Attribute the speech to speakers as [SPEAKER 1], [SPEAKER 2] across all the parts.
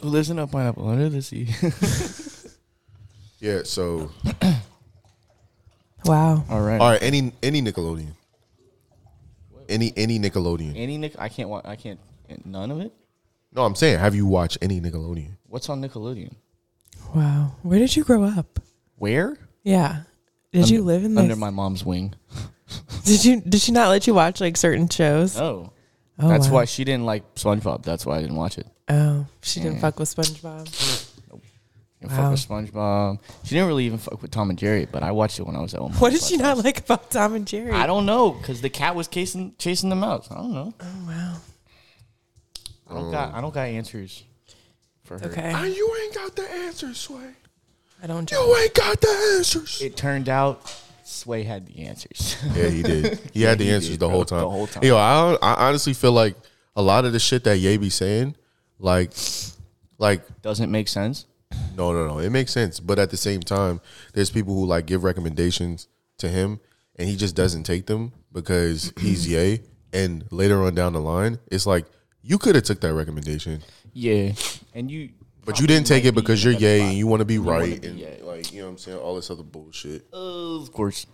[SPEAKER 1] Who lives in a pineapple under the sea?
[SPEAKER 2] Yeah. So
[SPEAKER 3] Wow.
[SPEAKER 1] All right.
[SPEAKER 2] all right, any any Nickelodeon, any any Nickelodeon.
[SPEAKER 1] Any Nick? I can't watch. I can't. None of it.
[SPEAKER 2] No, I'm saying, have you watched any Nickelodeon?
[SPEAKER 1] What's on Nickelodeon?
[SPEAKER 3] Wow. Where did you grow up?
[SPEAKER 1] Where?
[SPEAKER 3] Yeah. Did you live in the
[SPEAKER 1] under my mom's wing?
[SPEAKER 3] Did you did she not let you watch like certain shows?
[SPEAKER 1] Oh,
[SPEAKER 3] Oh,
[SPEAKER 1] that's
[SPEAKER 3] wow.
[SPEAKER 1] why she didn't like SpongeBob. That's why I didn't watch it.
[SPEAKER 3] Oh, she didn't
[SPEAKER 1] Yeah.
[SPEAKER 3] fuck with SpongeBob.
[SPEAKER 1] I didn't Fuck with SpongeBob. She didn't really even fuck with Tom and Jerry, but I watched it when I was at home.
[SPEAKER 3] What did she not like about Tom and Jerry?
[SPEAKER 1] I don't know because the cat was chasing chasing them out. I don't know.
[SPEAKER 3] Oh, wow.
[SPEAKER 1] I don't got I don't got answers for her.
[SPEAKER 3] Okay.
[SPEAKER 2] Ah, you ain't got the answers, Sway.
[SPEAKER 3] I don't.
[SPEAKER 2] You ain't got the answers.
[SPEAKER 1] It turned out Sway had the answers.
[SPEAKER 2] Yeah, he did. He had the
[SPEAKER 1] he
[SPEAKER 2] answers
[SPEAKER 1] did,
[SPEAKER 2] the
[SPEAKER 1] bro,
[SPEAKER 2] whole
[SPEAKER 1] the
[SPEAKER 2] time.
[SPEAKER 1] whole time.
[SPEAKER 2] Yo, I, I honestly feel like a lot of the shit that Ye be saying, like, like
[SPEAKER 1] Doesn't make sense.
[SPEAKER 2] No, no, no. It makes sense, but at the same time, there's people who like give recommendations to him, and he just doesn't take them because he's yay. And later on down the line, it's like you could have took that recommendation,
[SPEAKER 1] Yeah, and you.
[SPEAKER 2] but you didn't take it because you're yay and you want to be
[SPEAKER 1] wanna
[SPEAKER 2] right
[SPEAKER 1] be
[SPEAKER 2] and
[SPEAKER 1] yay.
[SPEAKER 2] like you know what I'm saying, all this other bullshit.
[SPEAKER 1] of course,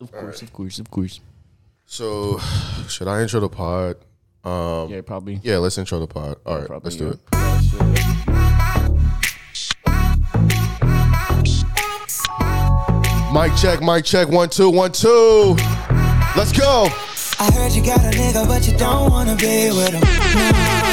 [SPEAKER 1] of course, of course, of course.
[SPEAKER 2] So, should I intro the pod? Um,
[SPEAKER 1] Yeah, probably.
[SPEAKER 2] yeah, let's intro the pod. All right,
[SPEAKER 1] Probably,
[SPEAKER 2] let's do
[SPEAKER 1] yeah.
[SPEAKER 2] it. Mic check, mic check. One, two, one, two. Let's go.
[SPEAKER 4] I heard you got a nigga, but you don't wanna be with him. No,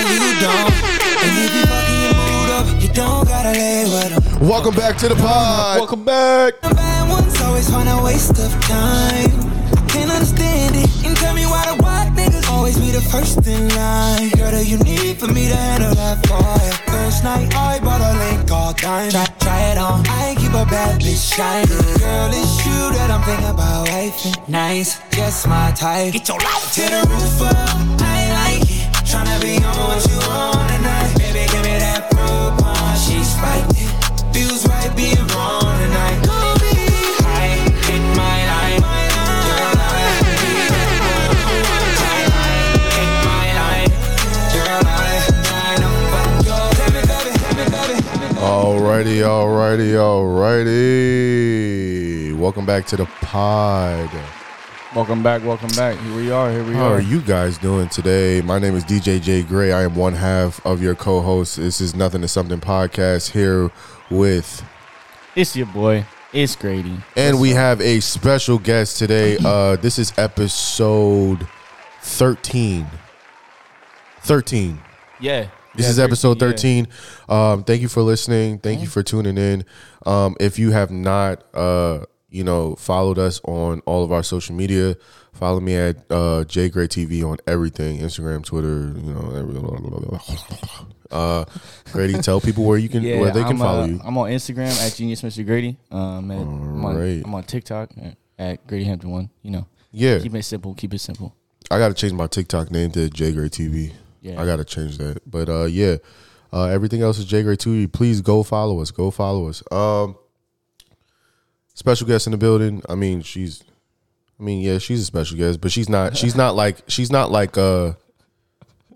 [SPEAKER 4] you don't. And if you fucking your mood up, you don't gotta lay with him.
[SPEAKER 2] Welcome back to the pod. Welcome back.
[SPEAKER 4] Bad ones always find a waste of time. I can't understand it. And tell me why the white niggas always be the first in line. Girl, do you need for me to handle that for you? First night, I bought a link all time. Try, try it on. I ain't keep a bad bitch shining. Girl, it's you that I'm thinking about wifing. Nice, just my type. Get your life to the roof up. I like it. Tryna be on what you want tonight. Baby, give me that propane. She spiked it. Feels right being wrong tonight. Call me. I hit my line. Girl, I hit my line. I hit my line. Girl, I I know, but you're baby, baby, baby, baby.
[SPEAKER 2] Alrighty, alrighty, alrighty. Welcome back to the pod.
[SPEAKER 1] Welcome back. Welcome back. Here we are. Here we
[SPEAKER 2] How
[SPEAKER 1] are.
[SPEAKER 2] are you guys doing today? My name is DJ J Gray. I am one half of your co-host. This is Nothing to Something podcast here with,
[SPEAKER 1] It's your boy. It's Grady.
[SPEAKER 2] and we have a special guest today. Uh, this is episode thirteen. Thirteen.
[SPEAKER 1] Yeah.
[SPEAKER 2] This
[SPEAKER 1] Yeah,
[SPEAKER 2] is
[SPEAKER 1] thir-
[SPEAKER 2] episode
[SPEAKER 1] yeah.
[SPEAKER 2] 13. Um, thank you for listening. Thank you for tuning in. Um, if you have not, uh, you know, followed us on all of our social media, follow me at uh, JGrayTV on everything Instagram, Twitter, you know, every, Uh, Grady, tell people where you can,
[SPEAKER 1] Yeah,
[SPEAKER 2] where they can
[SPEAKER 1] I'm,
[SPEAKER 2] follow
[SPEAKER 1] uh,
[SPEAKER 2] you.
[SPEAKER 1] I'm on Instagram at Genius Mr. Grady. Um, at, I'm, on,
[SPEAKER 2] Alright.
[SPEAKER 1] I'm on TikTok at, at Grady Hampton One. You know,
[SPEAKER 2] Yeah,
[SPEAKER 1] keep it simple. Keep it simple.
[SPEAKER 2] I got to change my TikTok name to JGrayTV.
[SPEAKER 1] Yeah.
[SPEAKER 2] I got to change that. But uh, yeah, uh, everything else is JGrayTV. Please go follow us. Go follow us. Um, special guest in the building. I mean, she's. I mean, yeah, she's a special guest, but she's not. She's not like. She's not like. Uh,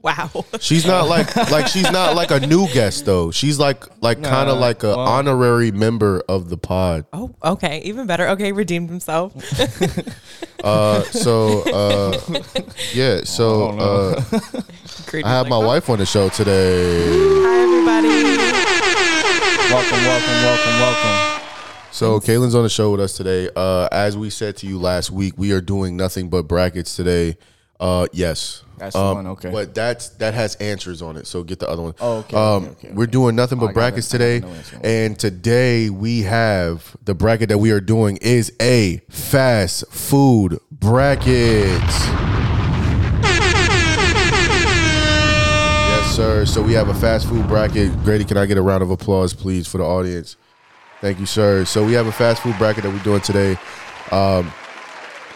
[SPEAKER 3] Wow.
[SPEAKER 2] she's not like. Like she's not like a new guest though. She's like like kind of
[SPEAKER 1] Nah,
[SPEAKER 2] like a
[SPEAKER 1] well-
[SPEAKER 2] honorary member of the pod.
[SPEAKER 3] Oh, okay. Even better. Okay, redeemed himself.
[SPEAKER 2] Uh, so uh, yeah, so uh, I have my wife on the show today.
[SPEAKER 3] Hi, everybody.
[SPEAKER 1] Welcome, welcome, welcome, welcome.
[SPEAKER 2] So Kaylin's on the show with us today. Uh, as we said to you last week, we are doing nothing but brackets today. Uh, yes,
[SPEAKER 1] That's the one, okay.
[SPEAKER 2] But that's that has answers on it. So get the other one.
[SPEAKER 1] Oh, okay,
[SPEAKER 2] Um,
[SPEAKER 1] okay, okay, Oh,
[SPEAKER 2] we're doing nothing but
[SPEAKER 1] I got
[SPEAKER 2] brackets
[SPEAKER 1] it. I
[SPEAKER 2] today,
[SPEAKER 1] got no answer.
[SPEAKER 2] and today we have the bracket that we are doing is a fast food bracket. Yes, sir. So we have a fast food bracket. Grady, can I get a round of applause, please, for the audience? Thank you, sir. So we have a fast food bracket that we're doing today. Um,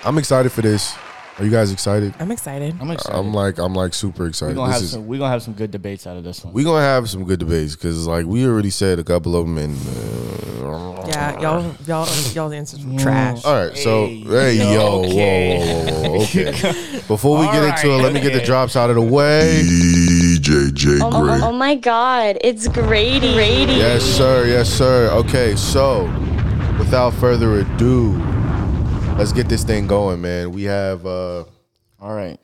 [SPEAKER 2] I'm excited for this. Are you guys excited?
[SPEAKER 3] I'm excited.
[SPEAKER 1] I'm excited.
[SPEAKER 2] I'm like I'm like super
[SPEAKER 1] we're
[SPEAKER 2] excited.
[SPEAKER 1] gonna
[SPEAKER 2] This
[SPEAKER 1] have
[SPEAKER 2] is
[SPEAKER 1] some. We're gonna have some good debates out of this one.
[SPEAKER 2] we gonna have some good debates because like we already said a couple of them and uh,
[SPEAKER 3] Yeah, y'all, y'all, y'all's answers
[SPEAKER 1] Mm.
[SPEAKER 3] were trash.
[SPEAKER 1] Oh.
[SPEAKER 2] all right. So
[SPEAKER 1] Hey,
[SPEAKER 2] hey
[SPEAKER 1] yo,
[SPEAKER 2] yo, whoa,
[SPEAKER 1] okay.
[SPEAKER 2] whoa, whoa, whoa, whoa, okay. Before we get into it, let me get the drops out of the way.
[SPEAKER 5] Oh, oh, oh my god, it's Grady. Grady.
[SPEAKER 2] Yes, sir. Yes, sir. Okay, so without further ado, let's get this thing going, man. We have uh
[SPEAKER 1] All right.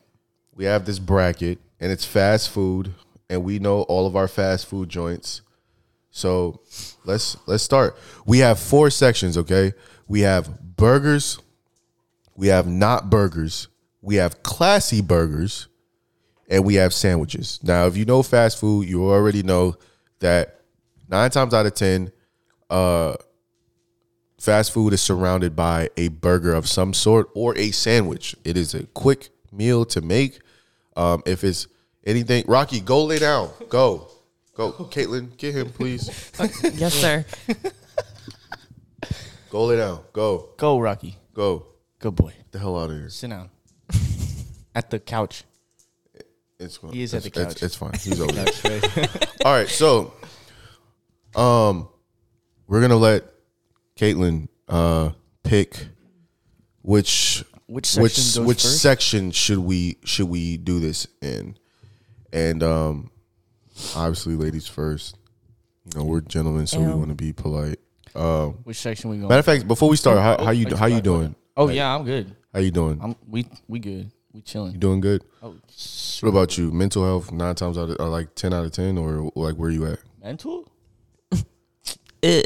[SPEAKER 2] we have this bracket and it's fast food and we know all of our fast food joints. So, let's let's start. We have four sections, okay? We have burgers, we have not burgers, we have classy burgers, and we have sandwiches. Now, if you know fast food, you already know that 9 times out of 10 uh fast food is surrounded by a burger of some sort or a sandwich. It is a quick meal to make. Um, if it's anything, Rocky, go lay down. Go, go, Caitlin, get him, please.
[SPEAKER 3] Yes, sir.
[SPEAKER 2] Go lay down. Go,
[SPEAKER 1] Go, Rocky.
[SPEAKER 2] go.
[SPEAKER 1] Good boy.
[SPEAKER 2] Get the hell out of here.
[SPEAKER 1] Sit down. At the couch.
[SPEAKER 2] It's fine.
[SPEAKER 1] He is at
[SPEAKER 2] it's,
[SPEAKER 1] the
[SPEAKER 2] it's-
[SPEAKER 1] couch.
[SPEAKER 2] It's, fine. He's over there. All right, so, um, we're gonna let Caitlin uh pick which
[SPEAKER 1] Which section
[SPEAKER 2] which
[SPEAKER 1] goes
[SPEAKER 2] which
[SPEAKER 1] first?
[SPEAKER 2] section should we should we do this in, and um, obviously ladies first. You know we're gentlemen, so we
[SPEAKER 3] Ew.
[SPEAKER 2] want to be polite. Um,
[SPEAKER 1] Which section we going?
[SPEAKER 2] matter of fact, before we start, how, how you how you doing?
[SPEAKER 1] oh yeah, I'm good.
[SPEAKER 2] How you doing?
[SPEAKER 1] I'm we we good. We
[SPEAKER 2] You
[SPEAKER 1] chilling.
[SPEAKER 2] doing good?
[SPEAKER 1] Oh, s-
[SPEAKER 2] What about you? Mental health nine times out of uh, like ten out of ten, or like where you at?
[SPEAKER 1] mental. nah,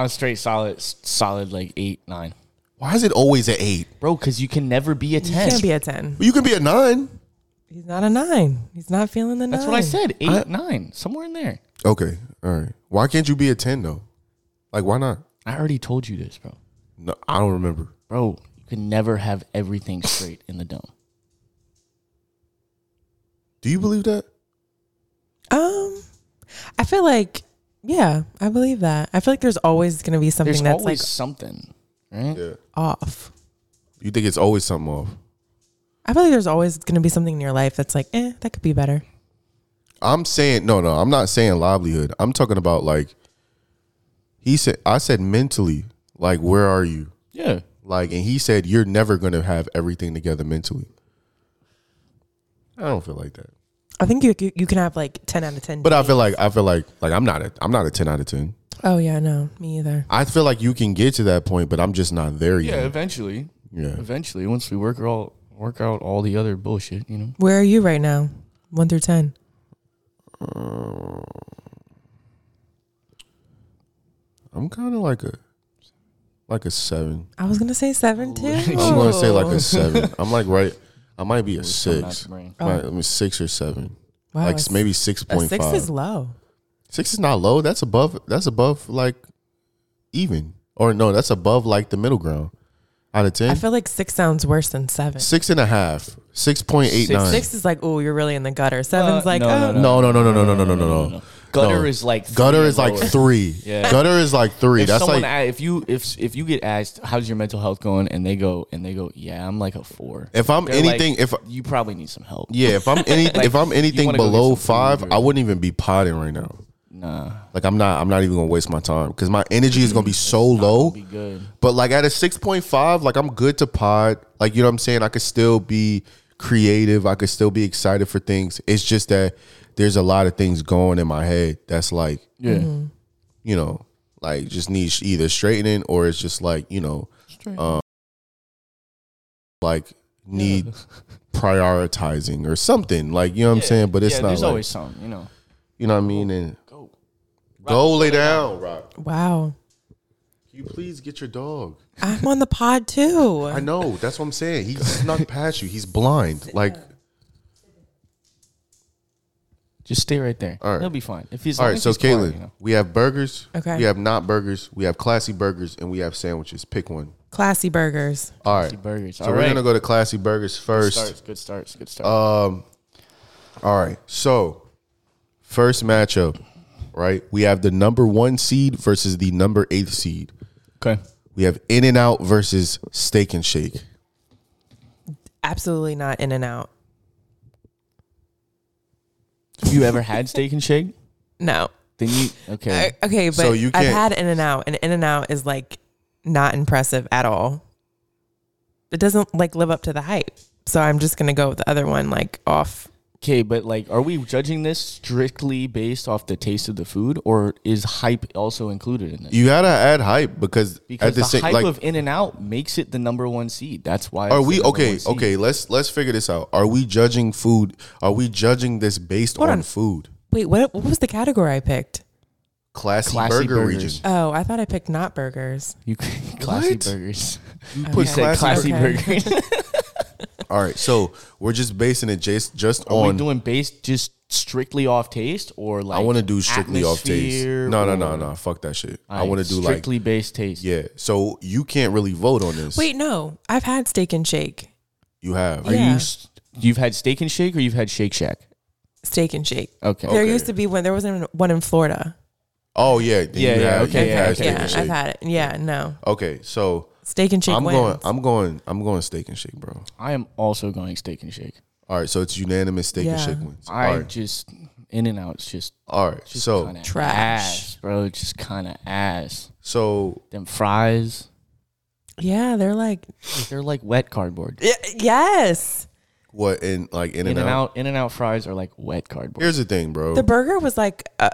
[SPEAKER 1] I'm straight solid, s- solid like eight, nine,
[SPEAKER 2] Why is it always an eight?
[SPEAKER 1] bro. Because you can never be a
[SPEAKER 3] He
[SPEAKER 1] ten.
[SPEAKER 3] can't be a ten.
[SPEAKER 2] You could be a nine.
[SPEAKER 3] He's not a nine. He's not feeling the nine.
[SPEAKER 1] That's what I said. Eight, nine, somewhere in there.
[SPEAKER 2] Okay, all right. Why can't you be a ten though? Like why not?
[SPEAKER 1] I already told you this, bro.
[SPEAKER 2] No, I don't remember.
[SPEAKER 1] Bro, you can never have everything straight in the dome.
[SPEAKER 2] Do you believe that?
[SPEAKER 3] Um, I feel like, yeah, I believe that. I feel like there's always going to be something
[SPEAKER 1] There's
[SPEAKER 3] that's
[SPEAKER 1] always something, right?
[SPEAKER 2] Yeah.
[SPEAKER 3] like off.
[SPEAKER 2] You think it's always something off?
[SPEAKER 3] I feel like there's always going to be something in your life that's like, eh, that could be better.
[SPEAKER 2] I'm saying no, no. I'm not saying livelihood. I'm talking about like he said. I said mentally. Like where are you?
[SPEAKER 1] Yeah.
[SPEAKER 2] Like and he said you're never gonna have everything together mentally. I don't feel like that.
[SPEAKER 3] I think you you, you can have like ten out of ten.
[SPEAKER 2] But I feel like I feel like like I'm not a I'm not a ten out of ten.
[SPEAKER 3] oh yeah, no, me either.
[SPEAKER 2] I feel like you can get to that point, but I'm just not there
[SPEAKER 1] Yeah,
[SPEAKER 2] yet.
[SPEAKER 1] eventually.
[SPEAKER 2] Yeah.
[SPEAKER 1] Eventually, once we work all work out all the other bullshit, you know.
[SPEAKER 3] Where are you right now? One through ten.
[SPEAKER 2] I'm kind of like a like a seven.
[SPEAKER 3] I was gonna say seven too.
[SPEAKER 2] I'm gonna Oh, say
[SPEAKER 3] Oh.
[SPEAKER 2] like a seven. I'm like right. I might be a
[SPEAKER 1] Coming out
[SPEAKER 2] six.
[SPEAKER 1] the brain.
[SPEAKER 2] Might- I mean six or seven.
[SPEAKER 3] Wow,
[SPEAKER 2] like
[SPEAKER 3] a s-
[SPEAKER 2] maybe six
[SPEAKER 3] a
[SPEAKER 2] point
[SPEAKER 3] six
[SPEAKER 2] five.
[SPEAKER 3] is low.
[SPEAKER 2] six is not low. That's above. That's above like even or no. That's above like the middle ground. Out of
[SPEAKER 3] I
[SPEAKER 2] ten,
[SPEAKER 3] feel like six sounds worse than seven.
[SPEAKER 2] six and a half. Six point eight nine.
[SPEAKER 3] Six is like, oh, you're really in the gutter. Seven's
[SPEAKER 1] Uh,
[SPEAKER 3] like,
[SPEAKER 1] no,
[SPEAKER 3] oh,
[SPEAKER 1] no,
[SPEAKER 2] No, no, no, no, no, no, no, no, no. no.
[SPEAKER 1] Gutter
[SPEAKER 2] No.
[SPEAKER 1] is like three
[SPEAKER 2] gutter
[SPEAKER 1] and
[SPEAKER 2] is like
[SPEAKER 1] lower.
[SPEAKER 2] three.
[SPEAKER 1] Yeah.
[SPEAKER 2] Gutter is like three.
[SPEAKER 1] If
[SPEAKER 2] that's
[SPEAKER 1] someone
[SPEAKER 2] like
[SPEAKER 1] a- if you if if you get asked how's your mental health going and they go and they go yeah I'm like a four
[SPEAKER 2] If I'm
[SPEAKER 1] They're like,
[SPEAKER 2] anything- if-
[SPEAKER 1] you probably need some help
[SPEAKER 2] yeah. If I'm any, if I'm anything
[SPEAKER 1] wanna go get
[SPEAKER 2] below
[SPEAKER 1] some food
[SPEAKER 2] five,
[SPEAKER 1] or-
[SPEAKER 2] I wouldn't even be potting right now.
[SPEAKER 1] nah
[SPEAKER 2] Like I'm not. I'm not even gonna waste my time because my energy is gonna be so low.
[SPEAKER 1] be good
[SPEAKER 2] But like at a six point five, like I'm good to pod. Like you know what I'm saying. I could still be creative. I could still be excited for things. It's just that there's a lot of things going in my head that's like
[SPEAKER 1] yeah
[SPEAKER 2] you know like just needs either straightening or it's just like you know um, like need prioritizing or something like you know what I'm saying. But it's
[SPEAKER 1] yeah,
[SPEAKER 2] not.
[SPEAKER 1] there's
[SPEAKER 2] like,
[SPEAKER 1] always something you know
[SPEAKER 2] you know what I mean. And
[SPEAKER 1] go
[SPEAKER 2] go lay down, Rock.
[SPEAKER 3] wow.
[SPEAKER 2] Can you please get your dog?
[SPEAKER 3] I'm on the pod too.
[SPEAKER 2] I know. That's what I'm saying. He snuck past you. He's blind. Like,
[SPEAKER 1] just stay right there
[SPEAKER 2] All right.
[SPEAKER 1] he'll be fine if he's
[SPEAKER 2] all
[SPEAKER 1] as
[SPEAKER 2] right. So,
[SPEAKER 1] long as he's quiet,
[SPEAKER 2] Caitlin,
[SPEAKER 1] you know.
[SPEAKER 2] we have burgers.
[SPEAKER 3] Okay.
[SPEAKER 2] We have not burgers. We have classy burgers, and we have sandwiches. Pick one.
[SPEAKER 3] Classy burgers.
[SPEAKER 2] All right.
[SPEAKER 1] Classy burgers.
[SPEAKER 2] So
[SPEAKER 1] All
[SPEAKER 2] we're
[SPEAKER 1] right.
[SPEAKER 2] gonna go to classy burgers
[SPEAKER 1] good
[SPEAKER 2] first. Uh,
[SPEAKER 1] starts good starts good starts
[SPEAKER 2] All right. So, first matchup. Right. We have the number one seed versus the number eight seed.
[SPEAKER 1] okay
[SPEAKER 2] We have In and Out versus Steak and Shake.
[SPEAKER 3] Absolutely not in and out.
[SPEAKER 1] Have you ever had steak and shake?
[SPEAKER 3] No.
[SPEAKER 1] Then you okay.
[SPEAKER 3] I- okay, but
[SPEAKER 2] So you
[SPEAKER 3] I've
[SPEAKER 2] can't-
[SPEAKER 3] had In and Out, and In and Out is like not impressive at all. It doesn't like live up to the hype. So I'm just gonna go with the other one, like off.
[SPEAKER 1] Okay, but like, are we judging this strictly based off the taste of the food, or is hype also included in this?
[SPEAKER 2] You gotta add hype because,
[SPEAKER 1] Because
[SPEAKER 2] at the,
[SPEAKER 1] the,
[SPEAKER 2] same
[SPEAKER 1] hype
[SPEAKER 2] like,
[SPEAKER 1] of In and Out makes it the number one seed. That's why.
[SPEAKER 2] are
[SPEAKER 1] it's the
[SPEAKER 2] we
[SPEAKER 1] number
[SPEAKER 2] okay?
[SPEAKER 1] one seed.
[SPEAKER 2] Okay, let's let's figure this out. Are we judging food? Are we judging this based
[SPEAKER 3] Hold
[SPEAKER 2] on,
[SPEAKER 3] on.
[SPEAKER 2] food?
[SPEAKER 3] Wait, what? What was the category I picked?
[SPEAKER 2] Classy,
[SPEAKER 1] Classy
[SPEAKER 2] burger
[SPEAKER 1] burgers.
[SPEAKER 2] region.
[SPEAKER 3] Oh, I thought I picked not burgers.
[SPEAKER 1] You classy
[SPEAKER 2] What?
[SPEAKER 1] burgers.
[SPEAKER 2] You
[SPEAKER 1] You
[SPEAKER 2] put
[SPEAKER 1] said classy
[SPEAKER 3] Okay.
[SPEAKER 1] burgers.
[SPEAKER 2] All right, so we're just basing it just just
[SPEAKER 1] Are we
[SPEAKER 2] on.
[SPEAKER 1] doing based just strictly off taste, or like
[SPEAKER 2] I want to do strictly off taste.
[SPEAKER 1] atmosphere
[SPEAKER 2] No, no,
[SPEAKER 1] or-
[SPEAKER 2] no, no. Fuck that shit. I
[SPEAKER 1] Alright,
[SPEAKER 2] want to do like
[SPEAKER 1] strictly based taste.
[SPEAKER 2] yeah. So you can't really vote on this.
[SPEAKER 3] Wait, no, I've had steak and shake.
[SPEAKER 2] you have.
[SPEAKER 1] Are
[SPEAKER 3] Yeah.
[SPEAKER 1] you? s- You've had Steak and Shake, or you've had Shake Shack?
[SPEAKER 3] Steak and shake.
[SPEAKER 1] Okay.
[SPEAKER 3] There
[SPEAKER 2] Okay.
[SPEAKER 3] used to be one. There wasn't one in Florida.
[SPEAKER 2] Oh yeah, then
[SPEAKER 1] Yeah,
[SPEAKER 2] you
[SPEAKER 1] yeah,
[SPEAKER 2] have-
[SPEAKER 1] okay,
[SPEAKER 2] you
[SPEAKER 1] yeah,
[SPEAKER 2] have
[SPEAKER 1] okay.
[SPEAKER 2] steak
[SPEAKER 3] yeah,
[SPEAKER 2] and
[SPEAKER 3] I've
[SPEAKER 2] shake.
[SPEAKER 3] had it. Yeah, no,
[SPEAKER 2] Okay, so
[SPEAKER 3] steak and shake
[SPEAKER 2] I'm
[SPEAKER 3] wins.
[SPEAKER 2] going. I'm going. I'm going steak and shake, bro.
[SPEAKER 1] I am also going Steak and Shake.
[SPEAKER 2] All right, so it's unanimous steak and
[SPEAKER 3] Yeah.
[SPEAKER 2] shake wins. All
[SPEAKER 1] I
[SPEAKER 2] right,
[SPEAKER 1] just In and Out's just
[SPEAKER 2] all right. So
[SPEAKER 1] kinda
[SPEAKER 3] Trash.
[SPEAKER 1] ass, bro. Just kind of ass.
[SPEAKER 2] so
[SPEAKER 1] Them fries,
[SPEAKER 3] yeah, they're like
[SPEAKER 1] they're like wet cardboard.
[SPEAKER 3] Y- yes.
[SPEAKER 2] what in like in,
[SPEAKER 1] In and out, In and Out fries are like wet cardboard.
[SPEAKER 2] Here's the thing, bro.
[SPEAKER 3] The burger was like a,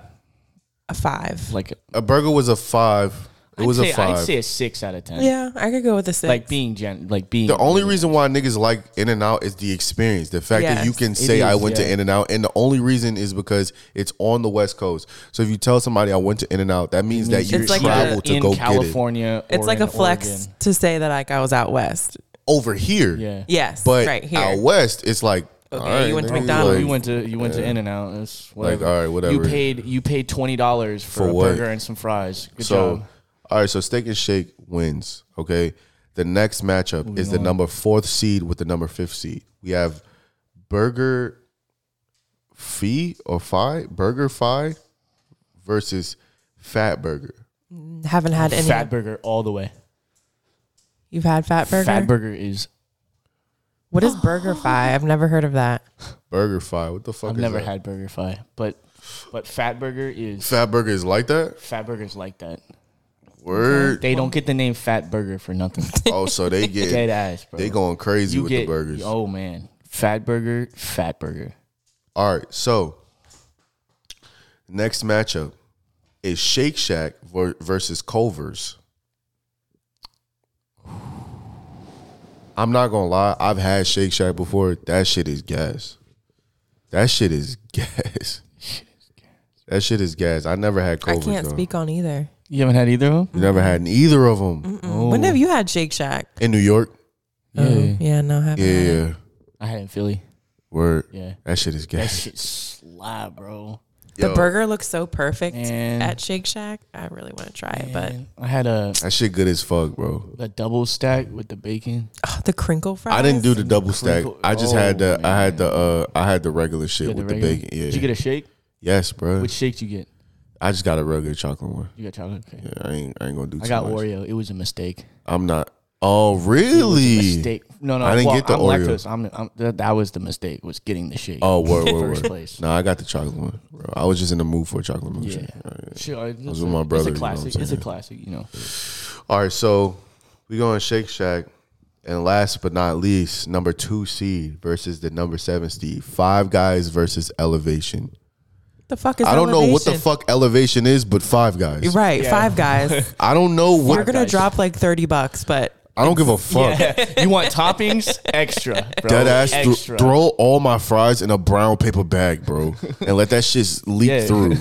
[SPEAKER 3] a five.
[SPEAKER 1] Like it
[SPEAKER 2] a burger was a five. It was
[SPEAKER 1] I'd
[SPEAKER 2] a
[SPEAKER 1] say,
[SPEAKER 2] five.
[SPEAKER 1] I'd say a six out of ten.
[SPEAKER 3] Yeah, I could go with a six.
[SPEAKER 1] Like being gen, like being
[SPEAKER 2] the only reason why niggas like In and Out is the experience. The fact that you
[SPEAKER 3] Yes.
[SPEAKER 2] can say
[SPEAKER 1] is,
[SPEAKER 2] I went to
[SPEAKER 1] yeah.
[SPEAKER 2] In and Out, and the only reason is because it's on the West Coast. So if you tell somebody I went to In and Out, that means, that you
[SPEAKER 3] It's like
[SPEAKER 2] travel
[SPEAKER 1] either
[SPEAKER 2] to
[SPEAKER 1] in
[SPEAKER 2] go get
[SPEAKER 1] California.
[SPEAKER 3] it's
[SPEAKER 1] or
[SPEAKER 3] like
[SPEAKER 1] in
[SPEAKER 3] a flex
[SPEAKER 1] Oregon.
[SPEAKER 3] to say that like I was out west.
[SPEAKER 2] it over here.
[SPEAKER 1] Yeah.
[SPEAKER 3] Yes,
[SPEAKER 2] but
[SPEAKER 3] right here.
[SPEAKER 2] out west, it's like
[SPEAKER 3] Okay,
[SPEAKER 2] all right,
[SPEAKER 3] you went to
[SPEAKER 2] nigga,
[SPEAKER 3] McDonald's.
[SPEAKER 2] like,
[SPEAKER 1] you went to you went to In and Out. It's whatever.
[SPEAKER 2] all right,
[SPEAKER 1] You
[SPEAKER 2] whatever.
[SPEAKER 1] paid you paid twenty dollars for,
[SPEAKER 2] For
[SPEAKER 1] a
[SPEAKER 2] what?
[SPEAKER 1] burger and some fries. Good
[SPEAKER 2] So,
[SPEAKER 1] job.
[SPEAKER 2] all right. So Steak and Shake wins. Okay. The next matchup is the number fourth seed with the number fifth seed. We have Burger Fee or Fi Burger Fi versus Fat Burger.
[SPEAKER 3] Haven't had any.
[SPEAKER 1] Fat burger all the way.
[SPEAKER 3] You've had fat burger.
[SPEAKER 1] Fat burger is
[SPEAKER 3] what is burger fi? I've never heard of that.
[SPEAKER 2] Burger Fi. What the fuck?
[SPEAKER 1] I've
[SPEAKER 2] is
[SPEAKER 1] never
[SPEAKER 2] that?
[SPEAKER 1] had burger fi, but but fat burger is
[SPEAKER 2] Fat Burger is like that.
[SPEAKER 1] fat burgers like that.
[SPEAKER 2] Word.
[SPEAKER 1] They don't get the name fat burger for nothing.
[SPEAKER 2] Oh, so they
[SPEAKER 1] Dead
[SPEAKER 2] get
[SPEAKER 1] ass, bro.
[SPEAKER 2] they going crazy
[SPEAKER 1] you
[SPEAKER 2] with
[SPEAKER 1] get
[SPEAKER 2] the burgers.
[SPEAKER 1] oh man, fat burger, fat burger.
[SPEAKER 2] All right, so next matchup is Shake Shack ver- versus Culver's. I'm not gonna lie, I've had Shake Shack before. That shit is gas. That shit is gas. That shit is gas. I never had Culver's.
[SPEAKER 3] I can't
[SPEAKER 2] though.
[SPEAKER 3] speak on either. Mm.
[SPEAKER 1] You haven't had either of them.
[SPEAKER 2] Never had either of them
[SPEAKER 3] When have you had Shake Shack?
[SPEAKER 2] in New York.
[SPEAKER 1] Oh. Yeah,
[SPEAKER 3] Oh, yeah, no, I haven't.
[SPEAKER 2] Yeah,
[SPEAKER 3] had it.
[SPEAKER 2] yeah.
[SPEAKER 1] I had it in Philly.
[SPEAKER 2] Word.
[SPEAKER 1] Yeah,
[SPEAKER 2] That shit is
[SPEAKER 1] that
[SPEAKER 2] gas.
[SPEAKER 1] shit slap, bro.
[SPEAKER 3] The
[SPEAKER 2] Yo,
[SPEAKER 3] burger looks so perfect
[SPEAKER 1] Man.
[SPEAKER 3] at Shake Shack. I really want to try it, but
[SPEAKER 1] And I had a
[SPEAKER 2] That shit good as fuck, bro.
[SPEAKER 1] a double stack with the bacon.
[SPEAKER 3] oh, the crinkle fries.
[SPEAKER 2] I didn't do the double stack.
[SPEAKER 1] Crinkle-
[SPEAKER 2] I just had
[SPEAKER 1] Oh,
[SPEAKER 2] the I had the uh I had the regular shit
[SPEAKER 1] You had
[SPEAKER 2] with the,
[SPEAKER 1] regular-
[SPEAKER 2] bacon. Yeah.
[SPEAKER 1] Did you get a shake?
[SPEAKER 2] yes, bro.
[SPEAKER 1] Which shake did you get?
[SPEAKER 2] I just got a regular chocolate one.
[SPEAKER 1] You got chocolate. Okay.
[SPEAKER 2] Yeah, I ain't I ain't gonna do. Too
[SPEAKER 1] I got
[SPEAKER 2] much.
[SPEAKER 1] Oreo. It was a mistake.
[SPEAKER 2] I'm not. Oh
[SPEAKER 1] It was a
[SPEAKER 2] really?
[SPEAKER 1] mistake. No, no.
[SPEAKER 2] I didn't
[SPEAKER 1] well,
[SPEAKER 2] get the
[SPEAKER 1] I'm
[SPEAKER 2] Oreo.
[SPEAKER 1] lactose. I'm, I'm, that, that was the mistake. Was getting the shake.
[SPEAKER 2] Oh word
[SPEAKER 1] in
[SPEAKER 2] word
[SPEAKER 1] first
[SPEAKER 2] word.
[SPEAKER 1] place.
[SPEAKER 2] No, I got the chocolate one. Bro. I was just in the mood for a chocolate
[SPEAKER 1] Yeah.
[SPEAKER 2] milkshake.
[SPEAKER 1] Sure, it's,
[SPEAKER 2] was
[SPEAKER 1] a-
[SPEAKER 2] with my brother, you
[SPEAKER 1] It's
[SPEAKER 2] know
[SPEAKER 1] a
[SPEAKER 2] what I'm
[SPEAKER 1] classic. it's a
[SPEAKER 2] saying?
[SPEAKER 1] classic. You know.
[SPEAKER 2] All right, so we going Shake Shack, and last but not least, number two seed versus the number seven seed. Five Guys versus Elevation.
[SPEAKER 3] The fuck is
[SPEAKER 2] I don't know what the
[SPEAKER 3] Elevation?
[SPEAKER 2] fuck Elevation is, but Five Guys.
[SPEAKER 3] Right,
[SPEAKER 1] Yeah.
[SPEAKER 3] five guys.
[SPEAKER 2] I don't know what.
[SPEAKER 3] You're gonna
[SPEAKER 1] guys.
[SPEAKER 3] drop like thirty bucks, but
[SPEAKER 2] I don't give a fuck.
[SPEAKER 1] you want toppings? Extra. Bro.
[SPEAKER 2] Dead ass, th-
[SPEAKER 1] Oh, Extra.
[SPEAKER 2] throw all my fries in a brown paper bag, bro, and let that shit leak
[SPEAKER 1] Yeah.
[SPEAKER 2] through.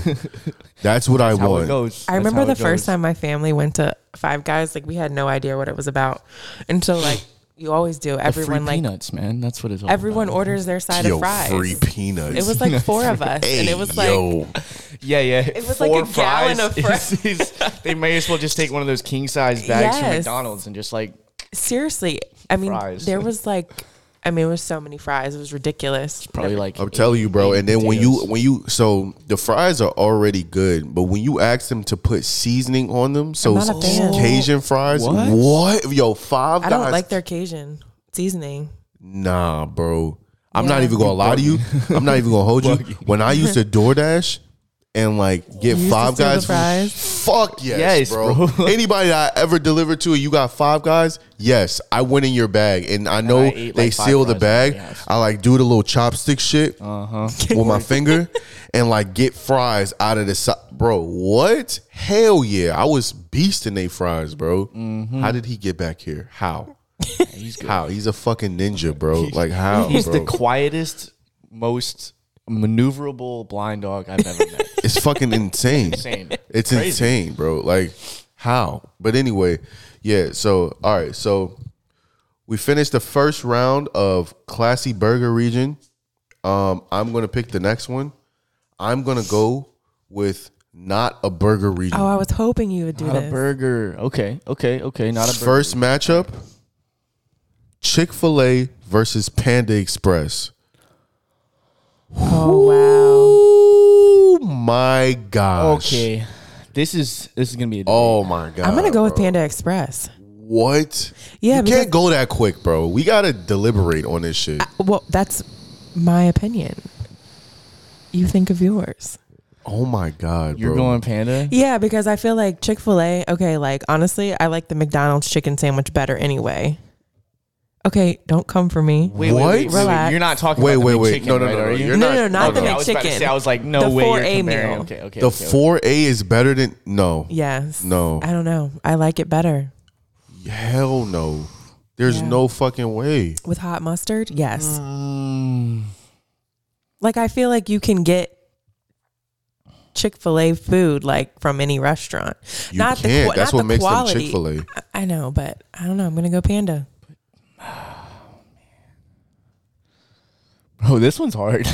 [SPEAKER 2] That's what I
[SPEAKER 1] How
[SPEAKER 2] want.
[SPEAKER 1] it goes.
[SPEAKER 3] I
[SPEAKER 1] That's
[SPEAKER 3] remember
[SPEAKER 1] how
[SPEAKER 3] the
[SPEAKER 1] it
[SPEAKER 3] first
[SPEAKER 1] goes.
[SPEAKER 3] time my family went to Five Guys, like we had no idea what it was about. And so like you always do,
[SPEAKER 1] The free
[SPEAKER 3] everyone like
[SPEAKER 1] peanuts, man. That's what it's all
[SPEAKER 3] everyone
[SPEAKER 1] about.
[SPEAKER 3] orders their side
[SPEAKER 2] Yo,
[SPEAKER 3] of fries.
[SPEAKER 2] free peanuts.
[SPEAKER 3] It was like four of us, and it was like
[SPEAKER 2] yo,
[SPEAKER 1] Yeah, yeah.
[SPEAKER 3] It was like a gallon of fries.
[SPEAKER 1] is- is- they may as well just take one of those king size bags from
[SPEAKER 3] Yes.
[SPEAKER 1] McDonald's and just like
[SPEAKER 3] seriously. I mean,
[SPEAKER 1] Fries.
[SPEAKER 3] there was like, I mean, it was so many fries. It was ridiculous.
[SPEAKER 1] probably like.
[SPEAKER 2] I'm telling you, bro.
[SPEAKER 1] eight
[SPEAKER 2] And then when you
[SPEAKER 1] potatoes.
[SPEAKER 2] when you so the fries are already good, but when you ask them to put seasoning on them, so
[SPEAKER 3] I'm not a fan.
[SPEAKER 2] Cajun fries, what?
[SPEAKER 1] What?
[SPEAKER 2] Yo, five
[SPEAKER 3] I
[SPEAKER 2] guys.
[SPEAKER 3] don't like their Cajun seasoning.
[SPEAKER 2] Nah, bro. I'm not even gonna lie to you. I'm not even gonna hold you. When I used to DoorDash and like get
[SPEAKER 3] used to
[SPEAKER 2] five
[SPEAKER 3] steal the
[SPEAKER 2] guys,
[SPEAKER 3] fries?
[SPEAKER 2] fuck yes,
[SPEAKER 1] Yes,
[SPEAKER 2] bro.
[SPEAKER 1] bro.
[SPEAKER 2] Anybody that I ever delivered to, you got five guys. Yes, I went in your bag, and I know
[SPEAKER 1] I ate,
[SPEAKER 2] they
[SPEAKER 1] like, five
[SPEAKER 2] seal the
[SPEAKER 1] fries in my Uh-huh.
[SPEAKER 2] bag.
[SPEAKER 1] ass.
[SPEAKER 2] I like do the little chopstick shit with my finger, and like get fries out of the side, bro. What? Hell yeah! I was beasting they fries, bro.
[SPEAKER 1] Mm.
[SPEAKER 2] How did he get back here? How?
[SPEAKER 1] Hmm. He's good.
[SPEAKER 2] How? He's a fucking ninja, bro. Like how?
[SPEAKER 1] He's
[SPEAKER 2] bro?
[SPEAKER 1] the quietest, most maneuverable blind dog I've ever met.
[SPEAKER 2] It's fucking insane.
[SPEAKER 1] Insane.
[SPEAKER 2] It's
[SPEAKER 1] Crazy.
[SPEAKER 2] insane, bro. Like how? But anyway, yeah. So all right. So we finished the first round of classy burger region. Um, I'm gonna pick the next one. I'm gonna go with not a burger region.
[SPEAKER 3] Oh, I was hoping you would do
[SPEAKER 1] Not a
[SPEAKER 3] this.
[SPEAKER 1] burger. Okay, okay, okay. Not a burger.
[SPEAKER 2] first matchup: Chick Fil A versus Panda Express.
[SPEAKER 3] Oh wow.
[SPEAKER 2] Oh my gosh.
[SPEAKER 1] Okay, this is this is gonna be. A
[SPEAKER 2] Oh my god.
[SPEAKER 3] I'm gonna go with Panda Express.
[SPEAKER 2] What?
[SPEAKER 3] Yeah,
[SPEAKER 2] you
[SPEAKER 3] because-
[SPEAKER 2] can't go that quick, bro. We gotta deliberate on this shit.
[SPEAKER 3] Well, that's my opinion. You think of yours.
[SPEAKER 2] oh my god,
[SPEAKER 1] You're
[SPEAKER 2] bro.
[SPEAKER 1] going panda.
[SPEAKER 3] Yeah, because I feel like Chick fil A, okay, like honestly, I like the McDonald's chicken sandwich better anyway. Okay, don't come for me.
[SPEAKER 1] Wait, wait, wait,
[SPEAKER 2] What?
[SPEAKER 1] wait, wait.
[SPEAKER 3] Relax.
[SPEAKER 1] You're not talking
[SPEAKER 2] Wait,
[SPEAKER 1] about
[SPEAKER 2] wait,
[SPEAKER 1] the
[SPEAKER 2] wait.
[SPEAKER 1] McChicken,
[SPEAKER 2] No, no,
[SPEAKER 1] right,
[SPEAKER 2] no,
[SPEAKER 1] are
[SPEAKER 2] no.
[SPEAKER 1] you?
[SPEAKER 2] You're
[SPEAKER 3] no,
[SPEAKER 2] not-
[SPEAKER 3] no, not
[SPEAKER 2] okay,
[SPEAKER 3] the
[SPEAKER 1] I was about to
[SPEAKER 3] McChicken.
[SPEAKER 1] say, I was like, no
[SPEAKER 3] The
[SPEAKER 1] way you're
[SPEAKER 3] 4A
[SPEAKER 1] comparing.
[SPEAKER 3] meal.
[SPEAKER 1] Okay, okay.
[SPEAKER 2] the
[SPEAKER 1] okay.
[SPEAKER 2] four A is better than no.
[SPEAKER 3] yes.
[SPEAKER 2] No.
[SPEAKER 3] I don't know. I like it better.
[SPEAKER 2] Hell no. There's no fucking way.
[SPEAKER 3] With hot mustard? Yes.
[SPEAKER 2] Mm.
[SPEAKER 3] Like I feel like you can get Chick fil A food like from any restaurant.
[SPEAKER 2] You
[SPEAKER 3] not the
[SPEAKER 2] can't.
[SPEAKER 3] qua-
[SPEAKER 2] That's
[SPEAKER 3] not
[SPEAKER 2] what
[SPEAKER 3] the
[SPEAKER 2] makes
[SPEAKER 3] quality.
[SPEAKER 2] them Chick Fil A.
[SPEAKER 3] I know, but I don't know. I'm gonna go panda.
[SPEAKER 1] Bro, Oh, this one's hard.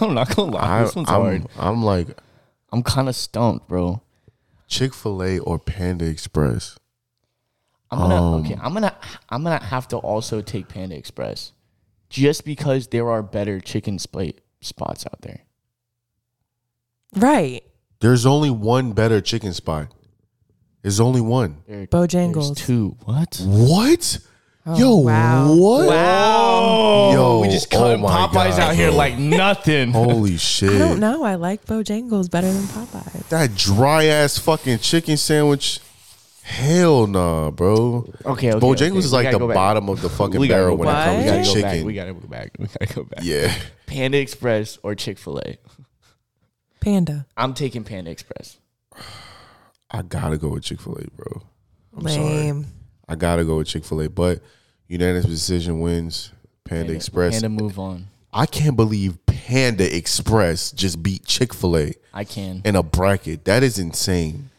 [SPEAKER 1] I'm not gonna lie. This one's
[SPEAKER 2] I'm,
[SPEAKER 1] hard.
[SPEAKER 2] I'm like
[SPEAKER 1] I'm kind of stumped, bro.
[SPEAKER 2] Chick Fil A or Panda Express.
[SPEAKER 1] I'm gonna
[SPEAKER 2] Um,
[SPEAKER 1] okay. I'm gonna I'm gonna have to also take Panda Express, just because there are better chicken plate spots out there.
[SPEAKER 3] Right.
[SPEAKER 2] There's only one better chicken spot. There's only one.
[SPEAKER 1] There-
[SPEAKER 3] Bojangles.
[SPEAKER 1] There's two. What?
[SPEAKER 2] What?
[SPEAKER 3] Oh,
[SPEAKER 2] Yo,
[SPEAKER 3] wow.
[SPEAKER 2] what?
[SPEAKER 1] Wow.
[SPEAKER 2] Yo,
[SPEAKER 1] we just
[SPEAKER 2] oh
[SPEAKER 1] cutting
[SPEAKER 2] my
[SPEAKER 1] Popeyes
[SPEAKER 2] God,
[SPEAKER 1] out here
[SPEAKER 2] bro. Oh.
[SPEAKER 1] like nothing.
[SPEAKER 2] Holy shit.
[SPEAKER 3] I don't know. I like Bojangles better than Popeyes.
[SPEAKER 2] That dry ass fucking chicken sandwich. Hell nah, bro.
[SPEAKER 1] Okay, okay,
[SPEAKER 2] Bojangles
[SPEAKER 1] okay.
[SPEAKER 2] is
[SPEAKER 1] We
[SPEAKER 2] like
[SPEAKER 1] gotta
[SPEAKER 2] the
[SPEAKER 1] go back.
[SPEAKER 2] bottom of the fucking
[SPEAKER 1] We gotta
[SPEAKER 2] barrel
[SPEAKER 1] go
[SPEAKER 2] when it
[SPEAKER 3] back.
[SPEAKER 2] comes
[SPEAKER 1] we
[SPEAKER 2] to
[SPEAKER 1] gotta go
[SPEAKER 2] chicken.
[SPEAKER 1] back. We gotta go back. We gotta go back.
[SPEAKER 2] yeah.
[SPEAKER 1] Panda Express or Chick Fil A.
[SPEAKER 3] Panda.
[SPEAKER 1] I'm taking Panda Express.
[SPEAKER 2] I gotta go with Chick fil A, bro.
[SPEAKER 3] Lame.
[SPEAKER 2] I gotta go with Chick fil A. But unanimous decision wins. Panda, Express.
[SPEAKER 1] Panda move on.
[SPEAKER 2] I can't believe Panda Express just beat Chick fil A
[SPEAKER 1] I can.
[SPEAKER 2] in a bracket. That is insane.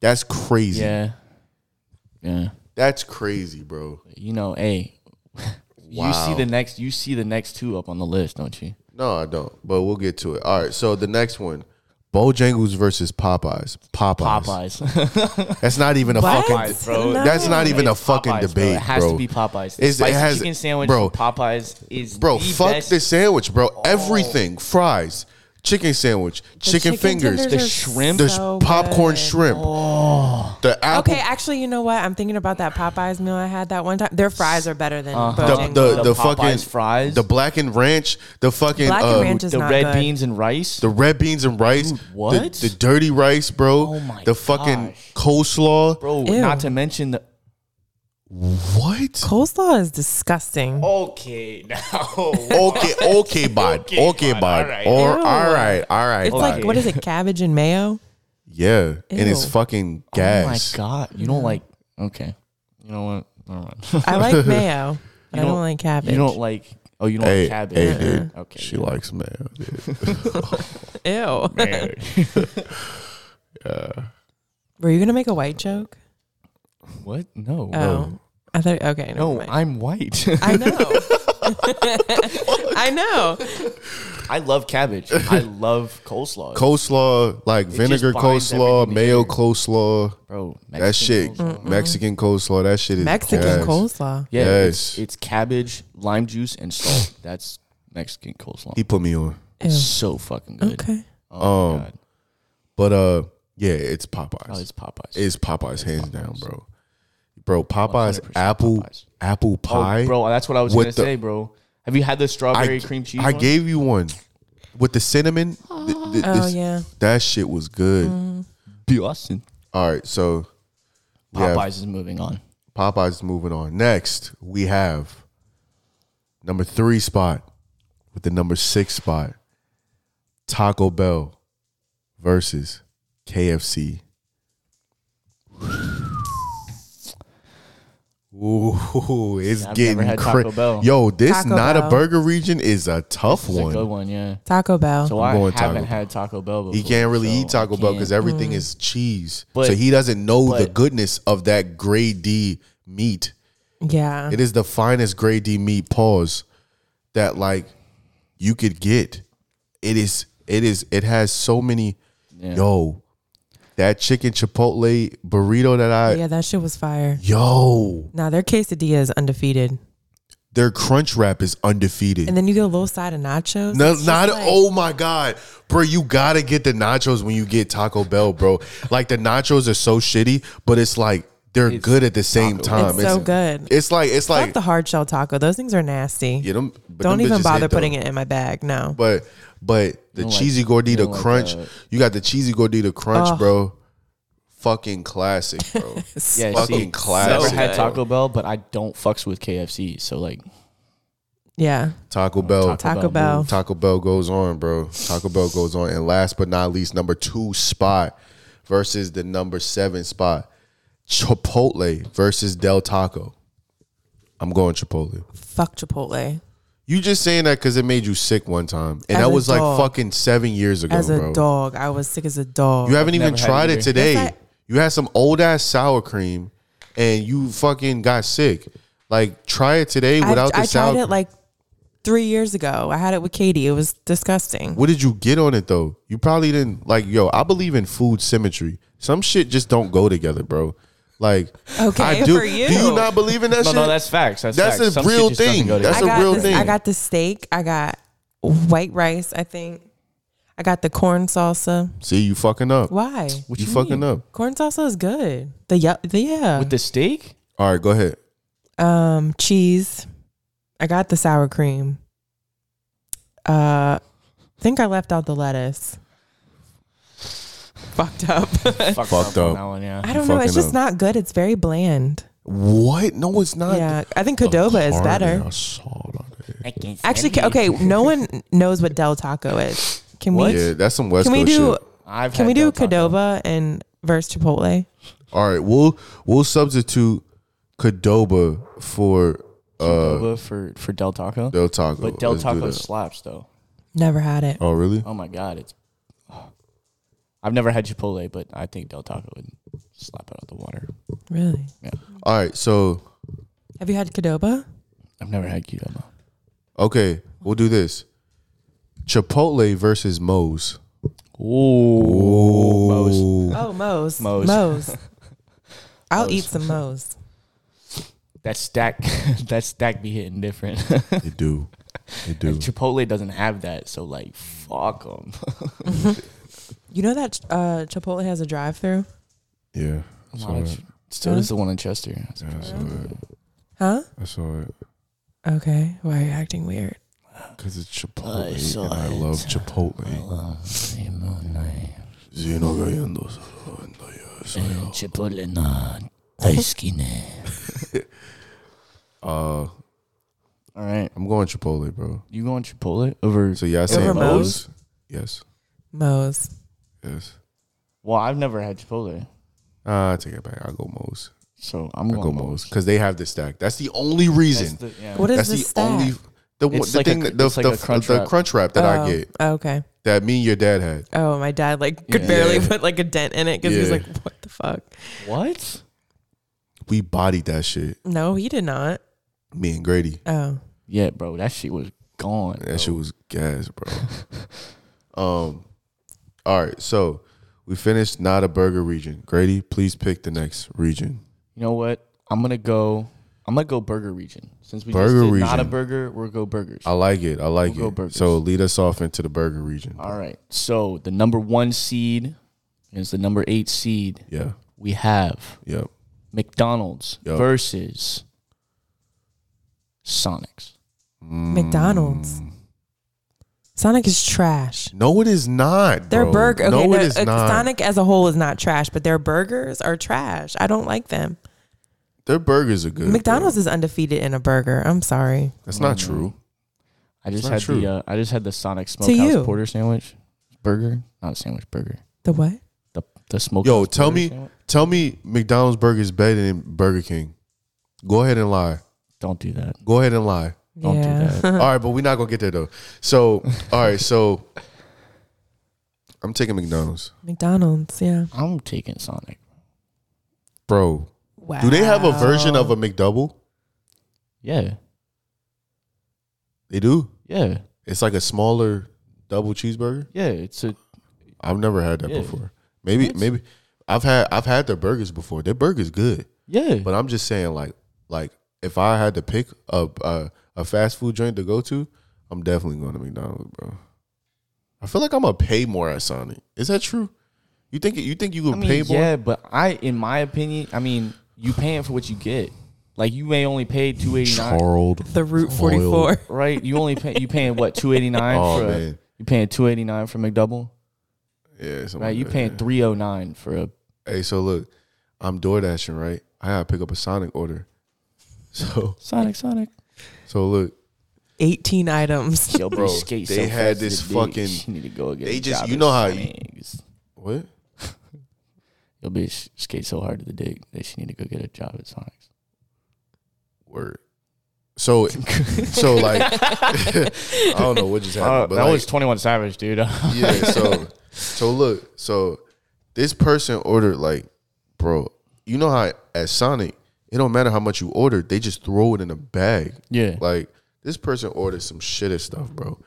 [SPEAKER 2] That's crazy.
[SPEAKER 1] Yeah. Yeah.
[SPEAKER 2] That's crazy, bro.
[SPEAKER 1] You know, hey. You see the next you see the next two up on the list, don't you?
[SPEAKER 2] No, I don't. But we'll get to it. All right. So the next one, Bojangles versus Popeyes. Popeyes.
[SPEAKER 1] Popeyes.
[SPEAKER 2] That's not even a
[SPEAKER 3] What?
[SPEAKER 2] fucking.
[SPEAKER 1] bro.
[SPEAKER 3] No.
[SPEAKER 2] That's not even a
[SPEAKER 1] It's
[SPEAKER 2] fucking
[SPEAKER 1] Popeyes, bro.
[SPEAKER 2] debate,
[SPEAKER 1] It has
[SPEAKER 2] bro.
[SPEAKER 1] to be Popeyes. The
[SPEAKER 2] It's- it
[SPEAKER 1] spicy
[SPEAKER 2] has-
[SPEAKER 1] chicken sandwich
[SPEAKER 2] bro.
[SPEAKER 1] from Popeyes is
[SPEAKER 2] Bro,
[SPEAKER 1] the
[SPEAKER 2] fuck
[SPEAKER 1] best.
[SPEAKER 2] the sandwich, bro. Everything, fries, chicken sandwich, chicken,
[SPEAKER 3] chicken
[SPEAKER 2] fingers,
[SPEAKER 3] tenders
[SPEAKER 2] the,
[SPEAKER 3] are
[SPEAKER 1] shrimp. Oh.
[SPEAKER 2] the
[SPEAKER 3] so
[SPEAKER 2] popcorn
[SPEAKER 3] good.
[SPEAKER 2] shrimp, the apple,
[SPEAKER 3] Okay, actually, you know what? I'm thinking about that Popeyes meal I had that one time. Their fries are better than
[SPEAKER 2] Uh-huh. the
[SPEAKER 3] Bojangles.
[SPEAKER 2] the, the,
[SPEAKER 1] The Popeyes
[SPEAKER 2] fucking
[SPEAKER 1] fries.
[SPEAKER 2] the blackened ranch, the fucking
[SPEAKER 3] Black
[SPEAKER 2] uh,
[SPEAKER 3] and ranch is
[SPEAKER 1] the
[SPEAKER 3] not
[SPEAKER 1] red
[SPEAKER 3] good.
[SPEAKER 1] beans and rice.
[SPEAKER 2] the red beans and rice,
[SPEAKER 1] Dude, what?
[SPEAKER 2] The, the dirty rice, bro.
[SPEAKER 1] Oh my
[SPEAKER 2] the fucking
[SPEAKER 1] gosh.
[SPEAKER 2] coleslaw,
[SPEAKER 1] bro,
[SPEAKER 3] Ew.
[SPEAKER 1] not to mention the
[SPEAKER 2] What?
[SPEAKER 3] Coleslaw is disgusting.
[SPEAKER 1] Oh Okay, now Oh
[SPEAKER 2] okay, okay, bud. Okay,
[SPEAKER 1] Okay,
[SPEAKER 2] bud.
[SPEAKER 1] bud. All right.
[SPEAKER 2] Or
[SPEAKER 3] Ew.
[SPEAKER 2] all right, all right.
[SPEAKER 3] It's
[SPEAKER 2] bud.
[SPEAKER 3] like what is it? Cabbage and mayo.
[SPEAKER 2] yeah, and it's
[SPEAKER 3] Ew.
[SPEAKER 2] fucking
[SPEAKER 1] Oh my
[SPEAKER 2] gas.
[SPEAKER 1] god, you don't like okay. You know what? Never mind.
[SPEAKER 3] I like mayo. But I
[SPEAKER 1] You
[SPEAKER 3] don't like cabbage.
[SPEAKER 1] You don't like oh you don't
[SPEAKER 2] Hey,
[SPEAKER 1] like cabbage.
[SPEAKER 2] hey, dude.
[SPEAKER 1] Okay.
[SPEAKER 2] She likes mayo. dude.
[SPEAKER 3] Ew.
[SPEAKER 1] Man.
[SPEAKER 3] Were you gonna make a white joke?
[SPEAKER 1] what? No.
[SPEAKER 3] Oh, I thought. Okay, never
[SPEAKER 1] No,
[SPEAKER 3] mind.
[SPEAKER 1] I'm white.
[SPEAKER 3] I know. I know.
[SPEAKER 1] I love cabbage. I love coleslaw.
[SPEAKER 2] Coleslaw, like vinegar
[SPEAKER 1] binds
[SPEAKER 2] coleslaw,
[SPEAKER 1] everything
[SPEAKER 2] mayo coleslaw.
[SPEAKER 1] Bro, Mexican
[SPEAKER 2] that shit,
[SPEAKER 1] coleslaw.
[SPEAKER 2] Mexican coleslaw. That shit is
[SPEAKER 3] Mexican
[SPEAKER 2] gas.
[SPEAKER 3] coleslaw.
[SPEAKER 1] Yeah,
[SPEAKER 2] Yes.
[SPEAKER 1] it's, it's cabbage, lime juice, and salt. That's Mexican coleslaw.
[SPEAKER 2] He put me on,
[SPEAKER 3] Ew.
[SPEAKER 1] So fucking good.
[SPEAKER 3] Okay.
[SPEAKER 1] Oh my
[SPEAKER 2] Um,
[SPEAKER 1] god.
[SPEAKER 2] but uh, yeah, it's
[SPEAKER 1] Oh,
[SPEAKER 2] Popeyes.
[SPEAKER 3] Oh,
[SPEAKER 1] it's Popeyes.
[SPEAKER 2] it's Popeyes hands down, bro. bro, Popeye's
[SPEAKER 1] 100%
[SPEAKER 2] apple
[SPEAKER 1] Popeyes.
[SPEAKER 2] apple pie,
[SPEAKER 1] oh, bro, that's what I was
[SPEAKER 2] with
[SPEAKER 1] gonna
[SPEAKER 2] the-
[SPEAKER 1] say, bro. Have you had the strawberry
[SPEAKER 2] I,
[SPEAKER 1] cream cheese?
[SPEAKER 2] I
[SPEAKER 1] one?
[SPEAKER 2] gave you one with the cinnamon. Th- th-
[SPEAKER 3] Oh,
[SPEAKER 2] this-
[SPEAKER 3] yeah. Mm-hmm.
[SPEAKER 2] that shit was good.
[SPEAKER 1] Be Austin.
[SPEAKER 2] All right, so yeah,
[SPEAKER 1] Popeyes is moving on.
[SPEAKER 2] Popeyes is moving on. Next, we have number three spot with the number six spot, Taco Bell versus KFC. Ooh, it's
[SPEAKER 1] I've never
[SPEAKER 2] getting
[SPEAKER 1] had
[SPEAKER 2] cra-
[SPEAKER 1] Taco Bell.
[SPEAKER 2] Yo, this
[SPEAKER 3] Taco
[SPEAKER 2] not a
[SPEAKER 3] Bell.
[SPEAKER 2] burger region is a tough
[SPEAKER 1] It's a
[SPEAKER 2] one.
[SPEAKER 1] good one, yeah.
[SPEAKER 3] Taco Bell.
[SPEAKER 1] So
[SPEAKER 2] I'm
[SPEAKER 1] I
[SPEAKER 2] going
[SPEAKER 1] haven't
[SPEAKER 2] Taco Bell.
[SPEAKER 1] had Taco Bell before.
[SPEAKER 2] He can't really
[SPEAKER 1] so
[SPEAKER 2] eat Taco
[SPEAKER 1] I
[SPEAKER 2] Bell because
[SPEAKER 1] can't-
[SPEAKER 3] Mm.
[SPEAKER 2] everything is cheese.
[SPEAKER 1] But-
[SPEAKER 2] so he doesn't know the
[SPEAKER 1] but-
[SPEAKER 2] goodness of that grade D meat.
[SPEAKER 3] yeah.
[SPEAKER 2] It is the finest grade D meat pause that like you could get. It is it is it has so many yo. That chicken chipotle burrito that I
[SPEAKER 3] yeah, that shit was fire.
[SPEAKER 2] yo,
[SPEAKER 3] Now their quesadilla is undefeated.
[SPEAKER 2] their crunch wrap is undefeated.
[SPEAKER 3] And then you get a little side of nachos.
[SPEAKER 2] No,
[SPEAKER 3] It's just
[SPEAKER 2] not
[SPEAKER 3] like-
[SPEAKER 2] oh my god, bro! You gotta get the nachos when you get Taco Bell, bro. Like the nachos are so shitty, but it's like they're good at the same time.
[SPEAKER 3] It's so good.
[SPEAKER 2] It's like it's
[SPEAKER 3] Fuck
[SPEAKER 2] like
[SPEAKER 3] the hard shell taco. Those things are nasty.
[SPEAKER 2] yeah, them, but
[SPEAKER 3] Don't
[SPEAKER 2] them bitches
[SPEAKER 3] even
[SPEAKER 2] hit,
[SPEAKER 3] bother
[SPEAKER 2] though.
[SPEAKER 3] putting it in my bag. No.
[SPEAKER 2] But but the
[SPEAKER 1] don't like-
[SPEAKER 2] cheesy
[SPEAKER 1] you
[SPEAKER 2] gordita
[SPEAKER 1] don't like
[SPEAKER 2] crunch,
[SPEAKER 1] that.
[SPEAKER 2] you got the cheesy gordita crunch,
[SPEAKER 3] Oh.
[SPEAKER 2] bro. Fucking classic, bro.
[SPEAKER 1] Yeah,
[SPEAKER 2] fucking
[SPEAKER 1] see,
[SPEAKER 2] classic.
[SPEAKER 1] Never had
[SPEAKER 2] So
[SPEAKER 1] Taco Bell, but I don't fucks with KFC. So like,
[SPEAKER 3] yeah.
[SPEAKER 1] Oh,
[SPEAKER 2] Taco Bell.
[SPEAKER 3] Taco Bell.
[SPEAKER 2] Taco Bell goes on, bro. Taco Bell goes on. And last but not least, number two spot versus the number seven spot. Chipotle versus Del Taco. I'm going Chipotle.
[SPEAKER 3] Fuck Chipotle.
[SPEAKER 2] You just saying that because it made you sick one time. And
[SPEAKER 3] As
[SPEAKER 2] that
[SPEAKER 3] a
[SPEAKER 2] was
[SPEAKER 3] dog.
[SPEAKER 2] like fucking seven years ago,
[SPEAKER 3] As a
[SPEAKER 2] bro.
[SPEAKER 3] dog. I was sick as a dog.
[SPEAKER 2] You haven't even
[SPEAKER 1] never had
[SPEAKER 2] tried
[SPEAKER 1] it
[SPEAKER 2] it
[SPEAKER 1] either.
[SPEAKER 2] today.
[SPEAKER 3] Yes, I-
[SPEAKER 2] you had some old ass sour cream and you fucking got sick. Like try it today
[SPEAKER 3] I-
[SPEAKER 2] without
[SPEAKER 3] I,
[SPEAKER 2] the sour.
[SPEAKER 3] tried it like three years ago. I had it with Katie. It was disgusting.
[SPEAKER 2] What did you get on it though? You probably didn't like yo, I believe in food symmetry. Some shit just don't go together, bro. Like
[SPEAKER 3] Okay,
[SPEAKER 2] I do,
[SPEAKER 3] for you.
[SPEAKER 2] do you not believe in that
[SPEAKER 1] No,
[SPEAKER 2] shit?
[SPEAKER 1] no, that's facts. That's
[SPEAKER 2] That's
[SPEAKER 1] facts.
[SPEAKER 2] a
[SPEAKER 1] Some shit
[SPEAKER 2] real
[SPEAKER 1] just doesn't
[SPEAKER 2] thing.
[SPEAKER 1] go
[SPEAKER 2] That's
[SPEAKER 1] together.
[SPEAKER 2] a
[SPEAKER 3] I got
[SPEAKER 2] real
[SPEAKER 3] this-
[SPEAKER 2] thing.
[SPEAKER 3] I got the steak. I got white rice, I think. I got the corn salsa.
[SPEAKER 2] See, you fucking up.
[SPEAKER 3] Why?
[SPEAKER 2] you, fucking up.
[SPEAKER 3] Corn salsa is good. The, yeah- the yeah.
[SPEAKER 1] with the steak.
[SPEAKER 2] All right, go ahead.
[SPEAKER 3] um cheese. I got the sour cream. Uh think I left out the lettuce. Fucked up.
[SPEAKER 1] Fucked,
[SPEAKER 2] Fucked
[SPEAKER 1] on
[SPEAKER 2] up.
[SPEAKER 1] that one, yeah.
[SPEAKER 3] I don't know.
[SPEAKER 2] fucking
[SPEAKER 3] It's just
[SPEAKER 2] up.
[SPEAKER 3] not good. It's very bland.
[SPEAKER 2] What? No, it's not.
[SPEAKER 3] yeah. I think Cordova is
[SPEAKER 2] Carne
[SPEAKER 3] better.
[SPEAKER 2] asada.
[SPEAKER 3] Actually, ca- okay, no one knows what Del Taco is. Can
[SPEAKER 1] What?
[SPEAKER 3] we
[SPEAKER 2] Yeah, that's some West
[SPEAKER 3] can we
[SPEAKER 2] Coast
[SPEAKER 3] do
[SPEAKER 2] shit.
[SPEAKER 1] I've
[SPEAKER 3] can
[SPEAKER 1] had
[SPEAKER 3] we do
[SPEAKER 1] Del Taco.
[SPEAKER 3] Cordova and versus Chipotle?
[SPEAKER 2] All right, we'll we'll substitute Cadoba for uh
[SPEAKER 1] Cordova for for Del Taco?
[SPEAKER 2] Del Taco.
[SPEAKER 1] but Del
[SPEAKER 2] Let's do
[SPEAKER 1] Taco
[SPEAKER 2] that.
[SPEAKER 1] slaps though.
[SPEAKER 3] Never had it.
[SPEAKER 2] Oh really?
[SPEAKER 1] Oh my god, it's. I've never had Chipotle, but I think Del Taco would slap it out the water.
[SPEAKER 3] Really?
[SPEAKER 2] All right, so
[SPEAKER 3] Have you had Cordova?
[SPEAKER 1] I've never had Qdoba.
[SPEAKER 2] Okay, we'll do this. Chipotle versus Moe's.
[SPEAKER 1] Ooh, Moe's.
[SPEAKER 3] Oh, Moe's.
[SPEAKER 1] Moe's.
[SPEAKER 3] Moe's. I'll eat some Moe's.
[SPEAKER 1] that stack, that stack be hitting different.
[SPEAKER 2] They do. They do.
[SPEAKER 1] Chipotle doesn't have that, so like, fuck them.
[SPEAKER 3] You know that uh, Chipotle has a drive-through,
[SPEAKER 2] Yeah. I saw it.
[SPEAKER 1] Still,
[SPEAKER 3] Huh?
[SPEAKER 1] is the one in Chester. That's
[SPEAKER 2] Yeah, I saw it.
[SPEAKER 3] huh?
[SPEAKER 2] I saw it.
[SPEAKER 3] Okay, why are you acting weird?
[SPEAKER 2] Because it's
[SPEAKER 1] I
[SPEAKER 2] Chipotle.
[SPEAKER 1] saw
[SPEAKER 2] and I
[SPEAKER 1] it.
[SPEAKER 2] love Chipotle. Zeno Gallendos.
[SPEAKER 1] Chipotle na daisuki
[SPEAKER 2] Uh,
[SPEAKER 1] All right,
[SPEAKER 2] I'm going Chipotle, bro.
[SPEAKER 1] you going Chipotle over?
[SPEAKER 2] So y'all saying
[SPEAKER 3] Over
[SPEAKER 2] Moe's? Yes.
[SPEAKER 3] Moe's.
[SPEAKER 2] Yes.
[SPEAKER 1] Well, I've never had Chipotle,
[SPEAKER 2] Uh, I take it back. I'll go Moe's.
[SPEAKER 1] so I'm
[SPEAKER 2] I
[SPEAKER 1] going
[SPEAKER 2] go Moe's because they have the stack. That's the only
[SPEAKER 1] That's
[SPEAKER 2] reason.
[SPEAKER 1] the- yeah.
[SPEAKER 3] What is
[SPEAKER 2] That's
[SPEAKER 3] the
[SPEAKER 2] the
[SPEAKER 3] stack?
[SPEAKER 2] only. The, one-
[SPEAKER 1] It's
[SPEAKER 2] the
[SPEAKER 1] like a
[SPEAKER 2] thing
[SPEAKER 1] cr-
[SPEAKER 2] that the,
[SPEAKER 1] it's like
[SPEAKER 2] the,
[SPEAKER 1] a crunch
[SPEAKER 2] the
[SPEAKER 1] wrap.
[SPEAKER 2] crunch wrap that I
[SPEAKER 3] Oh,
[SPEAKER 2] get
[SPEAKER 3] okay.
[SPEAKER 2] that me and your dad had.
[SPEAKER 3] Oh, my dad like could
[SPEAKER 1] Yeah.
[SPEAKER 3] barely
[SPEAKER 2] Yeah.
[SPEAKER 3] put like a dent in it because he's
[SPEAKER 2] Yeah.
[SPEAKER 3] like, "What the fuck?"
[SPEAKER 1] What?
[SPEAKER 2] We bodied that shit.
[SPEAKER 3] No, he did not.
[SPEAKER 2] Me and Grady.
[SPEAKER 3] Oh,
[SPEAKER 1] Yeah, bro, that shit was gone.
[SPEAKER 2] That shit was gas, bro. um, all right, so we finished not a burger region. Grady, please pick the next region.
[SPEAKER 1] You know what? I'm gonna go. I'm gonna go burger region since we
[SPEAKER 2] Burger
[SPEAKER 1] just did not a
[SPEAKER 2] region.
[SPEAKER 1] burger. We'll go burgers.
[SPEAKER 2] I like it. I like
[SPEAKER 1] We'll go
[SPEAKER 2] it.
[SPEAKER 1] burgers.
[SPEAKER 2] So lead us off into the burger region.
[SPEAKER 1] All right. So the number one seed is the number eight seed.
[SPEAKER 2] Yeah.
[SPEAKER 1] We have
[SPEAKER 2] Yep.
[SPEAKER 1] McDonald's
[SPEAKER 2] Yo.
[SPEAKER 1] versus Sonics.
[SPEAKER 3] McDonald's.
[SPEAKER 2] Mm.
[SPEAKER 3] Sonic is trash.
[SPEAKER 2] No, it is not.
[SPEAKER 3] Their
[SPEAKER 2] bro.
[SPEAKER 3] burger. Okay,
[SPEAKER 2] no,
[SPEAKER 3] no,
[SPEAKER 2] it is
[SPEAKER 3] uh,
[SPEAKER 2] not.
[SPEAKER 3] Sonic as a whole is not trash, but their burgers are trash. I don't like them.
[SPEAKER 2] Their burgers are good.
[SPEAKER 3] McDonald's Mm-hmm. is undefeated in a burger. I'm sorry.
[SPEAKER 2] bro. That's not true.
[SPEAKER 1] I just
[SPEAKER 2] not
[SPEAKER 1] had
[SPEAKER 2] true.
[SPEAKER 1] the uh, I just had the Sonic
[SPEAKER 3] you.
[SPEAKER 1] Smokehouse Porter sandwich burger, not a sandwich burger.
[SPEAKER 3] The what?
[SPEAKER 1] The the smoke.
[SPEAKER 2] Yo, tell me, tell me, McDonald's burger is better than Burger King. Go ahead and lie.
[SPEAKER 1] Don't do that.
[SPEAKER 2] Go ahead and lie.
[SPEAKER 1] Don't
[SPEAKER 3] Yeah.
[SPEAKER 1] do that.
[SPEAKER 2] all right, but we're not gonna get there though. So, all right, so I'm taking McDonald's,
[SPEAKER 3] McDonald's. Yeah.
[SPEAKER 1] I'm taking Sonic.
[SPEAKER 2] bro.
[SPEAKER 3] Wow.
[SPEAKER 2] Do they have a version of a McDouble?
[SPEAKER 1] Yeah,
[SPEAKER 2] They do.
[SPEAKER 1] yeah,
[SPEAKER 2] It's like a smaller double cheeseburger.
[SPEAKER 1] yeah. It's a
[SPEAKER 2] I've never had that
[SPEAKER 1] Yeah.
[SPEAKER 2] before. Maybe, maybe I've had I've had their burgers before. Their burgers good,
[SPEAKER 1] yeah.
[SPEAKER 2] but I'm just saying like like if I had to pick a a, a fast food joint to go to, I'm definitely going to McDonald's, bro. I feel like I'm gonna pay more at Sonic. Is that true? You think you think you would
[SPEAKER 1] I mean,
[SPEAKER 2] pay more?
[SPEAKER 1] yeah, but I, in my opinion, I mean, you paying for what you get. Like you may only pay two eighty nine,
[SPEAKER 2] Charled
[SPEAKER 3] the Route
[SPEAKER 2] Oil.
[SPEAKER 3] 44?
[SPEAKER 1] right? You only pay you paying what two eighty nine
[SPEAKER 2] Oh,
[SPEAKER 1] for a,
[SPEAKER 2] man.
[SPEAKER 1] you paying two eighty nine for McDouble,
[SPEAKER 2] Yeah, something
[SPEAKER 1] right?
[SPEAKER 2] like
[SPEAKER 1] You
[SPEAKER 2] that,
[SPEAKER 1] paying
[SPEAKER 2] yeah.
[SPEAKER 1] three oh nine for a
[SPEAKER 2] Hey, so look, I'm door dashing, right? I gotta pick up a Sonic order. So
[SPEAKER 1] Sonic Sonic.
[SPEAKER 2] so look,
[SPEAKER 3] 18 items.
[SPEAKER 1] Yo,
[SPEAKER 2] Bro,
[SPEAKER 1] bro, skate
[SPEAKER 2] they
[SPEAKER 1] so
[SPEAKER 2] had
[SPEAKER 1] fast
[SPEAKER 2] this
[SPEAKER 1] to the
[SPEAKER 2] fucking-
[SPEAKER 1] Bitch. You need to go get
[SPEAKER 2] they
[SPEAKER 1] a
[SPEAKER 2] just-
[SPEAKER 1] job
[SPEAKER 2] you
[SPEAKER 1] at
[SPEAKER 2] know how you-
[SPEAKER 1] Sonics.
[SPEAKER 2] what?
[SPEAKER 1] Yo, bitch, skate so hard to the dick that she need to go get a job at Sonics.
[SPEAKER 2] Word. So so like I don't know what just happened,
[SPEAKER 1] Uh,
[SPEAKER 2] but
[SPEAKER 1] that
[SPEAKER 2] like,
[SPEAKER 1] was Twenty One Savage, dude.
[SPEAKER 2] yeah. So so look, so this person ordered like, bro, you know how at Sonic it don't matter how much you order, they just throw it in a bag.
[SPEAKER 1] yeah,
[SPEAKER 2] Like this person ordered some shit and stuff, bro.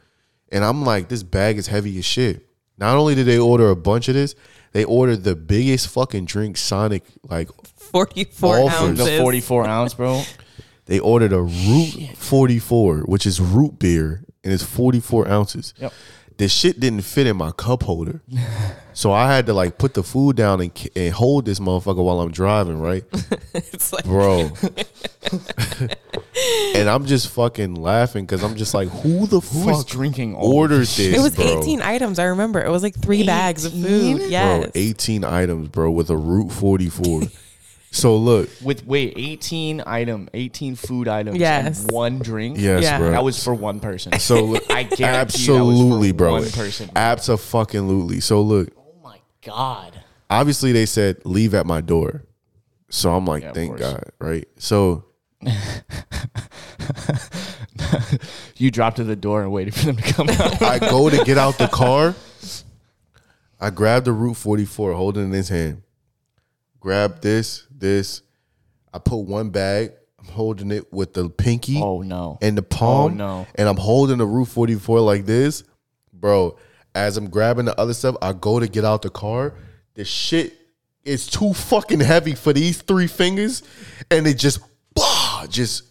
[SPEAKER 2] And I'm like, this bag is heavy as shit. Not only did they order a bunch of this, they ordered the biggest fucking drink Sonic. Like
[SPEAKER 3] 44
[SPEAKER 2] All for
[SPEAKER 1] the
[SPEAKER 3] ounces.
[SPEAKER 1] forty four ounce, bro.
[SPEAKER 2] they ordered a Root 44, which is root beer, and it's 44 ounces.
[SPEAKER 1] Yep.
[SPEAKER 2] The shit didn't fit in my cup holder, so I had to like put the food down and, ca- and hold this motherfucker while I'm driving, right?
[SPEAKER 3] It's like,
[SPEAKER 2] bro. and I'm just fucking laughing because I'm just like, who the
[SPEAKER 1] Who is
[SPEAKER 2] fuck
[SPEAKER 1] drinking all
[SPEAKER 2] ordered
[SPEAKER 1] this
[SPEAKER 2] this?
[SPEAKER 1] shit?
[SPEAKER 3] it was
[SPEAKER 2] bro?
[SPEAKER 3] 18 items. I remember. It was like three bags of food. Yes.
[SPEAKER 2] Bro, 18 items, bro, with a Route 44. so look,
[SPEAKER 1] with wait 18 item 18 food items
[SPEAKER 3] Yes.
[SPEAKER 1] and one drink
[SPEAKER 2] yes,
[SPEAKER 3] Yeah.
[SPEAKER 2] bro.
[SPEAKER 1] that was for one person Oh
[SPEAKER 2] so look,
[SPEAKER 1] I guarantee
[SPEAKER 2] absolutely,
[SPEAKER 1] that was for one
[SPEAKER 2] bro.
[SPEAKER 1] person
[SPEAKER 2] Abso-fucking-lutely. So look,
[SPEAKER 1] oh my god
[SPEAKER 2] obviously they said leave at my door. So I'm like,
[SPEAKER 1] of
[SPEAKER 2] thank
[SPEAKER 1] course.
[SPEAKER 2] God, right? So
[SPEAKER 1] you dropped to the door and waited for them to come out
[SPEAKER 2] I go to get out the car. I grab the Route 44, holding it in his hand. Grab this, this. I put one bag. I'm holding it with the pinky
[SPEAKER 1] oh no
[SPEAKER 2] and the palm.
[SPEAKER 1] Oh, no.
[SPEAKER 2] And I'm holding the Route 44 like this. Bro, as I'm grabbing the other stuff, I go to get out the car. The shit is too fucking heavy for these three fingers. And it just, bah, just,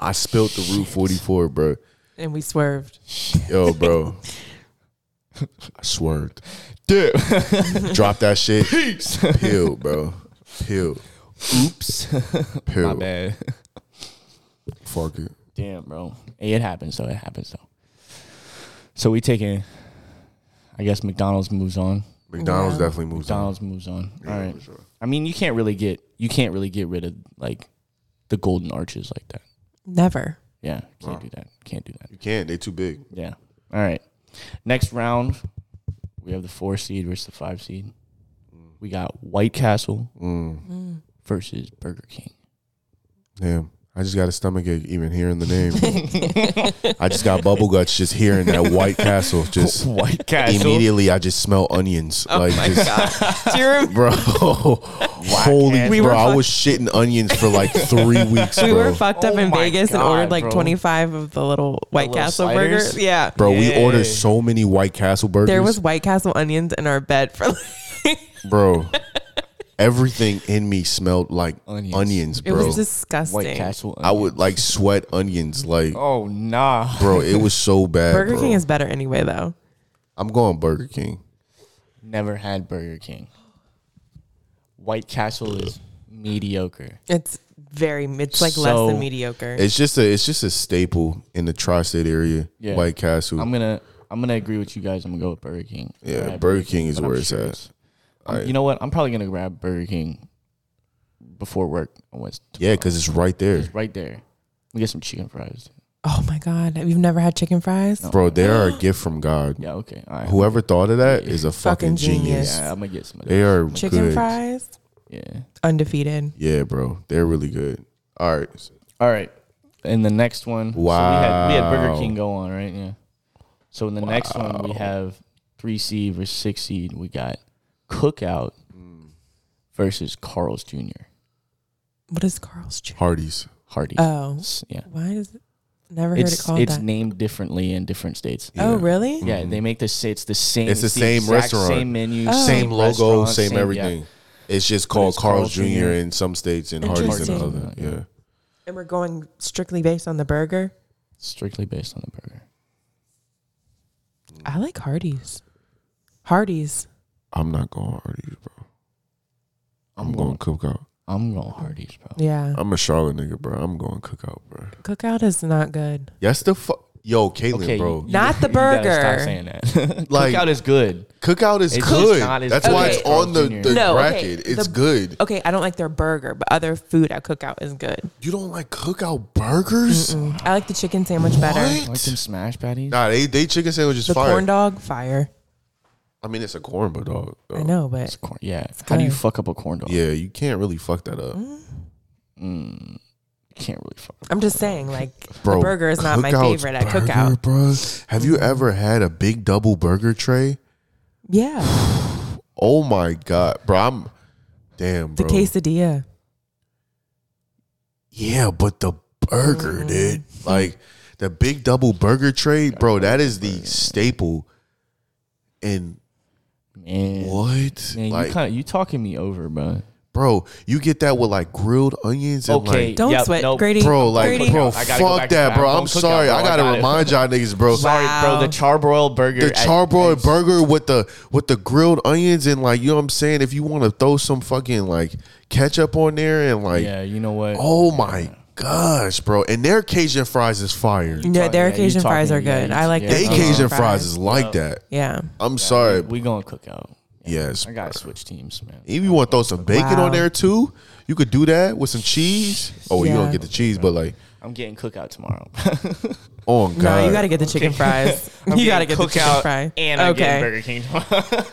[SPEAKER 2] I spilled the Route 44, bro.
[SPEAKER 3] And we swerved.
[SPEAKER 2] Yo, bro. I swerved.
[SPEAKER 1] dude
[SPEAKER 2] Drop that shit. Peel, bro. Peel.
[SPEAKER 1] oops my
[SPEAKER 2] Peel.
[SPEAKER 1] bad
[SPEAKER 2] Fuck it.
[SPEAKER 1] damn bro Hey, it happens though it happens though so we taking i guess mcdonald's moves on
[SPEAKER 2] McDonald's definitely moves on.
[SPEAKER 1] mcdonald's moves on all right i mean you can't really get you can't really get rid of like the golden arches like that
[SPEAKER 3] Never.
[SPEAKER 1] yeah can't do that can't do that
[SPEAKER 2] You can't. They too big.
[SPEAKER 1] Yeah. All right. Next round, we have the four seed versus the five seed. We got White Castle
[SPEAKER 2] Mm.
[SPEAKER 1] versus Burger King.
[SPEAKER 2] Damn. I just got a stomachache even hearing the name. I just got bubble guts just hearing that White Castle. Just
[SPEAKER 1] White Castle.
[SPEAKER 2] immediately, I just smell onions.
[SPEAKER 3] Oh
[SPEAKER 2] like, just,
[SPEAKER 3] Do you remember?
[SPEAKER 2] bro, holy,
[SPEAKER 3] We were
[SPEAKER 2] bro, I
[SPEAKER 3] fuck-
[SPEAKER 2] was shitting onions for like three weeks,
[SPEAKER 3] We
[SPEAKER 2] bro.
[SPEAKER 3] were fucked up
[SPEAKER 1] Oh
[SPEAKER 3] in
[SPEAKER 1] my
[SPEAKER 3] Vegas and
[SPEAKER 1] God,
[SPEAKER 3] ordered like
[SPEAKER 1] bro.
[SPEAKER 3] 25 of the little White
[SPEAKER 1] little
[SPEAKER 3] Castle
[SPEAKER 1] sliders?
[SPEAKER 3] burgers. Yeah.
[SPEAKER 2] Bro, we
[SPEAKER 1] Yeah.
[SPEAKER 2] ordered so many White Castle burgers.
[SPEAKER 3] There was White Castle onions in our bed for like,
[SPEAKER 2] bro. Everything in me smelled like onions,
[SPEAKER 1] Onions.
[SPEAKER 3] it
[SPEAKER 2] bro.
[SPEAKER 3] was disgusting.
[SPEAKER 1] White Castle.
[SPEAKER 2] I would like sweat onions, like
[SPEAKER 1] Oh nah.
[SPEAKER 2] bro. It was so bad.
[SPEAKER 3] Burger
[SPEAKER 2] bro.
[SPEAKER 3] King is better anyway though.
[SPEAKER 2] I'm going Burger King.
[SPEAKER 1] Never had Burger King. White Castle is mediocre.
[SPEAKER 3] It's very, it's like
[SPEAKER 1] So-
[SPEAKER 3] less than mediocre.
[SPEAKER 2] It's just a it's just a staple in the tri-state area.
[SPEAKER 1] Yeah.
[SPEAKER 2] White Castle.
[SPEAKER 1] I'm gonna I'm gonna agree with you guys. I'm gonna go with Burger King.
[SPEAKER 2] Yeah,
[SPEAKER 1] Grab
[SPEAKER 2] Burger King is
[SPEAKER 1] but I'm
[SPEAKER 2] where it's at.
[SPEAKER 1] it's- I'm- You know what? I'm probably gonna grab Burger King before work on Wednesday.
[SPEAKER 2] yeah, because it's right there,
[SPEAKER 1] It's right there. We get some chicken fries.
[SPEAKER 3] oh my god, you've never had chicken fries?
[SPEAKER 2] bro. They are a gift from God.
[SPEAKER 1] Yeah, okay. All right.
[SPEAKER 2] Whoever thought of that is a fucking,
[SPEAKER 3] Fucking
[SPEAKER 2] genius.
[SPEAKER 3] genius.
[SPEAKER 1] Yeah, I'm gonna get some of that.
[SPEAKER 2] They are
[SPEAKER 3] Chicken
[SPEAKER 2] good.
[SPEAKER 3] fries,
[SPEAKER 1] Yeah.
[SPEAKER 3] undefeated.
[SPEAKER 2] Yeah, bro. They're really good. All right.
[SPEAKER 1] All right. And the next one. So we had, we had Burger
[SPEAKER 2] Wow.
[SPEAKER 1] King go on, right? Yeah. So in the next one, we have three seed versus six seed. We got Cookout
[SPEAKER 2] Mm.
[SPEAKER 1] versus Carl's Jr.
[SPEAKER 3] What is Carl's Jr.?
[SPEAKER 2] Hardee's.
[SPEAKER 1] Hardy.
[SPEAKER 3] Oh,
[SPEAKER 1] yeah.
[SPEAKER 3] why is it? Never heard it
[SPEAKER 1] It's
[SPEAKER 3] called
[SPEAKER 1] it's
[SPEAKER 3] that.
[SPEAKER 1] named differently in different states.
[SPEAKER 3] Oh, really?
[SPEAKER 1] Yeah, they make the it's the same.
[SPEAKER 2] Mm-hmm. It's the same
[SPEAKER 1] exact
[SPEAKER 2] restaurant.
[SPEAKER 1] same menu,
[SPEAKER 3] Oh.
[SPEAKER 2] Same logo,
[SPEAKER 1] restaurant,
[SPEAKER 2] same,
[SPEAKER 1] yeah.
[SPEAKER 2] everything. It's just called
[SPEAKER 1] it's Carl's
[SPEAKER 2] Carl's Jr.
[SPEAKER 1] Jr.
[SPEAKER 2] in some states and Hardee's in
[SPEAKER 3] Interesting.
[SPEAKER 2] other. Yeah.
[SPEAKER 3] And we're going strictly based on the burger.
[SPEAKER 1] Strictly based on the burger.
[SPEAKER 2] Mm.
[SPEAKER 3] I like Hardee's. Hardee's.
[SPEAKER 2] I'm not going Hardee's, bro. I'm, going, cookout.
[SPEAKER 1] I'm going Hardee's, bro.
[SPEAKER 3] Yeah.
[SPEAKER 2] I'm a Charlotte nigga, bro. I'm going cookout, bro.
[SPEAKER 3] Cookout is not good.
[SPEAKER 2] That's the fuck. Yo, Caitlin,
[SPEAKER 1] Okay,
[SPEAKER 2] bro.
[SPEAKER 1] you-
[SPEAKER 3] Not the
[SPEAKER 1] you gotta
[SPEAKER 3] burger.
[SPEAKER 1] Stop saying that.
[SPEAKER 2] Like-
[SPEAKER 1] Cookout is good.
[SPEAKER 2] Cookout is
[SPEAKER 1] It's just
[SPEAKER 2] good.
[SPEAKER 1] not as
[SPEAKER 2] That's
[SPEAKER 1] good
[SPEAKER 2] why
[SPEAKER 1] as
[SPEAKER 2] it's
[SPEAKER 1] Carl's
[SPEAKER 2] on the,
[SPEAKER 1] Jr..
[SPEAKER 2] the
[SPEAKER 3] No, okay.
[SPEAKER 2] bracket. It's
[SPEAKER 3] The-
[SPEAKER 2] good.
[SPEAKER 3] Okay, I don't like their burger, but other food at Cookout is good.
[SPEAKER 2] You don't like cookout burgers?
[SPEAKER 3] I like the chicken sandwich better.
[SPEAKER 1] Like
[SPEAKER 2] What?
[SPEAKER 1] some smash patties.
[SPEAKER 2] Nah, they, they chicken sandwich is
[SPEAKER 3] The
[SPEAKER 2] fire.
[SPEAKER 3] corn dog, fire.
[SPEAKER 2] I mean, it's a corn but dog. though.
[SPEAKER 3] I know,
[SPEAKER 1] It's
[SPEAKER 3] but
[SPEAKER 1] corn. Yeah. How do you
[SPEAKER 3] good.
[SPEAKER 1] fuck up a corn dog?
[SPEAKER 2] Yeah, you can't really fuck that up.
[SPEAKER 3] Mm.
[SPEAKER 1] You can't really fuck. Up.
[SPEAKER 3] I'm just saying, like,
[SPEAKER 2] Bro,
[SPEAKER 3] the burger is not my
[SPEAKER 2] Cookout's
[SPEAKER 3] favorite at
[SPEAKER 2] burger,
[SPEAKER 3] Cookout.
[SPEAKER 2] Bro. Have you ever had a big double burger tray?
[SPEAKER 3] Yeah,
[SPEAKER 2] Oh my god, bro! I'm damn,
[SPEAKER 3] the
[SPEAKER 2] bro.
[SPEAKER 3] quesadilla.
[SPEAKER 2] Yeah, but the burger,
[SPEAKER 3] Mm.
[SPEAKER 2] dude. Like the big double burger tray, bro. That is the staple. And
[SPEAKER 1] Man,
[SPEAKER 2] what,
[SPEAKER 1] man,
[SPEAKER 2] like,
[SPEAKER 1] you kind of you talking me over, bro.
[SPEAKER 2] bro? You get that with like grilled onions and
[SPEAKER 1] Okay,
[SPEAKER 2] like
[SPEAKER 3] Don't
[SPEAKER 1] Yep,
[SPEAKER 3] sweat,
[SPEAKER 1] nope.
[SPEAKER 3] Grady.
[SPEAKER 2] Bro, like,
[SPEAKER 3] Grady.
[SPEAKER 2] bro,
[SPEAKER 1] I gotta go
[SPEAKER 2] fuck
[SPEAKER 1] back to
[SPEAKER 2] that,
[SPEAKER 1] that.
[SPEAKER 2] bro.
[SPEAKER 1] I'm
[SPEAKER 2] I'm
[SPEAKER 1] cooking,
[SPEAKER 2] sorry.
[SPEAKER 1] bro.
[SPEAKER 2] I
[SPEAKER 1] I
[SPEAKER 2] gotta
[SPEAKER 1] got it.
[SPEAKER 2] remind y'all niggas, bro.
[SPEAKER 1] Sorry, bro. The charbroiled burger.
[SPEAKER 2] The
[SPEAKER 1] at-
[SPEAKER 2] charbroiled
[SPEAKER 1] at-
[SPEAKER 2] burger with the with the grilled onions and like you know what I'm saying. If you want to throw some fucking like ketchup on there and like,
[SPEAKER 1] Yeah, you know what?
[SPEAKER 2] oh my gosh, bro. And their Cajun fries is fire.
[SPEAKER 3] No,
[SPEAKER 1] talk-
[SPEAKER 3] their
[SPEAKER 1] yeah, you
[SPEAKER 3] Cajun
[SPEAKER 1] talking-
[SPEAKER 3] fries are
[SPEAKER 1] yeah,
[SPEAKER 3] good.
[SPEAKER 1] you-
[SPEAKER 3] I like
[SPEAKER 1] yeah,
[SPEAKER 3] their
[SPEAKER 2] They
[SPEAKER 1] you
[SPEAKER 2] Cajun fries is like that.
[SPEAKER 3] Yeah,
[SPEAKER 2] I'm sorry.
[SPEAKER 1] We going cookout.
[SPEAKER 2] Yes.
[SPEAKER 1] I gotta switch teams, man.
[SPEAKER 2] If you want to throw some bacon
[SPEAKER 3] Wow.
[SPEAKER 2] on there too, you could do that with some cheese. Oh, you don't
[SPEAKER 3] Yeah.
[SPEAKER 2] get the cheese, but like,
[SPEAKER 1] I'm getting cookout tomorrow.
[SPEAKER 2] oh god,
[SPEAKER 3] no, you got to get the chicken fries. you got to get the chicken fry.
[SPEAKER 1] and I'm getting Burger King tomorrow.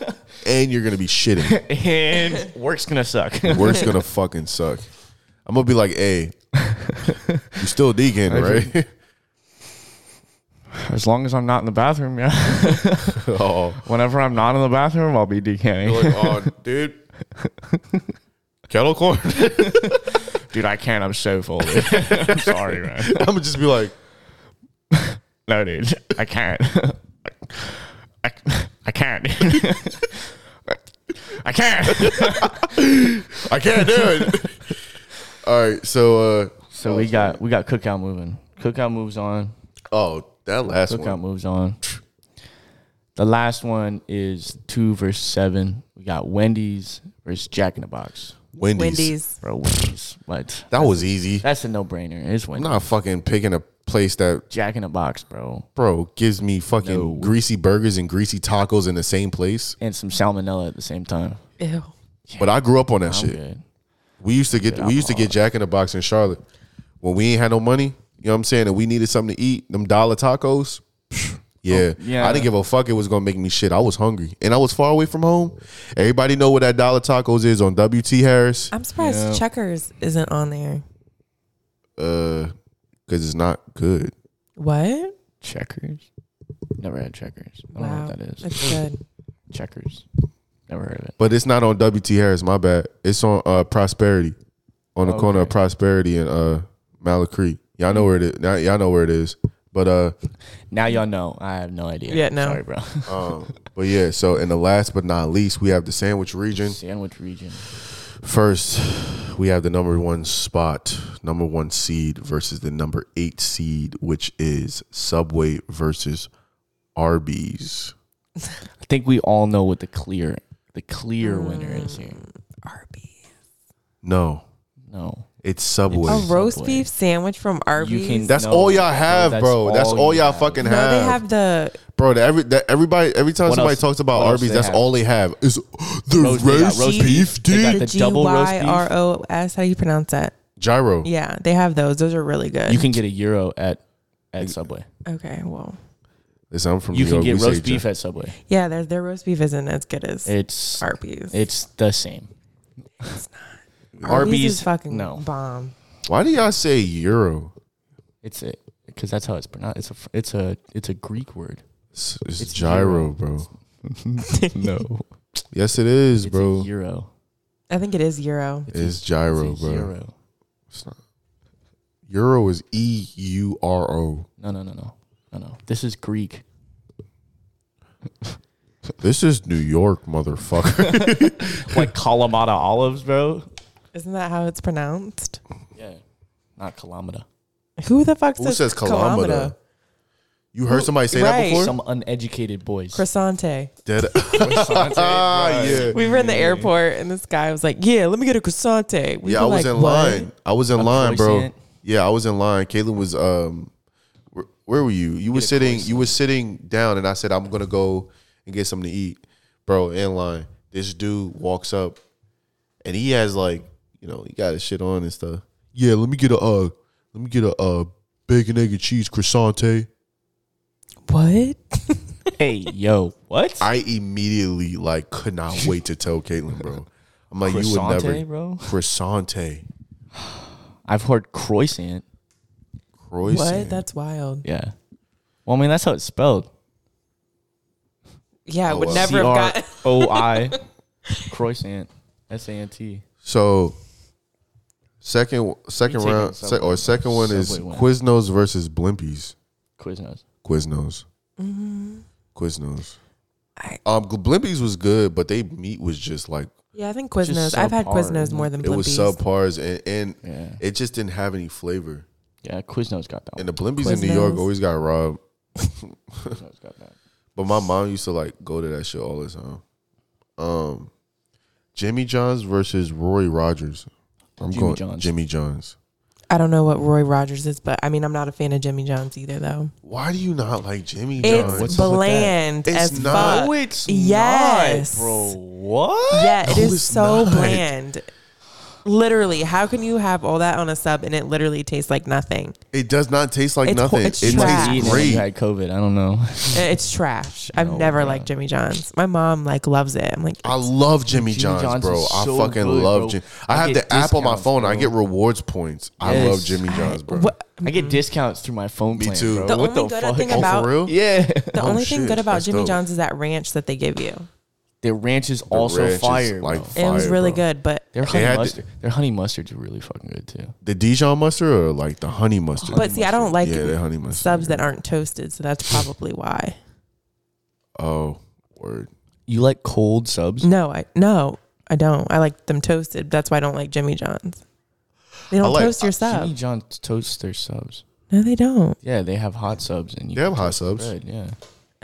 [SPEAKER 2] and you're gonna be shitting.
[SPEAKER 1] and work's gonna suck.
[SPEAKER 2] Work's gonna fucking suck. I'm gonna be like, hey, you still deacon, right?
[SPEAKER 1] As long as I'm not in the bathroom, yeah.
[SPEAKER 2] oh,
[SPEAKER 1] Whenever I'm not in the bathroom, I'll be DKing.
[SPEAKER 2] like, oh, dude, kettle corn.
[SPEAKER 1] Dude, I can't. I'm so full. dude. I'm sorry, man.
[SPEAKER 2] I'm gonna just be like,
[SPEAKER 1] No, dude, I can't. I, I can't. I can't.
[SPEAKER 2] I can't do it. All right, so uh,
[SPEAKER 1] So we got we got cookout moving. Cookout moves on.
[SPEAKER 2] oh, that last
[SPEAKER 1] Cookout
[SPEAKER 2] one,
[SPEAKER 1] moves on. The last one is two versus seven. We got Wendy's versus Jack in the Box.
[SPEAKER 2] Wendy's.
[SPEAKER 3] Wendy's.
[SPEAKER 1] Bro, Wendy's. What?
[SPEAKER 2] That was easy.
[SPEAKER 1] That's a no brainer. It's
[SPEAKER 2] I'm
[SPEAKER 1] Wendy's.
[SPEAKER 2] not fucking picking a place that
[SPEAKER 1] Jack in the Box, bro.
[SPEAKER 2] bro gives me fucking
[SPEAKER 1] No.
[SPEAKER 2] greasy burgers and greasy tacos in the same place.
[SPEAKER 1] And some salmonella at the same time.
[SPEAKER 3] Ew.
[SPEAKER 2] But I grew up on that
[SPEAKER 1] I'm
[SPEAKER 2] shit.
[SPEAKER 1] good.
[SPEAKER 2] We used to get we used to get Jack in the Box in Charlotte when we ain't had no money. You know what I'm saying? And we needed something to eat. Them dollar tacos. psh, Yeah.
[SPEAKER 1] yeah.
[SPEAKER 2] I didn't give a fuck. It was gonna make me shit. I was hungry and I was far away from home. Everybody know what that dollar tacos is on WT Harris
[SPEAKER 3] I'm surprised Checkers isn't on there.
[SPEAKER 2] because Uh, it's not good.
[SPEAKER 3] What?
[SPEAKER 1] Checkers. Never had checkers. I don't know
[SPEAKER 3] Wow,
[SPEAKER 1] what that is.
[SPEAKER 3] that's good.
[SPEAKER 1] checkers. Never heard of it.
[SPEAKER 2] But it's not on WT Harris. My bad. It's on uh, Prosperity, on the corner of Prosperity and uh, Mallet Creek. Y'all know where it is. Now, y'all know where it is. But uh,
[SPEAKER 1] Now y'all know. I have no idea.
[SPEAKER 3] Yeah, no.
[SPEAKER 1] Sorry, bro.
[SPEAKER 2] um, but yeah. So and the last but not least, we have the sandwich region.
[SPEAKER 1] Sandwich region.
[SPEAKER 2] First, we have the number one spot, number one seed versus the number eight seed, which is Subway versus Arby's.
[SPEAKER 1] I think we
[SPEAKER 3] Mm.
[SPEAKER 1] all know what the clear the clear winner is here.
[SPEAKER 3] Arby's.
[SPEAKER 2] No,
[SPEAKER 1] No.
[SPEAKER 2] It's Subway.
[SPEAKER 3] A roast
[SPEAKER 1] Subway.
[SPEAKER 3] beef sandwich from Arby's.
[SPEAKER 1] can-
[SPEAKER 2] That's
[SPEAKER 1] No,
[SPEAKER 2] all y'all
[SPEAKER 1] no,
[SPEAKER 2] have,
[SPEAKER 1] that's
[SPEAKER 2] bro. That's
[SPEAKER 1] all
[SPEAKER 2] all
[SPEAKER 1] you
[SPEAKER 2] y'all
[SPEAKER 1] have.
[SPEAKER 2] fucking
[SPEAKER 3] no,
[SPEAKER 2] have.
[SPEAKER 3] they have the
[SPEAKER 2] bro. That every that everybody every time
[SPEAKER 1] What
[SPEAKER 2] somebody
[SPEAKER 1] else-
[SPEAKER 2] talks about
[SPEAKER 1] what else
[SPEAKER 2] Arby's,
[SPEAKER 1] they
[SPEAKER 2] that's
[SPEAKER 1] have?
[SPEAKER 2] all they have is the
[SPEAKER 1] Roast- they got
[SPEAKER 2] roast,
[SPEAKER 1] roast beef.
[SPEAKER 2] beef,
[SPEAKER 1] They got
[SPEAKER 2] dude.
[SPEAKER 1] the
[SPEAKER 3] G
[SPEAKER 1] double roast
[SPEAKER 3] Y
[SPEAKER 1] beef?
[SPEAKER 3] R O S. How do you pronounce that?
[SPEAKER 2] Gyro.
[SPEAKER 3] Yeah, they have those. Those are really good.
[SPEAKER 1] You can get a euro at at Subway.
[SPEAKER 3] okay, well,
[SPEAKER 2] Listen, I'm from
[SPEAKER 1] You
[SPEAKER 2] New
[SPEAKER 1] can
[SPEAKER 2] York,
[SPEAKER 1] get
[SPEAKER 2] we say
[SPEAKER 1] roast
[SPEAKER 2] gy-
[SPEAKER 1] beef at Subway.
[SPEAKER 3] yeah, their their roast beef isn't as good as
[SPEAKER 1] It's
[SPEAKER 3] Arby's.
[SPEAKER 1] it's the same.
[SPEAKER 3] is
[SPEAKER 1] Arby's,
[SPEAKER 3] fucking
[SPEAKER 1] no.
[SPEAKER 3] bomb.
[SPEAKER 2] Why do y'all say euro?
[SPEAKER 1] It's it because that's how it's pronounced. It's a fr- it's a it's a Greek word.
[SPEAKER 2] It's, it's
[SPEAKER 1] It's
[SPEAKER 2] gyro,
[SPEAKER 1] gyro.
[SPEAKER 2] bro.
[SPEAKER 1] no,
[SPEAKER 2] Yes, it is,
[SPEAKER 1] it's
[SPEAKER 2] bro.
[SPEAKER 1] a euro.
[SPEAKER 3] I think it is euro.
[SPEAKER 2] It's, gyro,
[SPEAKER 1] It's a
[SPEAKER 2] bro. Euro.
[SPEAKER 1] euro.
[SPEAKER 2] is E U R O.
[SPEAKER 1] No, no, no, no, no, no. This is Greek.
[SPEAKER 2] This is New York, motherfucker.
[SPEAKER 1] Like Kalamata olives, bro.
[SPEAKER 3] Isn't that how it's pronounced?
[SPEAKER 1] Yeah, not Kalamata.
[SPEAKER 3] Who the fuck
[SPEAKER 2] Who says Kalamata? You heard somebody say that
[SPEAKER 3] Right.
[SPEAKER 2] before?
[SPEAKER 1] Some uneducated boys.
[SPEAKER 3] Croissante.
[SPEAKER 2] Dead.
[SPEAKER 1] Ah,
[SPEAKER 2] yeah.
[SPEAKER 3] We were in the airport and this guy was like, "Yeah, let me get a croissante." We
[SPEAKER 2] yeah, I
[SPEAKER 3] were
[SPEAKER 2] was
[SPEAKER 3] like,
[SPEAKER 2] in
[SPEAKER 3] "What?"
[SPEAKER 2] line. I was in
[SPEAKER 1] A
[SPEAKER 2] line, bro.
[SPEAKER 1] croissant?
[SPEAKER 2] Yeah, I was in line. Caitlin was um, where, where were you? You were sitting. You were sitting down, and I said, "I'm gonna go and get something to eat, bro." In line, this dude walks up, and he has like, you know, he got his shit on and stuff. Yeah, let me get a uh, let me get a uh, bacon egg and cheese croissant.
[SPEAKER 3] What?
[SPEAKER 1] Hey, yo, what?
[SPEAKER 2] I immediately like could not wait to tell Caitlin, bro. I'm like, you would
[SPEAKER 1] Croissant, eh,
[SPEAKER 2] never
[SPEAKER 1] bro.
[SPEAKER 2] croissant
[SPEAKER 1] I've heard croissant.
[SPEAKER 2] croissant.
[SPEAKER 3] What? That's
[SPEAKER 2] Oh,
[SPEAKER 3] wild.
[SPEAKER 1] Yeah. Well, I mean, that's how it's spelled.
[SPEAKER 3] Yeah, I would
[SPEAKER 2] wow.
[SPEAKER 3] never have got.
[SPEAKER 1] O I croissant. S A N T.
[SPEAKER 2] So second second
[SPEAKER 1] taking
[SPEAKER 2] round
[SPEAKER 1] Subway.
[SPEAKER 2] sec, or second one is
[SPEAKER 1] Subway win.
[SPEAKER 2] Quiznos versus Blimpies.
[SPEAKER 1] Quiznos.
[SPEAKER 2] Quiznos. Quiznos.
[SPEAKER 3] I-
[SPEAKER 2] um Gl- Blimpies was good, but they meat was just like
[SPEAKER 3] Yeah, I think Quiznos. I've had
[SPEAKER 1] subpar,
[SPEAKER 3] Quiznos
[SPEAKER 1] isn't
[SPEAKER 3] more than
[SPEAKER 2] it was
[SPEAKER 3] Blimpies.
[SPEAKER 2] subpars and and
[SPEAKER 1] Yeah.
[SPEAKER 2] it just didn't have any flavor.
[SPEAKER 1] Yeah, Quiznos got that
[SPEAKER 2] And
[SPEAKER 1] one.
[SPEAKER 2] the Blimpies in New York
[SPEAKER 3] Quiznos.
[SPEAKER 2] always got robbed.
[SPEAKER 1] Quiznos got that.
[SPEAKER 2] But my mom used to like go to that shit all the time. Um Jimmy Johns versus Roy Rogers. I'm
[SPEAKER 1] Jimmy
[SPEAKER 2] going
[SPEAKER 1] John's.
[SPEAKER 2] Jimmy Johns.
[SPEAKER 3] I don't know what Roy Rogers is, but I mean, I'm not a fan of Jimmy John's either, though.
[SPEAKER 2] Why do you not like Jimmy Johns?
[SPEAKER 3] It's
[SPEAKER 1] what's up with that?
[SPEAKER 3] bland
[SPEAKER 2] It's
[SPEAKER 3] as
[SPEAKER 2] not.
[SPEAKER 3] fuck.
[SPEAKER 1] Oh,
[SPEAKER 2] No,
[SPEAKER 1] it's
[SPEAKER 3] Yes.
[SPEAKER 1] bro. What?
[SPEAKER 3] Yeah, it
[SPEAKER 2] No,
[SPEAKER 3] is
[SPEAKER 2] it's
[SPEAKER 3] so
[SPEAKER 2] not.
[SPEAKER 3] bland. Literally, how can you have all that on a sub and it literally tastes like nothing?
[SPEAKER 2] It does not taste like
[SPEAKER 3] It's
[SPEAKER 2] nothing.
[SPEAKER 3] hor- it's
[SPEAKER 2] it
[SPEAKER 3] trash.
[SPEAKER 2] tastes
[SPEAKER 1] Eating it,
[SPEAKER 2] great.
[SPEAKER 1] You had COVID. I don't know.
[SPEAKER 3] Uh, It's trash. I've
[SPEAKER 1] No,
[SPEAKER 3] never
[SPEAKER 1] man.
[SPEAKER 3] liked Jimmy John's. My mom like loves it. I'm like,
[SPEAKER 2] I love Jimmy,
[SPEAKER 1] Jimmy
[SPEAKER 2] John's,
[SPEAKER 1] John's
[SPEAKER 2] bro.
[SPEAKER 1] is
[SPEAKER 2] I
[SPEAKER 1] so
[SPEAKER 2] fucking
[SPEAKER 1] good,
[SPEAKER 2] love
[SPEAKER 1] bro.
[SPEAKER 2] Jimmy. I
[SPEAKER 1] I
[SPEAKER 2] have
[SPEAKER 1] get
[SPEAKER 2] the app on my
[SPEAKER 1] discounts,
[SPEAKER 2] phone. I
[SPEAKER 1] bro.
[SPEAKER 2] get rewards points. I
[SPEAKER 1] Yes.
[SPEAKER 2] love Jimmy John's, bro.
[SPEAKER 3] what?
[SPEAKER 1] I get discounts through my phone.
[SPEAKER 2] Me
[SPEAKER 1] plan,
[SPEAKER 2] too.
[SPEAKER 1] Bro.
[SPEAKER 2] The
[SPEAKER 1] what
[SPEAKER 3] only
[SPEAKER 1] the
[SPEAKER 3] good
[SPEAKER 1] fuck?
[SPEAKER 3] thing
[SPEAKER 2] oh,
[SPEAKER 3] about-
[SPEAKER 2] for real?
[SPEAKER 1] yeah,
[SPEAKER 3] The
[SPEAKER 2] Oh,
[SPEAKER 3] only thing
[SPEAKER 2] shit.
[SPEAKER 3] good about
[SPEAKER 2] That's
[SPEAKER 3] Jimmy
[SPEAKER 2] dope.
[SPEAKER 3] John's is that ranch that they give you.
[SPEAKER 1] their ranch is also
[SPEAKER 2] ranch is
[SPEAKER 1] fire.
[SPEAKER 2] like
[SPEAKER 1] bro.
[SPEAKER 2] f-
[SPEAKER 3] It was
[SPEAKER 2] Fire,
[SPEAKER 3] really
[SPEAKER 2] bro.
[SPEAKER 3] good, but
[SPEAKER 1] Their honey
[SPEAKER 2] had the-
[SPEAKER 1] mustard. their honey mustards are really fucking good too.
[SPEAKER 2] The Dijon mustard or like the honey mustard?
[SPEAKER 3] but see, I don't like
[SPEAKER 2] yeah, the honey mustard.
[SPEAKER 3] subs that aren't toasted, so that's probably why.
[SPEAKER 2] Oh, word.
[SPEAKER 1] You like cold subs?
[SPEAKER 3] No, I no, I don't. I like them toasted. That's why I don't like Jimmy John's. They
[SPEAKER 2] I
[SPEAKER 3] don't
[SPEAKER 2] like-
[SPEAKER 3] toast your
[SPEAKER 1] Jimmy
[SPEAKER 3] sub.
[SPEAKER 1] John's toasts their subs.
[SPEAKER 3] No, they don't.
[SPEAKER 1] Yeah, they have hot subs and you
[SPEAKER 2] They have
[SPEAKER 1] can
[SPEAKER 2] hot
[SPEAKER 1] toast the
[SPEAKER 2] subs.
[SPEAKER 1] bread, yeah,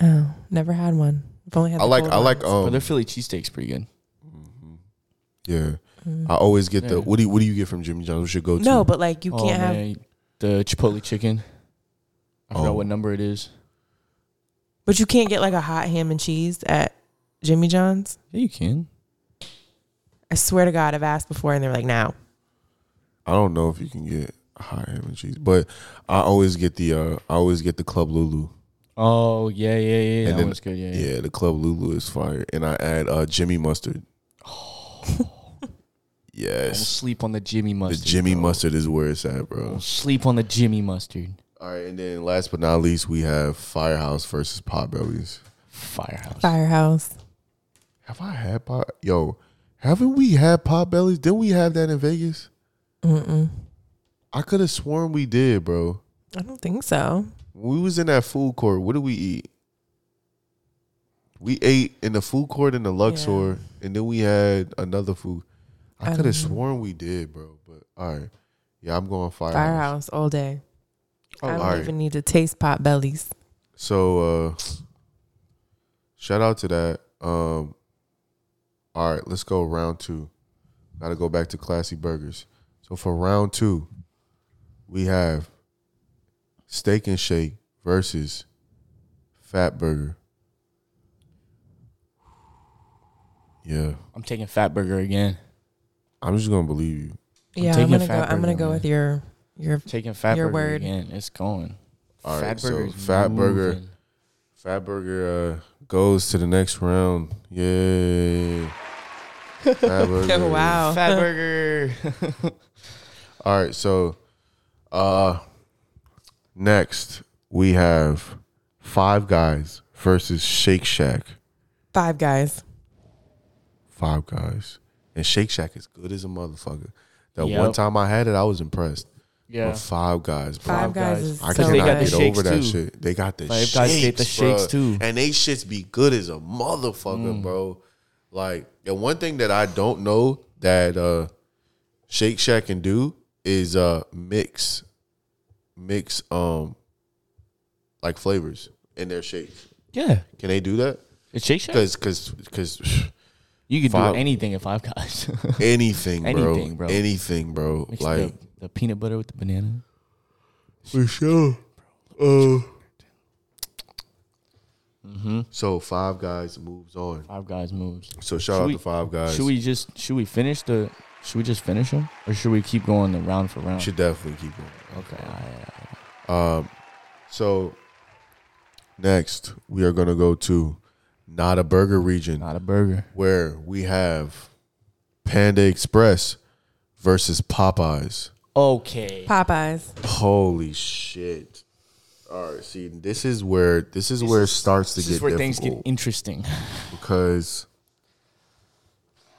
[SPEAKER 3] Oh, never had one. I've only had.
[SPEAKER 2] I
[SPEAKER 3] the
[SPEAKER 2] like.
[SPEAKER 3] cold
[SPEAKER 2] I like.
[SPEAKER 3] ones.
[SPEAKER 1] but
[SPEAKER 2] Um.
[SPEAKER 1] their Philly cheesesteak's pretty good.
[SPEAKER 2] Yeah. I always get the.
[SPEAKER 1] Yeah.
[SPEAKER 2] What do you, What do you get from Jimmy John's? What's your go to?
[SPEAKER 3] No, but like you
[SPEAKER 1] oh
[SPEAKER 3] can't have.
[SPEAKER 1] man, the Chipotle chicken. I
[SPEAKER 2] Oh.
[SPEAKER 1] forgot what number it is.
[SPEAKER 3] But you can't get like a hot ham and cheese at Jimmy John's.
[SPEAKER 1] Yeah, you can.
[SPEAKER 3] I swear to God, I've asked before, and they're like, "No."
[SPEAKER 2] I don't know if you can get hot ham and cheese, but I always get the. Uh, I always get the Club Lulu.
[SPEAKER 1] Oh yeah, yeah, yeah. that
[SPEAKER 2] then-
[SPEAKER 1] one's good. Yeah, yeah.
[SPEAKER 2] Yeah, the Club Lulu is fire, and I add uh, Jimmy mustard.
[SPEAKER 1] Don't
[SPEAKER 2] yes,
[SPEAKER 1] sleep on the Jimmy
[SPEAKER 2] the
[SPEAKER 1] mustard.
[SPEAKER 2] Jimmy
[SPEAKER 1] bro.
[SPEAKER 2] mustard is where it's at, bro.
[SPEAKER 1] Don't sleep on the Jimmy mustard.
[SPEAKER 2] All right, and then last but not least, we have Firehouse versus Potbellies.
[SPEAKER 1] Firehouse.
[SPEAKER 3] Firehouse.
[SPEAKER 2] Have I had pot? Yo, haven't we had Potbellies? Didn't we have that in Vegas?
[SPEAKER 3] Mm-mm.
[SPEAKER 2] I could have sworn we did, bro.
[SPEAKER 3] I don't think so.
[SPEAKER 2] When we was in that food court. What did we eat? We ate in the food court in the Luxor, and then we had another food.
[SPEAKER 3] I
[SPEAKER 2] I
[SPEAKER 3] don't
[SPEAKER 2] could have
[SPEAKER 3] know.
[SPEAKER 2] sworn we did, bro. But all right, yeah, I'm going firehouse. Oh,
[SPEAKER 3] Firehouse all day. I don't
[SPEAKER 2] alright.
[SPEAKER 3] even need to taste pot bellies.
[SPEAKER 2] So, uh, shout out to that. Um, all right, let's go round two. Got to go back to classy burgers. So for round two, we have Steak and Shake versus Fat Burger. Yeah,
[SPEAKER 1] I'm taking Fat Burger again.
[SPEAKER 2] I'm just gonna believe you.
[SPEAKER 3] Yeah, I'm
[SPEAKER 1] taking
[SPEAKER 3] gonna go.
[SPEAKER 1] Fatburger,
[SPEAKER 3] I'm gonna go
[SPEAKER 1] man.
[SPEAKER 3] with your your.
[SPEAKER 1] Taking Fat
[SPEAKER 3] Your
[SPEAKER 1] Burger
[SPEAKER 3] word.
[SPEAKER 1] again. It's going.
[SPEAKER 2] All right, so
[SPEAKER 1] Fatburger's
[SPEAKER 2] Fatburger-
[SPEAKER 1] moving.
[SPEAKER 2] Fat Burger uh, goes to the next round. Yay! Fat Burger.
[SPEAKER 3] Oh, wow.
[SPEAKER 1] Fat Burger.
[SPEAKER 2] All right, so uh next we have Five Guys versus Shake Shack.
[SPEAKER 3] Five guys.
[SPEAKER 2] Five Guys. And Shake Shack is good as a motherfucker. That
[SPEAKER 1] Yep.
[SPEAKER 2] one time I had it, I was impressed. But
[SPEAKER 1] yeah.
[SPEAKER 2] Five Guys, bro.
[SPEAKER 3] Five, guys.
[SPEAKER 1] Guys.
[SPEAKER 3] is
[SPEAKER 2] I
[SPEAKER 3] so
[SPEAKER 1] Because they
[SPEAKER 2] cannot
[SPEAKER 1] got the
[SPEAKER 3] good.
[SPEAKER 2] get
[SPEAKER 1] shakes
[SPEAKER 2] over that
[SPEAKER 1] too.
[SPEAKER 2] shit. They got the
[SPEAKER 1] Five
[SPEAKER 2] shakes.
[SPEAKER 1] Guys get the
[SPEAKER 2] bruh.
[SPEAKER 1] shakes too. Mm.
[SPEAKER 2] And they shits be good as a motherfucker, bro. Like, and one thing that I don't know that uh Shake Shack can do is uh mix mix um like flavors in their shakes.
[SPEAKER 1] Yeah.
[SPEAKER 2] Can they do that?
[SPEAKER 1] It's Shake Shack.
[SPEAKER 2] Cause cause cause
[SPEAKER 1] You could
[SPEAKER 2] Five-
[SPEAKER 1] do anything at Five Guys.
[SPEAKER 2] anything, bro.
[SPEAKER 1] Anything, bro.
[SPEAKER 2] Anything, bro.
[SPEAKER 1] Mix
[SPEAKER 2] Like
[SPEAKER 1] the, the peanut butter with the banana.
[SPEAKER 2] For sure. Uh,
[SPEAKER 1] Mm-hmm.
[SPEAKER 2] So Five Guys moves on.
[SPEAKER 1] Five Guys moves.
[SPEAKER 2] So shout
[SPEAKER 1] Should
[SPEAKER 2] out
[SPEAKER 1] we-
[SPEAKER 2] to Five Guys.
[SPEAKER 1] Should we just should we finish the should we just finish them or should we keep going the round for round?
[SPEAKER 2] Should definitely keep going. Um,
[SPEAKER 1] okay. I-
[SPEAKER 2] So next we are gonna go to not a burger region
[SPEAKER 1] not a burger.
[SPEAKER 2] where we have Panda Express versus Popeyes.
[SPEAKER 1] Okay.
[SPEAKER 3] Popeyes.
[SPEAKER 2] Holy shit! All right, see, this is where this is where it starts to
[SPEAKER 1] This
[SPEAKER 2] get
[SPEAKER 1] is where
[SPEAKER 2] difficult.
[SPEAKER 1] things get interesting.
[SPEAKER 2] because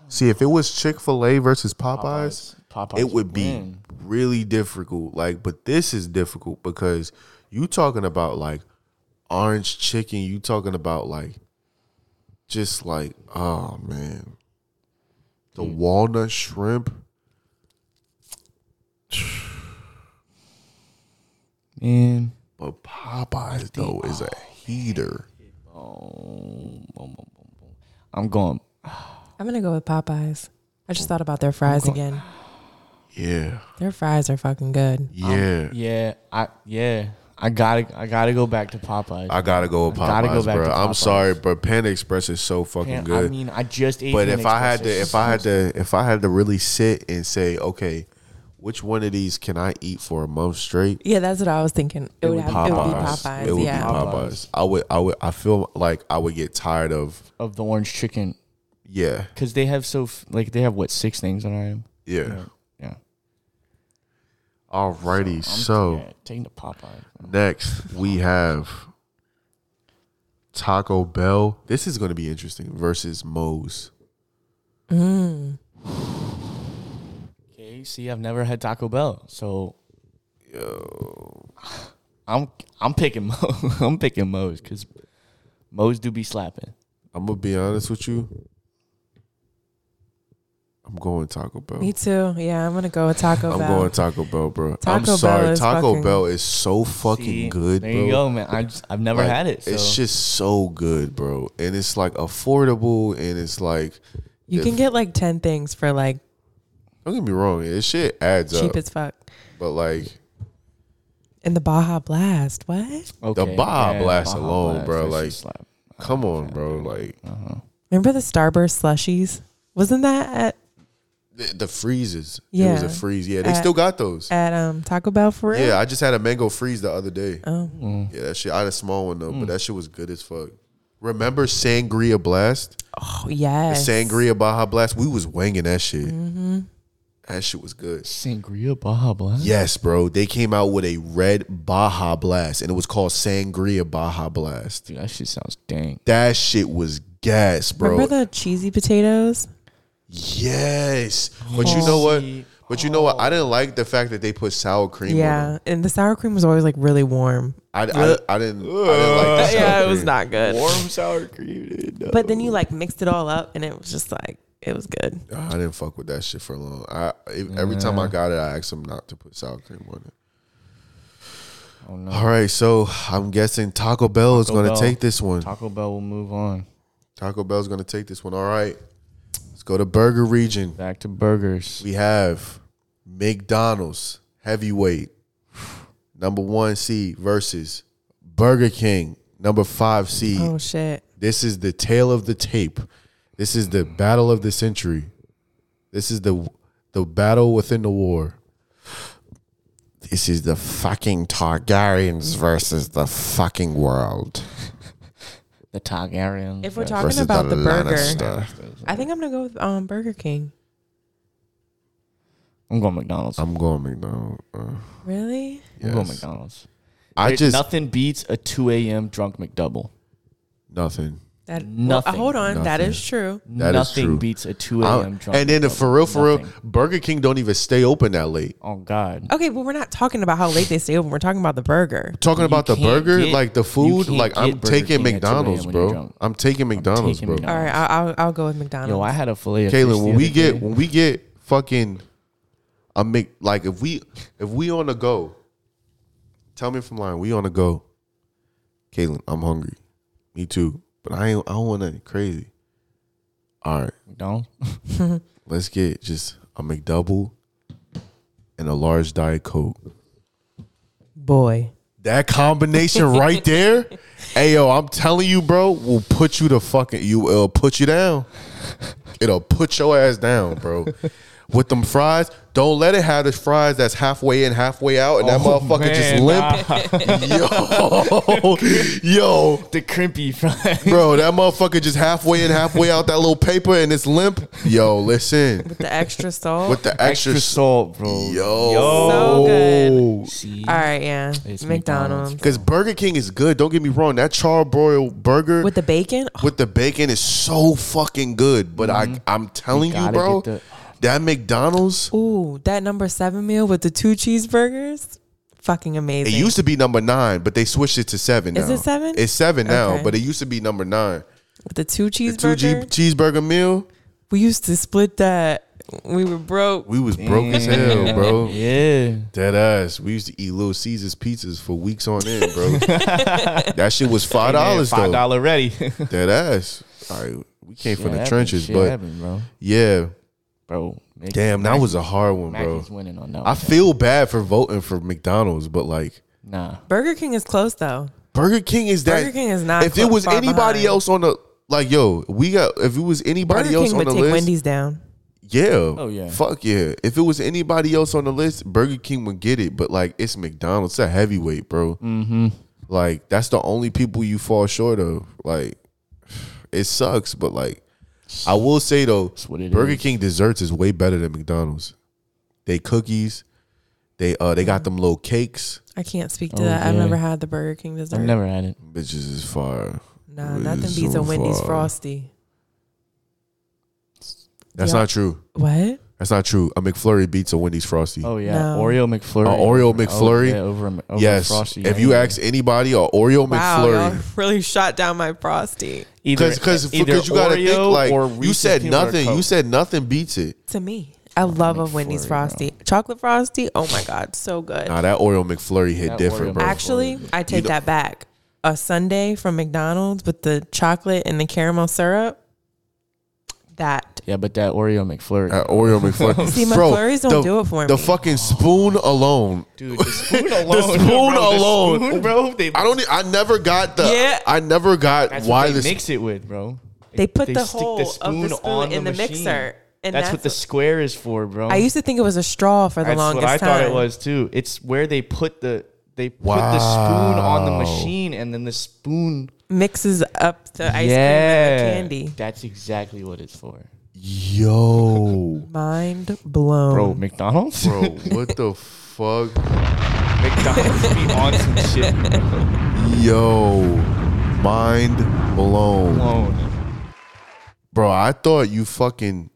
[SPEAKER 2] see if it was Chick-fil-A versus Popeyes,
[SPEAKER 1] Popeyes
[SPEAKER 2] it would be
[SPEAKER 1] win.
[SPEAKER 2] really difficult like but this is difficult because you talking about like orange chicken you talking about like just like oh man the
[SPEAKER 1] Mm.
[SPEAKER 2] walnut shrimp
[SPEAKER 1] And
[SPEAKER 2] but Popeyes though is
[SPEAKER 1] Oh,
[SPEAKER 2] a heater
[SPEAKER 1] I'm going.
[SPEAKER 3] I'm gonna go with Popeyes. I just thought about their fries again.
[SPEAKER 2] yeah
[SPEAKER 3] Their fries are fucking good.
[SPEAKER 2] yeah
[SPEAKER 1] Yeah, I yeah. I gotta I gotta go back to Popeyes.
[SPEAKER 2] I gotta go with Popeyes,
[SPEAKER 1] gotta go back
[SPEAKER 2] bro.
[SPEAKER 1] to
[SPEAKER 2] I'm
[SPEAKER 1] Popeyes.
[SPEAKER 2] sorry, but Panda Express is so fucking
[SPEAKER 1] Man,
[SPEAKER 2] good.
[SPEAKER 1] I mean, I just ate.
[SPEAKER 2] But
[SPEAKER 1] Panda
[SPEAKER 2] if I had to,
[SPEAKER 1] Express.
[SPEAKER 2] if I had to, if I had to really sit and say, okay, which one of these can I eat for a month straight?
[SPEAKER 3] Yeah, that's what I was thinking. It, would, have, it would be Popeyes.
[SPEAKER 2] It would
[SPEAKER 3] yeah.
[SPEAKER 2] be Popeyes. I would, I would, I feel like I would get tired of.
[SPEAKER 1] of the orange chicken,
[SPEAKER 2] Yeah,
[SPEAKER 1] because they have so f- like they have what six things on IM.
[SPEAKER 2] yeah.
[SPEAKER 1] Yeah.
[SPEAKER 2] Alrighty,
[SPEAKER 1] I'm-
[SPEAKER 2] so
[SPEAKER 1] yeah, taking the Popeyes.
[SPEAKER 2] next we have Taco Bell. This is going to be interesting versus Moe's.
[SPEAKER 1] Okay, see, I've never had Taco Bell, so I'm I'm picking Mo. I'm picking Mo's because Mo's do be slapping.
[SPEAKER 2] I'm gonna be honest with you. I'm going Taco Bell.
[SPEAKER 3] Me too. Yeah, I'm gonna go with Taco
[SPEAKER 2] I'm
[SPEAKER 3] Bell.
[SPEAKER 2] going Taco Bell, bro. I'm
[SPEAKER 3] Taco Bell
[SPEAKER 2] sorry,
[SPEAKER 3] is
[SPEAKER 2] Taco
[SPEAKER 3] fucking-
[SPEAKER 2] Bell is so fucking
[SPEAKER 1] See,
[SPEAKER 2] good,
[SPEAKER 1] There
[SPEAKER 2] bro.
[SPEAKER 1] you go, man. I just, I've never
[SPEAKER 2] Like,
[SPEAKER 1] had it. So.
[SPEAKER 2] It's just so good, bro, and it's like affordable, and it's like
[SPEAKER 3] you can get like ten things for like
[SPEAKER 2] don't get me wrong, it shit adds
[SPEAKER 3] cheap
[SPEAKER 2] up,
[SPEAKER 3] as fuck.
[SPEAKER 2] but like
[SPEAKER 3] And the Baja Blast. What?
[SPEAKER 2] the
[SPEAKER 1] Okay,
[SPEAKER 2] Baja
[SPEAKER 1] yeah,
[SPEAKER 2] Blast
[SPEAKER 1] Baja
[SPEAKER 2] alone,
[SPEAKER 1] Blast,
[SPEAKER 2] bro.
[SPEAKER 1] that's
[SPEAKER 2] Like,
[SPEAKER 1] just slap.
[SPEAKER 2] come on, bro. Like
[SPEAKER 3] Remember the Starburst slushies? Wasn't that
[SPEAKER 2] the, the freezes, it was
[SPEAKER 3] Yeah.
[SPEAKER 2] a freeze. Yeah, they
[SPEAKER 3] At-
[SPEAKER 2] still got those.
[SPEAKER 3] at at um Taco Bell for real?
[SPEAKER 2] Yeah, I just had a mango freeze the other day. Oh,
[SPEAKER 1] Mm.
[SPEAKER 2] yeah, that shit. I had a small one though, but that shit was good as fuck. Remember Sangria Blast?
[SPEAKER 3] Oh, yes. Mm-hmm.
[SPEAKER 2] Sangria Baja Blast. We was wanging that shit. That shit was good.
[SPEAKER 1] sangria Baja Blast.
[SPEAKER 2] Yes, bro. They came out with a red Baja Blast, and it was called Sangria Baja Blast.
[SPEAKER 1] Dude, that shit sounds dang.
[SPEAKER 2] That shit was gas, bro.
[SPEAKER 3] Remember the cheesy potatoes?
[SPEAKER 2] yes, but you know what? But you know what? I didn't like the fact that they put sour cream. on
[SPEAKER 3] Yeah,
[SPEAKER 2] them.
[SPEAKER 3] and the sour cream was always like really warm.
[SPEAKER 2] I, I, I didn't. I didn't like. The sour cream.
[SPEAKER 3] not good.
[SPEAKER 1] sour cream. Dude, no.
[SPEAKER 3] But then you like mixed it all up, and it was just like it was good.
[SPEAKER 2] I didn't fuck with that shit for long. I every time I got it, I asked them not to put sour cream on it.
[SPEAKER 1] Oh, no.
[SPEAKER 2] All right, so I'm guessing Taco Bell is going to
[SPEAKER 1] Bell.
[SPEAKER 2] take this one.
[SPEAKER 1] Taco Bell will move on.
[SPEAKER 2] Taco Bell's gonna take this one. All right. Let's go to burger region.
[SPEAKER 1] Back to burgers.
[SPEAKER 2] We have McDonald's heavyweight, number one seed versus Burger King, number five seed.
[SPEAKER 3] Oh shit.
[SPEAKER 2] This is the tale of the tape. This is the battle of the century. This is the the battle within the war. This is the fucking Targaryens versus the fucking world.
[SPEAKER 1] The Targaryen.
[SPEAKER 3] If we're
[SPEAKER 1] versus-
[SPEAKER 3] talking
[SPEAKER 2] Versus
[SPEAKER 3] about
[SPEAKER 2] the
[SPEAKER 3] the, burger,
[SPEAKER 2] Lannister.
[SPEAKER 3] I think I'm gonna go with um, Burger King.
[SPEAKER 1] I'm going McDonald's. I'm,
[SPEAKER 2] I'm going McDonald's. Uh,
[SPEAKER 3] Really?
[SPEAKER 1] going
[SPEAKER 2] yes.
[SPEAKER 1] McDonald's.
[SPEAKER 2] I
[SPEAKER 1] There-
[SPEAKER 2] just
[SPEAKER 1] nothing beats a 2 a.m. drunk McDouble.
[SPEAKER 2] nothing.
[SPEAKER 3] That
[SPEAKER 1] Nothing.
[SPEAKER 3] Well, hold on, that
[SPEAKER 2] Nothing.
[SPEAKER 3] is true.
[SPEAKER 2] That is
[SPEAKER 1] nothing
[SPEAKER 2] true.
[SPEAKER 1] beats a 2
[SPEAKER 2] I-
[SPEAKER 1] a.m. drunk.
[SPEAKER 2] and then the,
[SPEAKER 1] McDouble.
[SPEAKER 2] for real, for real,
[SPEAKER 1] Nothing.
[SPEAKER 2] Burger King don't even stay open that late.
[SPEAKER 1] Oh God.
[SPEAKER 3] Okay, but we're not talking about how late they stay open. We're talking about the burger.
[SPEAKER 2] Talking
[SPEAKER 1] You
[SPEAKER 2] about the
[SPEAKER 1] can't
[SPEAKER 2] burger,
[SPEAKER 1] get-
[SPEAKER 2] like the
[SPEAKER 1] you
[SPEAKER 2] food,
[SPEAKER 1] can't
[SPEAKER 2] like I'm
[SPEAKER 1] get Burger
[SPEAKER 2] taking
[SPEAKER 1] King at 2 a.m.
[SPEAKER 2] McDonald's,
[SPEAKER 1] when you're
[SPEAKER 2] bro.
[SPEAKER 1] drunk.
[SPEAKER 2] I'm taking McDonald's,
[SPEAKER 1] taking
[SPEAKER 2] bro.
[SPEAKER 1] McDonald's.
[SPEAKER 3] All right, I'll, I'll, I'll go with McDonald's.
[SPEAKER 1] Yo, I had a fillet. of fish
[SPEAKER 2] Kaylin,
[SPEAKER 1] the
[SPEAKER 2] when we
[SPEAKER 1] other
[SPEAKER 2] get
[SPEAKER 1] day.
[SPEAKER 2] when we get fucking a Mc like if we if we on the go, tell me if I'm lying. We on the go. Kaylin, I'm hungry. Me too. But I ain't I don't want nothing crazy. All right.
[SPEAKER 1] McDonald's.
[SPEAKER 2] Let's get just a McDouble and a large Diet Coke.
[SPEAKER 3] boy.
[SPEAKER 2] That combination right there, hey yo, I'm telling you, bro, will put you to fucking you. It'll put you down. It'll put your ass down, bro. With them fries, don't let it have the fries that's halfway in, halfway out, and that
[SPEAKER 1] Oh,
[SPEAKER 2] motherfucker just
[SPEAKER 1] man,
[SPEAKER 2] limp. yo, yo,
[SPEAKER 1] the crimpy fries.
[SPEAKER 2] bro, that motherfucker just halfway in, halfway out. That little paper and it's limp. Yo, listen,
[SPEAKER 3] The extra salt.
[SPEAKER 2] with the extra,
[SPEAKER 1] Extra
[SPEAKER 2] s-
[SPEAKER 1] salt, bro.
[SPEAKER 2] yo,
[SPEAKER 3] So good.
[SPEAKER 1] See?
[SPEAKER 3] All right, yeah.
[SPEAKER 1] It's
[SPEAKER 3] McDonald's.
[SPEAKER 2] because Burger King is good. Don't get me wrong. That charbroil burger
[SPEAKER 3] With the bacon?
[SPEAKER 2] with the bacon is so fucking good. But I, I'm telling you,
[SPEAKER 1] gotta
[SPEAKER 2] bro,
[SPEAKER 1] get the-
[SPEAKER 2] that McDonald's
[SPEAKER 3] Ooh, that number seven meal with the two cheeseburgers? Fucking
[SPEAKER 2] it
[SPEAKER 3] amazing.
[SPEAKER 2] used to be number nine, but they switched it to seven.
[SPEAKER 3] Is
[SPEAKER 2] now.
[SPEAKER 3] it seven?
[SPEAKER 2] It's seven now,
[SPEAKER 3] Okay.
[SPEAKER 2] but it used to be number nine.
[SPEAKER 3] with the two
[SPEAKER 2] The two
[SPEAKER 3] cheeseburger.
[SPEAKER 2] G- cheeseburger meal,
[SPEAKER 3] we used to split that. We were broke.
[SPEAKER 2] we was broke as hell, bro.
[SPEAKER 1] Yeah.
[SPEAKER 2] Dead ass. We used to eat Little Caesars pizzas for weeks on end, bro. that shit was five dollars
[SPEAKER 1] Five
[SPEAKER 2] though.
[SPEAKER 1] dollar ready.
[SPEAKER 2] Dead ass. All right, we came from the
[SPEAKER 1] Shit
[SPEAKER 2] trenches,
[SPEAKER 1] happened, shit
[SPEAKER 2] but
[SPEAKER 1] happened, bro.
[SPEAKER 2] yeah,
[SPEAKER 1] Bro. Mac-
[SPEAKER 2] damn, that was a hard one,
[SPEAKER 1] Mac
[SPEAKER 2] bro.
[SPEAKER 1] is winning on that.
[SPEAKER 2] I
[SPEAKER 1] one.
[SPEAKER 2] feel bad for voting for McDonald's, but like.
[SPEAKER 1] Nah.
[SPEAKER 3] Burger King is close though.
[SPEAKER 2] Burger King is that.
[SPEAKER 3] Burger King is not
[SPEAKER 2] If it was
[SPEAKER 3] far
[SPEAKER 2] anybody
[SPEAKER 3] behind.
[SPEAKER 2] else on the like, yo, we got. If it was anybody
[SPEAKER 3] Burger
[SPEAKER 2] else
[SPEAKER 3] King
[SPEAKER 2] on
[SPEAKER 3] would
[SPEAKER 2] the
[SPEAKER 3] take
[SPEAKER 2] list,
[SPEAKER 3] Wendy's down.
[SPEAKER 2] yeah,
[SPEAKER 1] Oh, yeah.
[SPEAKER 2] fuck yeah. If it was anybody else on the list, Burger King would get it. But like, it's McDonald's, it's a heavyweight, bro. Mm-hmm. Like that's the only people you fall short of. Like, it sucks, but like, I will say though,
[SPEAKER 1] what it
[SPEAKER 2] Burger
[SPEAKER 1] is.
[SPEAKER 2] King desserts is way better than McDonald's. They cookies, they uh, they got them little cakes.
[SPEAKER 3] I can't speak to
[SPEAKER 1] Oh,
[SPEAKER 3] that. I've
[SPEAKER 1] yeah.
[SPEAKER 3] never had the Burger King dessert.
[SPEAKER 1] I've never had it.
[SPEAKER 2] Bitches is fire.
[SPEAKER 3] Nah,
[SPEAKER 2] It
[SPEAKER 3] nothing
[SPEAKER 2] is
[SPEAKER 3] beats
[SPEAKER 2] so
[SPEAKER 3] a Wendy's
[SPEAKER 2] far.
[SPEAKER 3] Frosty.
[SPEAKER 2] That's
[SPEAKER 3] Yeah.
[SPEAKER 2] not true.
[SPEAKER 3] What?
[SPEAKER 2] That's not true. A McFlurry beats a Wendy's Frosty.
[SPEAKER 1] Oh yeah.
[SPEAKER 3] No.
[SPEAKER 1] Oreo McFlurry.
[SPEAKER 2] A Oreo
[SPEAKER 3] Oh,
[SPEAKER 1] over-
[SPEAKER 2] McFlurry?
[SPEAKER 1] yeah, over, a- over
[SPEAKER 2] yes.
[SPEAKER 1] Frosty. yeah,
[SPEAKER 2] if you
[SPEAKER 1] yeah.
[SPEAKER 2] ask anybody, a
[SPEAKER 1] Oh,
[SPEAKER 2] Oreo
[SPEAKER 3] Wow, y'all
[SPEAKER 2] McFlurry.
[SPEAKER 3] really shot down my Frosty.
[SPEAKER 1] Either-
[SPEAKER 2] Because because
[SPEAKER 1] either
[SPEAKER 2] because you gotta think
[SPEAKER 1] Oreo
[SPEAKER 2] like
[SPEAKER 1] or
[SPEAKER 2] you
[SPEAKER 1] Reese's
[SPEAKER 2] said
[SPEAKER 1] peanut butter
[SPEAKER 2] nothing. You
[SPEAKER 1] cup.
[SPEAKER 2] said nothing beats it.
[SPEAKER 3] To me, I love a Wendy's
[SPEAKER 1] McFlurry,
[SPEAKER 3] Frosty. Chocolate Frosty. Oh my God, so good.
[SPEAKER 2] Nah, that Oreo McFlurry hit
[SPEAKER 1] That
[SPEAKER 2] different,
[SPEAKER 1] Oreo
[SPEAKER 2] bro.
[SPEAKER 3] Actually, I take
[SPEAKER 2] know-
[SPEAKER 3] that back. A sundae from McDonald's with the chocolate and the caramel syrup. That
[SPEAKER 1] Yeah, but that Oreo McFlurry.
[SPEAKER 2] that Oreo McFlurry.
[SPEAKER 3] See,
[SPEAKER 2] Bro,
[SPEAKER 3] McFlurries don't
[SPEAKER 2] the,
[SPEAKER 3] do it for
[SPEAKER 2] The
[SPEAKER 3] me.
[SPEAKER 2] fucking spoon alone.
[SPEAKER 1] Dude, the spoon alone.
[SPEAKER 2] spoon alone.
[SPEAKER 1] The spoon, bro. They,
[SPEAKER 2] I don't. e- I never got the.
[SPEAKER 3] Yeah.
[SPEAKER 2] I never got
[SPEAKER 1] that's
[SPEAKER 2] why
[SPEAKER 1] what they
[SPEAKER 2] this.
[SPEAKER 1] mix it with, bro.
[SPEAKER 3] they put the
[SPEAKER 1] stick
[SPEAKER 3] whole of the spoon in the,
[SPEAKER 1] machine.
[SPEAKER 3] mixer, and
[SPEAKER 1] that's, what the square is for, bro.
[SPEAKER 3] I used to think it was a straw for the
[SPEAKER 1] That's
[SPEAKER 3] longest
[SPEAKER 1] what I
[SPEAKER 3] time.
[SPEAKER 1] thought it was too. It's where they put the they put the spoon on the machine, and then the spoon
[SPEAKER 3] Mixes up the ice cream and the candy.
[SPEAKER 1] That's exactly what it's for,
[SPEAKER 2] Yo,
[SPEAKER 3] Mind blown.
[SPEAKER 1] bro. McDonald's,
[SPEAKER 2] bro, what the fuck?
[SPEAKER 1] McDonald's be on some shit
[SPEAKER 2] Yo, mind blown.
[SPEAKER 1] alone.
[SPEAKER 2] Bro, I thought you fucking.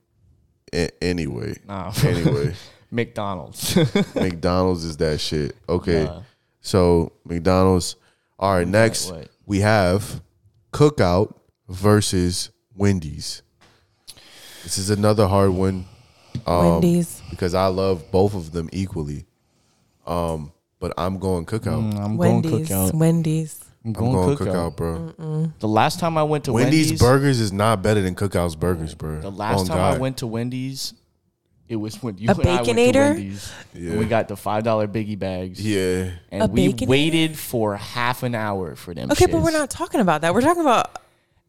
[SPEAKER 2] A- anyway.
[SPEAKER 1] Nah,
[SPEAKER 2] Anyway,
[SPEAKER 1] McDonald's.
[SPEAKER 2] McDonald's is that shit. Okay.
[SPEAKER 1] Nah.
[SPEAKER 2] So, McDonald's. All right, next
[SPEAKER 1] what?
[SPEAKER 2] we have Cookout versus Wendy's. This is another hard one
[SPEAKER 1] um,
[SPEAKER 3] Wendy's.
[SPEAKER 2] because I love both of them equally. Um, but I'm going Cookout.
[SPEAKER 1] I'm going
[SPEAKER 3] Wendy's.
[SPEAKER 1] cookout.
[SPEAKER 3] Wendy's.
[SPEAKER 1] I'm
[SPEAKER 2] I'm
[SPEAKER 1] Mm, going,
[SPEAKER 2] going
[SPEAKER 1] cookout.
[SPEAKER 2] Cookout, bro.
[SPEAKER 1] The last time I went to
[SPEAKER 2] Wendy's,
[SPEAKER 1] Wendy's,
[SPEAKER 2] burgers is not better than Cookout's burgers, bro.
[SPEAKER 1] the last
[SPEAKER 2] On
[SPEAKER 1] time I
[SPEAKER 2] God.
[SPEAKER 1] went to Wendy's, It was when you
[SPEAKER 3] A
[SPEAKER 1] and I went to
[SPEAKER 3] Baconator?
[SPEAKER 1] Wendy's. and We
[SPEAKER 2] Yeah.
[SPEAKER 1] got the five dollar biggie bags.
[SPEAKER 2] Yeah.
[SPEAKER 1] And
[SPEAKER 3] A
[SPEAKER 1] we
[SPEAKER 3] Baconator?
[SPEAKER 1] waited for half an hour for them.
[SPEAKER 3] Okay, but we're
[SPEAKER 1] shits.
[SPEAKER 3] not talking about that. We're talking about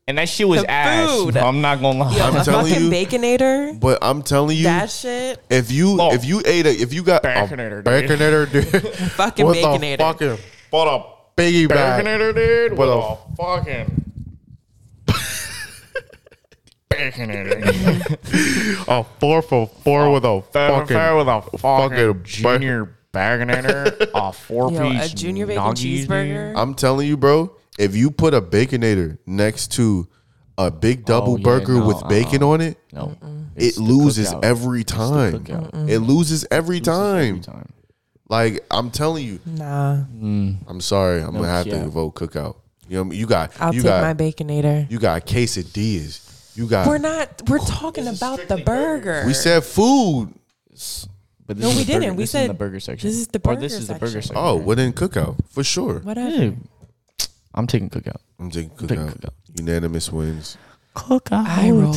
[SPEAKER 1] And that shit was
[SPEAKER 3] The
[SPEAKER 1] ass.
[SPEAKER 3] food.
[SPEAKER 1] I'm not gonna lie.
[SPEAKER 2] I'm
[SPEAKER 3] a
[SPEAKER 2] telling
[SPEAKER 3] fucking
[SPEAKER 2] you-
[SPEAKER 3] baconator.
[SPEAKER 2] But I'm telling you,
[SPEAKER 3] That shit.
[SPEAKER 2] if you
[SPEAKER 1] Law.
[SPEAKER 2] if you ate a if you got
[SPEAKER 1] Baconator,
[SPEAKER 2] a
[SPEAKER 1] dude.
[SPEAKER 2] baconator, dude,
[SPEAKER 3] Fucking
[SPEAKER 2] what
[SPEAKER 3] baconator.
[SPEAKER 2] the fucking bought a biggie bag.
[SPEAKER 1] Baconator, dude. What
[SPEAKER 2] What a-
[SPEAKER 1] a fucking Baconator.
[SPEAKER 2] A four for four with a fucking
[SPEAKER 1] Fair with a fucking
[SPEAKER 2] ba-
[SPEAKER 1] junior Baconator. A four
[SPEAKER 3] Yo,
[SPEAKER 1] piece.
[SPEAKER 3] a junior bacon
[SPEAKER 1] nuggies, dude.
[SPEAKER 3] cheeseburger.
[SPEAKER 2] I'm telling you, bro. If you put a baconator next to a big double
[SPEAKER 1] Oh, yeah,
[SPEAKER 2] burger
[SPEAKER 1] no,
[SPEAKER 2] with bacon on it,
[SPEAKER 1] No. It's
[SPEAKER 2] it
[SPEAKER 1] the
[SPEAKER 2] loses
[SPEAKER 1] cookout.
[SPEAKER 2] every time.
[SPEAKER 1] cookout.
[SPEAKER 2] It loses every time.
[SPEAKER 1] Every time.
[SPEAKER 2] Like I'm telling you,
[SPEAKER 3] Nah,
[SPEAKER 2] I'm sorry. I'm gonna have
[SPEAKER 1] yeah.
[SPEAKER 2] to vote cookout. You know, what I mean? you got
[SPEAKER 3] I'll
[SPEAKER 2] you
[SPEAKER 3] take
[SPEAKER 2] got Uh,
[SPEAKER 3] my baconator.
[SPEAKER 2] you got quesadillas. You got.
[SPEAKER 3] We're not. We're talking about the burger.
[SPEAKER 2] we said food.
[SPEAKER 1] But this
[SPEAKER 3] No,
[SPEAKER 1] is
[SPEAKER 3] we
[SPEAKER 1] the
[SPEAKER 3] didn't.
[SPEAKER 1] Burger,
[SPEAKER 3] We
[SPEAKER 1] this is
[SPEAKER 3] said
[SPEAKER 1] the burger section.
[SPEAKER 3] this is the
[SPEAKER 1] Or
[SPEAKER 3] burger
[SPEAKER 1] this is the burger
[SPEAKER 3] section.
[SPEAKER 1] section.
[SPEAKER 2] Oh, well then cookout for sure.
[SPEAKER 3] whatever.
[SPEAKER 1] Dude, I'm taking cookout.
[SPEAKER 2] I'm taking cookout.
[SPEAKER 1] taking cookout.
[SPEAKER 2] Unanimous wins.
[SPEAKER 1] Cookout.
[SPEAKER 3] I roll.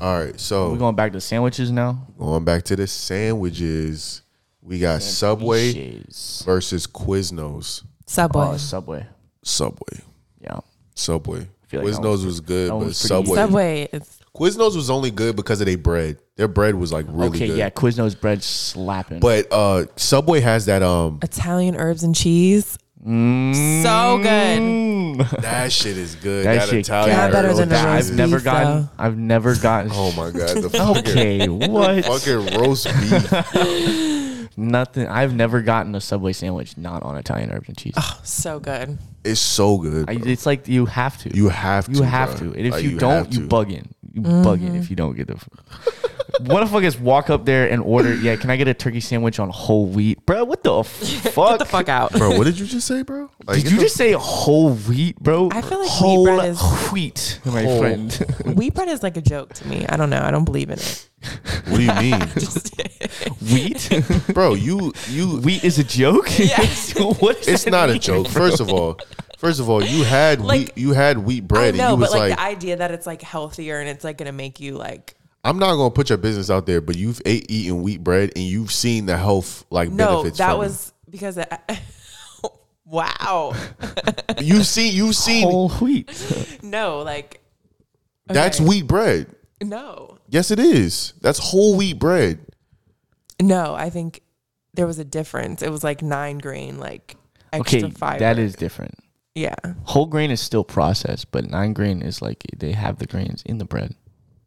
[SPEAKER 2] All right, so
[SPEAKER 1] We're
[SPEAKER 2] going-,
[SPEAKER 1] going back to sandwiches now.
[SPEAKER 2] back to the sandwiches. We got Subway
[SPEAKER 1] Cheese.
[SPEAKER 2] versus Quiznos.
[SPEAKER 3] Subway.
[SPEAKER 1] Oh, Subway.
[SPEAKER 2] Subway.
[SPEAKER 1] Yeah.
[SPEAKER 2] Subway.
[SPEAKER 1] feel like that
[SPEAKER 2] Quiznos was,
[SPEAKER 1] one's
[SPEAKER 2] good,
[SPEAKER 1] that
[SPEAKER 2] but
[SPEAKER 1] one was pretty
[SPEAKER 2] Subway.
[SPEAKER 1] easy.
[SPEAKER 3] Subway. Is,
[SPEAKER 2] Quiznos was only good because of their bread. Their bread was like really
[SPEAKER 1] okay,
[SPEAKER 2] good.
[SPEAKER 1] yeah, Quiznos bread slapping.
[SPEAKER 2] But uh Subway has that um
[SPEAKER 3] Italian herbs and cheese. So
[SPEAKER 2] Mm.
[SPEAKER 3] good.
[SPEAKER 2] that shit is good. That,
[SPEAKER 1] that, shit
[SPEAKER 2] Italian
[SPEAKER 1] got
[SPEAKER 3] Yeah, better
[SPEAKER 2] herb
[SPEAKER 3] than the
[SPEAKER 2] cheese.
[SPEAKER 1] that.
[SPEAKER 3] roast
[SPEAKER 1] I've never
[SPEAKER 3] beef,
[SPEAKER 1] gotten.
[SPEAKER 3] though.
[SPEAKER 1] I've never gotten.
[SPEAKER 2] Oh my god, the fucking,
[SPEAKER 1] okay, what?
[SPEAKER 2] fucking roast beef.
[SPEAKER 1] Nothing. I've never gotten a Subway sandwich not on Italian herbs and cheese.
[SPEAKER 3] So good.
[SPEAKER 2] It's so good.
[SPEAKER 1] I,
[SPEAKER 2] bro.
[SPEAKER 1] it's like you have to.
[SPEAKER 2] You have to.
[SPEAKER 1] You have
[SPEAKER 2] bro.
[SPEAKER 1] to. And if
[SPEAKER 2] Like,
[SPEAKER 1] you,
[SPEAKER 2] have
[SPEAKER 1] don't, you
[SPEAKER 2] to.
[SPEAKER 1] bugging. You bugging
[SPEAKER 3] Mm-hmm.
[SPEAKER 1] if you don't get the. what if I just walk up there and order? Yeah, can I get a turkey sandwich on whole wheat, bro? What the fuck?
[SPEAKER 3] Get the fuck out.
[SPEAKER 2] Bro, what did you just say, bro? Like,
[SPEAKER 1] Did you just say whole wheat, bro?
[SPEAKER 3] I feel like wheat
[SPEAKER 1] whole
[SPEAKER 3] bread is-
[SPEAKER 1] wheat, my
[SPEAKER 2] Whole.
[SPEAKER 1] friend.
[SPEAKER 3] Wheat bread is like a joke to me. I don't know. I don't believe in it.
[SPEAKER 2] What do you mean,
[SPEAKER 1] wheat,
[SPEAKER 2] bro? You you.
[SPEAKER 1] wheat is a joke. what is
[SPEAKER 2] it's
[SPEAKER 1] that
[SPEAKER 2] not a
[SPEAKER 1] mean?
[SPEAKER 2] joke. First of all, first of all, you had
[SPEAKER 3] Like-
[SPEAKER 2] wheat, you had wheat bread,
[SPEAKER 3] I know,
[SPEAKER 2] and you was
[SPEAKER 3] but like,
[SPEAKER 2] like,
[SPEAKER 3] the idea that it's like healthier and it's like gonna make you like
[SPEAKER 2] "I'm not gonna put your business out there," but you've ate eaten wheat bread and you've seen the health like
[SPEAKER 3] no,
[SPEAKER 2] benefits.
[SPEAKER 3] that
[SPEAKER 2] from it.
[SPEAKER 3] was because I, wow,
[SPEAKER 2] you've seen you've seen
[SPEAKER 1] Whole wheat.
[SPEAKER 3] no, like
[SPEAKER 2] that's
[SPEAKER 3] okay.
[SPEAKER 2] wheat bread.
[SPEAKER 3] no,
[SPEAKER 2] Yes, it is. That's whole wheat bread.
[SPEAKER 3] no. I think there was a difference. It was like nine grain, like extra
[SPEAKER 1] Okay,
[SPEAKER 3] fiber.
[SPEAKER 1] that is different.
[SPEAKER 3] yeah,
[SPEAKER 1] Whole grain is still processed, but nine grain is like they have the grains in the bread.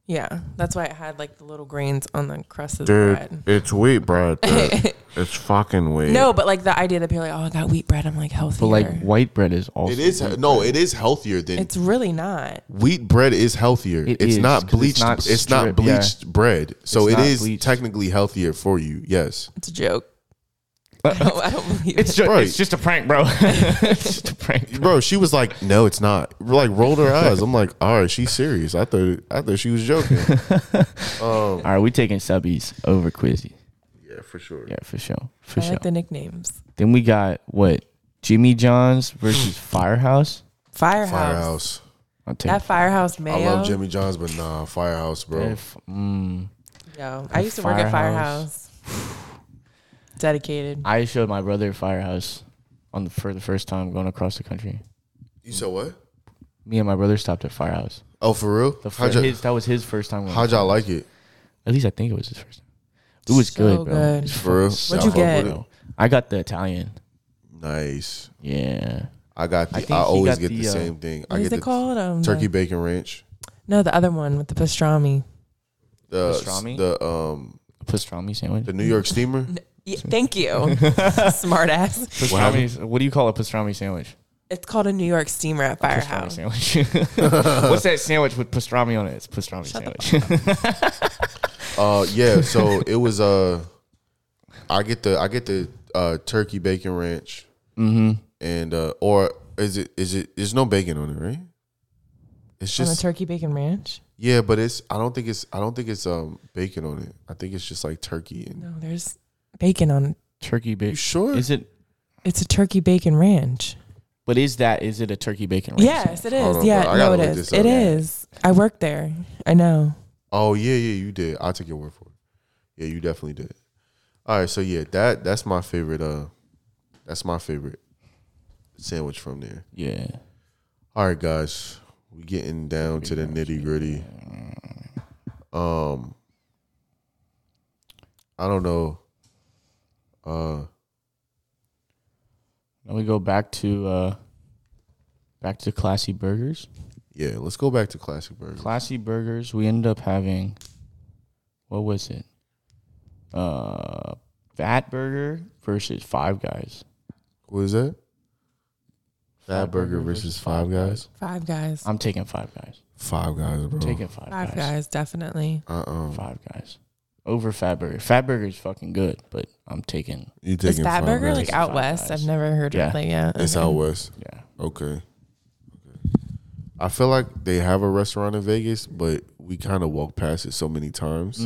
[SPEAKER 3] yeah. That's why it had like the little grains on the crust of the bread.
[SPEAKER 2] it's wheat bread. it's fucking wheat.
[SPEAKER 3] No, but like the idea that people are like, oh, I got wheat bread. I'm like healthier.
[SPEAKER 1] But like white bread is also
[SPEAKER 2] it is no, it is healthier than
[SPEAKER 3] it's really not.
[SPEAKER 2] wheat bread is healthier.
[SPEAKER 1] It is,
[SPEAKER 2] it's not
[SPEAKER 1] 'cause it's
[SPEAKER 2] bleached. It's not,
[SPEAKER 1] not strip- yeah.
[SPEAKER 2] bleached bread, so
[SPEAKER 1] It's
[SPEAKER 2] it
[SPEAKER 1] not
[SPEAKER 2] is
[SPEAKER 1] bleached.
[SPEAKER 2] technically healthier for you. Yes,
[SPEAKER 3] It's a joke. I don't, I don't believe
[SPEAKER 1] It's
[SPEAKER 3] it.
[SPEAKER 1] just,
[SPEAKER 2] Right.
[SPEAKER 1] it's just a prank, bro. it's just a prank.
[SPEAKER 2] bro. She was like, "No, it's not." Like rolled her eyes. I'm like, "All right, she's serious." I thought I thought she was joking.
[SPEAKER 1] All right, we taking subbies over Quizzy.
[SPEAKER 2] yeah, for sure.
[SPEAKER 1] Yeah, for sure, for
[SPEAKER 3] I
[SPEAKER 1] sure.
[SPEAKER 3] like the nicknames.
[SPEAKER 1] then we got what Jimmy John's versus Firehouse.
[SPEAKER 3] Firehouse.
[SPEAKER 2] Firehouse.
[SPEAKER 1] I'll take
[SPEAKER 3] That Firehouse mayo.
[SPEAKER 2] I love Jimmy John's, but nah, Firehouse, bro.
[SPEAKER 1] If- mm,
[SPEAKER 3] Yo, I used to work at
[SPEAKER 1] Firehouse.
[SPEAKER 3] Firehouse. Dedicated.
[SPEAKER 1] I showed my brother Firehouse on the, for the first time going across the country.
[SPEAKER 2] You said what?
[SPEAKER 1] Me and my brother stopped at Firehouse.
[SPEAKER 2] Oh, for real?
[SPEAKER 1] The fir-
[SPEAKER 2] how'd, y'all,
[SPEAKER 1] his, that was his first time. going-
[SPEAKER 2] how'd y'all like it?
[SPEAKER 1] At least I think it was his first time. It was
[SPEAKER 3] So
[SPEAKER 1] good, bro.
[SPEAKER 3] good.
[SPEAKER 1] It was
[SPEAKER 2] For real?
[SPEAKER 1] fucking
[SPEAKER 2] What'd
[SPEAKER 3] you
[SPEAKER 1] so good,
[SPEAKER 3] get?
[SPEAKER 1] bro. I got the Italian.
[SPEAKER 2] Nice.
[SPEAKER 1] Yeah.
[SPEAKER 2] I got.
[SPEAKER 1] I
[SPEAKER 2] The,
[SPEAKER 1] think
[SPEAKER 2] I,
[SPEAKER 1] he
[SPEAKER 2] always
[SPEAKER 1] got
[SPEAKER 2] get the,
[SPEAKER 1] the, uh,
[SPEAKER 2] same thing. I
[SPEAKER 3] What is
[SPEAKER 2] get
[SPEAKER 3] it
[SPEAKER 2] the
[SPEAKER 3] called? Um,
[SPEAKER 2] turkey
[SPEAKER 3] The,
[SPEAKER 2] bacon ranch.
[SPEAKER 3] no, the other one with the pastrami.
[SPEAKER 2] The
[SPEAKER 1] Pastrami?
[SPEAKER 2] The um
[SPEAKER 1] Pastrami sandwich.
[SPEAKER 2] the New York steamer.
[SPEAKER 3] Yeah, thank you, smart ass.
[SPEAKER 1] Pastrami. What do you call a pastrami sandwich?
[SPEAKER 3] It's called a New York steamer at
[SPEAKER 1] Pastrami
[SPEAKER 3] Firehouse.
[SPEAKER 1] sandwich. What's that sandwich with pastrami on it? It's pastrami sandwich.
[SPEAKER 2] Uh, yeah. So it was uh, I get the I get the uh turkey bacon ranch. Mm-hmm. And uh, or is it is it? There's no bacon on it, right? It's
[SPEAKER 3] On the
[SPEAKER 2] just
[SPEAKER 3] turkey bacon ranch?
[SPEAKER 2] yeah, but it's I don't think it's I don't think it's um bacon on it. I think it's just like turkey and
[SPEAKER 3] No, there's bacon on.
[SPEAKER 1] Turkey
[SPEAKER 2] you
[SPEAKER 1] bacon.
[SPEAKER 2] sure?
[SPEAKER 1] Is it?
[SPEAKER 3] It's a turkey bacon ranch.
[SPEAKER 1] But is that? Is it a turkey bacon? Ranch
[SPEAKER 3] Yes, it
[SPEAKER 2] Hold
[SPEAKER 3] is.
[SPEAKER 2] on,
[SPEAKER 3] yeah,
[SPEAKER 2] bro. I
[SPEAKER 3] no,
[SPEAKER 2] gotta
[SPEAKER 3] it
[SPEAKER 2] look
[SPEAKER 3] is.
[SPEAKER 2] this up.
[SPEAKER 3] It is. I worked there. I know.
[SPEAKER 2] oh yeah, yeah, you did. I'll take your word for it. Yeah, you definitely did. All right, so yeah, that that's my favorite. Uh, that's my favorite sandwich from there.
[SPEAKER 1] Yeah.
[SPEAKER 2] All right, guys, we getting down to the nitty gritty. Um, I don't know. Uh,
[SPEAKER 1] Now we go back to uh back to classy burgers.
[SPEAKER 2] yeah, let's go back to classic burger.
[SPEAKER 1] Classy burgers. We ended up having what was it? Uh, Fat Burger versus Five Guys.
[SPEAKER 2] What is that? Fat burger versus Five Guys.
[SPEAKER 3] Five guys.
[SPEAKER 2] Oh,
[SPEAKER 1] I'm taking Five Guys.
[SPEAKER 2] Five Guys, bro.
[SPEAKER 1] Taking Five,
[SPEAKER 3] Five
[SPEAKER 1] guys.
[SPEAKER 3] guys, definitely.
[SPEAKER 2] Uh uh
[SPEAKER 1] Five Guys over Fat Burger. Fat Burger is fucking good, but I'm taking
[SPEAKER 2] You
[SPEAKER 3] Is
[SPEAKER 2] taking
[SPEAKER 3] Fat
[SPEAKER 2] Five
[SPEAKER 3] Burger
[SPEAKER 2] Guys?
[SPEAKER 3] like
[SPEAKER 1] It's
[SPEAKER 3] out
[SPEAKER 1] Five
[SPEAKER 3] west?
[SPEAKER 1] Guys.
[SPEAKER 3] I've never heard
[SPEAKER 1] Yeah.
[SPEAKER 3] of it yet.
[SPEAKER 2] It's
[SPEAKER 3] Okay.
[SPEAKER 2] out west.
[SPEAKER 1] yeah.
[SPEAKER 2] Okay. Okay. I feel like they have a restaurant in Vegas, but we kind of walk past it so many times.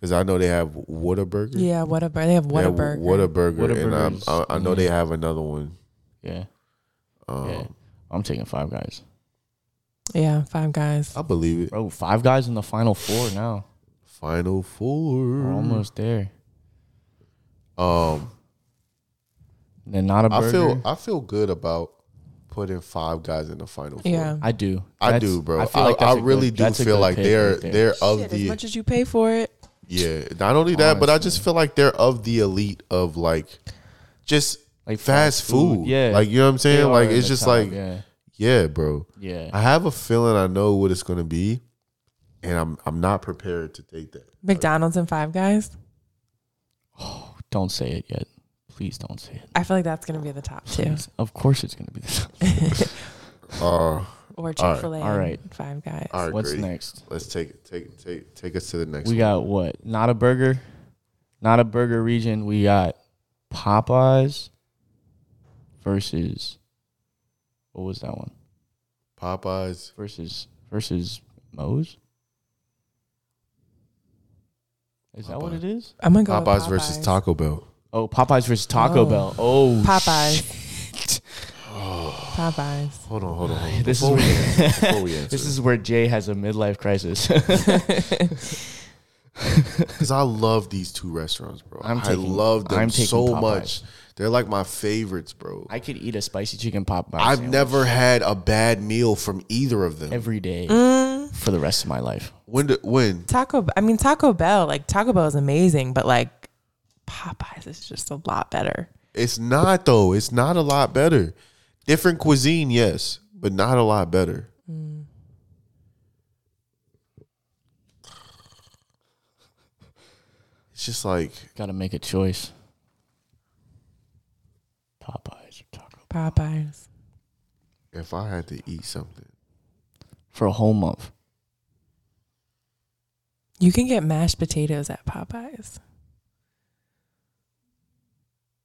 [SPEAKER 2] Cause I know they have Whataburger.
[SPEAKER 3] Yeah, what a burger. They have
[SPEAKER 2] They
[SPEAKER 3] what a
[SPEAKER 2] have
[SPEAKER 3] burger.
[SPEAKER 2] Whataburger, and I'm-
[SPEAKER 1] Whataburger's-
[SPEAKER 2] I, I know they have another one. Um,
[SPEAKER 1] Yeah.
[SPEAKER 2] Uh-huh.
[SPEAKER 1] yeah. I'm taking Five Guys.
[SPEAKER 3] Yeah, Five Guys.
[SPEAKER 2] I believe it.
[SPEAKER 1] Bro, Five Guys in the final four now.
[SPEAKER 2] Final
[SPEAKER 1] We're
[SPEAKER 2] four.
[SPEAKER 1] almost there.
[SPEAKER 2] Mm. Um,
[SPEAKER 1] Then not a burger.
[SPEAKER 2] I feel I feel good about putting five guys in the final four.
[SPEAKER 3] Yeah.
[SPEAKER 1] I do.
[SPEAKER 2] I
[SPEAKER 1] That's-
[SPEAKER 2] do, bro. I,
[SPEAKER 1] feel
[SPEAKER 2] I,
[SPEAKER 1] like that's a
[SPEAKER 2] really
[SPEAKER 1] good-
[SPEAKER 2] do
[SPEAKER 1] that's a
[SPEAKER 2] feel
[SPEAKER 1] good
[SPEAKER 2] like
[SPEAKER 1] pick
[SPEAKER 2] they're
[SPEAKER 1] right there.
[SPEAKER 2] they're of
[SPEAKER 3] Shit, as
[SPEAKER 2] the Oh,
[SPEAKER 3] much as you pay for it.
[SPEAKER 2] Yeah, not only that, but I just feel like they're of the elite of like just
[SPEAKER 1] Like
[SPEAKER 2] like fast
[SPEAKER 1] fast food,
[SPEAKER 2] food.
[SPEAKER 1] yeah.
[SPEAKER 2] like you know what I'm
[SPEAKER 1] They
[SPEAKER 2] saying. Like
[SPEAKER 1] are in
[SPEAKER 2] it's
[SPEAKER 1] the
[SPEAKER 2] just
[SPEAKER 1] top,
[SPEAKER 2] like yeah.
[SPEAKER 1] yeah,
[SPEAKER 2] bro.
[SPEAKER 1] yeah.
[SPEAKER 2] I have a feeling I know what it's gonna be, and I'm I'm not prepared to take that.
[SPEAKER 3] McDonald's and Five Guys.
[SPEAKER 1] don't say it yet. Please don't say it.
[SPEAKER 3] I feel like that's gonna be the top two.
[SPEAKER 1] Please. Of course, it's gonna be this.
[SPEAKER 2] Uh,
[SPEAKER 3] Or Chick Fil A.
[SPEAKER 1] All right.
[SPEAKER 3] Five Guys.
[SPEAKER 2] all right, Uh,
[SPEAKER 1] What's
[SPEAKER 2] Grady.
[SPEAKER 1] next?
[SPEAKER 2] Let's take it. Take take take us to the next.
[SPEAKER 1] We
[SPEAKER 2] one.
[SPEAKER 1] got what? Not a burger. Not a burger region. We got Popeyes versus what was that one?
[SPEAKER 2] Popeyes.
[SPEAKER 1] Versus versus Moe's. Is that what
[SPEAKER 2] Popeye.
[SPEAKER 1] it is?
[SPEAKER 3] I'm gonna go.
[SPEAKER 2] Popeyes,
[SPEAKER 3] with
[SPEAKER 2] versus Taco Bell.
[SPEAKER 1] Oh, Popeyes versus Taco
[SPEAKER 3] Oh.
[SPEAKER 1] Bell. Oh,
[SPEAKER 3] Popeyes. Popeyes.
[SPEAKER 2] Hold on, hold on. Hold on.
[SPEAKER 1] This
[SPEAKER 2] before
[SPEAKER 1] is
[SPEAKER 2] we answer, before we answer,
[SPEAKER 1] This is where Jay has a midlife crisis.
[SPEAKER 2] Because I love these two restaurants, bro. i
[SPEAKER 1] I'm taking-
[SPEAKER 2] love them
[SPEAKER 1] I'm taking
[SPEAKER 2] so
[SPEAKER 1] Popeyes.
[SPEAKER 2] much. They're like my favorites, bro.
[SPEAKER 1] I could eat a spicy chicken Popeye.
[SPEAKER 2] I've
[SPEAKER 1] sandwich
[SPEAKER 2] never had a bad meal from either of them.
[SPEAKER 1] every day
[SPEAKER 3] Mm.
[SPEAKER 1] for the rest of my life.
[SPEAKER 2] when do, when
[SPEAKER 3] Taco. I mean Taco Bell. Like Taco Bell is amazing, but like Popeyes is just a lot better.
[SPEAKER 2] it's not though. It's not a lot better. Different cuisine, yes, but not a lot better. It's just like
[SPEAKER 1] Got to make a choice. Popeyes or Taco Bell
[SPEAKER 3] Popeyes.
[SPEAKER 2] if I had to eat something.
[SPEAKER 1] for a whole month.
[SPEAKER 3] You can get mashed potatoes at Popeyes.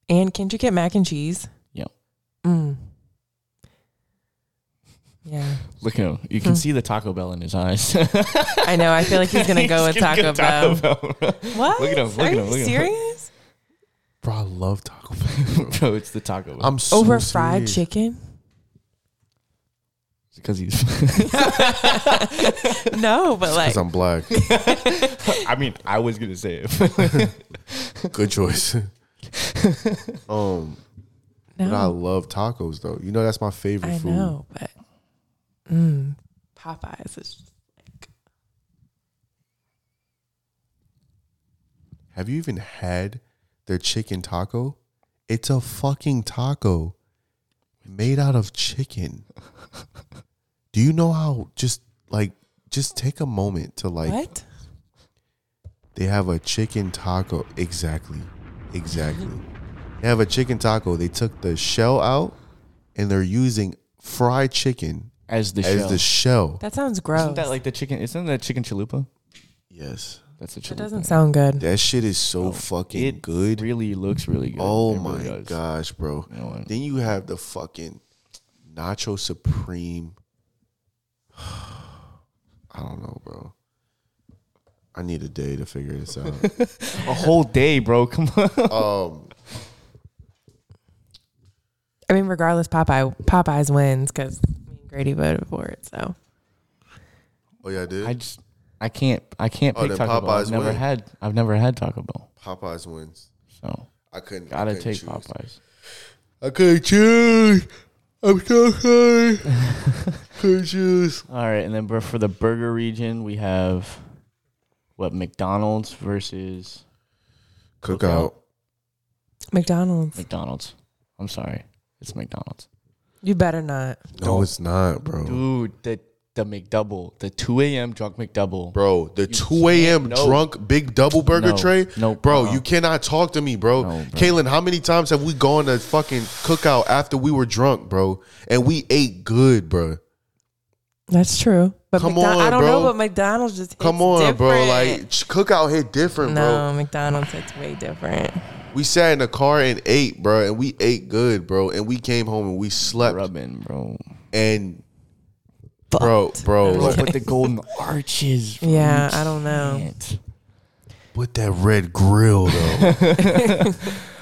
[SPEAKER 3] And can't you get mac and cheese?
[SPEAKER 1] Yep.
[SPEAKER 3] Mm. Yeah.
[SPEAKER 1] Look at him. You
[SPEAKER 3] Hmm.
[SPEAKER 1] can see the Taco Bell in his eyes.
[SPEAKER 3] I know. I feel like he's gonna go with Taco, Bell. What?
[SPEAKER 1] Look at him, look
[SPEAKER 3] Are
[SPEAKER 1] at him,
[SPEAKER 3] you
[SPEAKER 1] look at him.
[SPEAKER 3] serious?
[SPEAKER 2] Bro, I love Taco Bell.
[SPEAKER 1] Bro, it's the Taco Bell.
[SPEAKER 2] I'm so
[SPEAKER 3] Over fried
[SPEAKER 2] serious.
[SPEAKER 3] chicken?
[SPEAKER 1] Because he's.
[SPEAKER 3] No, but like
[SPEAKER 2] Cause I'm black.
[SPEAKER 1] I mean, I was gonna say it.
[SPEAKER 2] Good choice. um, but I
[SPEAKER 3] no.
[SPEAKER 2] love tacos though. You know that's my favorite
[SPEAKER 3] I
[SPEAKER 2] food.
[SPEAKER 3] know, but mm, Popeyes is just like
[SPEAKER 2] Have you even had their chicken taco? It's a fucking taco made out of chicken. Do you know how just like just take a moment to like
[SPEAKER 3] what?
[SPEAKER 2] they have a chicken taco exactly. Exactly. they have a chicken taco. They took the shell out and they're using fried chicken
[SPEAKER 1] As the
[SPEAKER 2] as
[SPEAKER 1] shell.
[SPEAKER 2] the shell.
[SPEAKER 3] That sounds gross.
[SPEAKER 1] isn't that like the chicken? Isn't that chicken chalupa?
[SPEAKER 2] yes.
[SPEAKER 1] That's a chalupa.
[SPEAKER 3] that doesn't sound good.
[SPEAKER 2] That shit is so fucking
[SPEAKER 1] it
[SPEAKER 2] good.
[SPEAKER 1] Really looks really good.
[SPEAKER 2] Oh
[SPEAKER 1] It
[SPEAKER 2] my
[SPEAKER 1] really does.
[SPEAKER 2] gosh, bro.
[SPEAKER 1] You know what?
[SPEAKER 2] Then you have the fucking Nacho Supreme. I don't know, bro. I need a day to figure this out.
[SPEAKER 1] A whole day, bro. Come on.
[SPEAKER 2] um,
[SPEAKER 3] I mean, regardless, Popeye Popeyes wins because me and Grady voted for it. So
[SPEAKER 2] oh yeah, I did.
[SPEAKER 1] I just I can't. I can't
[SPEAKER 2] Oh,
[SPEAKER 1] pick
[SPEAKER 2] then
[SPEAKER 1] Taco Bell. I've
[SPEAKER 2] Popeyes
[SPEAKER 1] never
[SPEAKER 2] win.
[SPEAKER 1] had. I've never had Taco Bell.
[SPEAKER 2] Popeyes wins.
[SPEAKER 1] So
[SPEAKER 2] I couldn't. I
[SPEAKER 1] gotta
[SPEAKER 2] couldn't
[SPEAKER 1] take
[SPEAKER 2] choose.
[SPEAKER 1] Popeyes.
[SPEAKER 2] I couldn't choose. I'm so sorry. couldn't choose.
[SPEAKER 1] All right, and then bur- for the burger region, we have what McDonald's versus
[SPEAKER 2] Cookout.
[SPEAKER 3] McDonald's.
[SPEAKER 1] McDonald's. I'm sorry, it's McDonald's.
[SPEAKER 3] You better not.
[SPEAKER 2] No, it's not, bro.
[SPEAKER 1] Dude, the the McDouble, the 2 a.m. drunk McDouble.
[SPEAKER 2] Bro, the 2 a.m.
[SPEAKER 1] no.
[SPEAKER 2] drunk big double burger
[SPEAKER 1] No,
[SPEAKER 2] tray.
[SPEAKER 1] no,
[SPEAKER 2] bro,
[SPEAKER 1] uh-uh.
[SPEAKER 2] you cannot talk to me, bro.
[SPEAKER 1] No, bro.
[SPEAKER 2] Kaylin, how many times have we gone to fucking cookout after we were drunk, bro, and we ate good, bro?
[SPEAKER 3] That's true. But
[SPEAKER 2] Come
[SPEAKER 3] McDo- I
[SPEAKER 2] on,
[SPEAKER 3] don't
[SPEAKER 2] bro.
[SPEAKER 3] know, but McDonald's just hits
[SPEAKER 2] Come on, bro.
[SPEAKER 3] different.
[SPEAKER 2] Like ch- cookout hit different, bro.
[SPEAKER 3] no, McDonald's hits way different.
[SPEAKER 2] We sat in the car and ate, bro, and we ate good, bro, and we came home and we slept
[SPEAKER 1] Rubbing, bro.
[SPEAKER 2] and bro,
[SPEAKER 3] Fucked.
[SPEAKER 2] bro,
[SPEAKER 1] Bro,
[SPEAKER 2] like,
[SPEAKER 1] but the golden arches. bro,
[SPEAKER 3] Yeah,
[SPEAKER 1] you
[SPEAKER 3] I don't know.
[SPEAKER 1] can't.
[SPEAKER 2] with that red grill though. uh,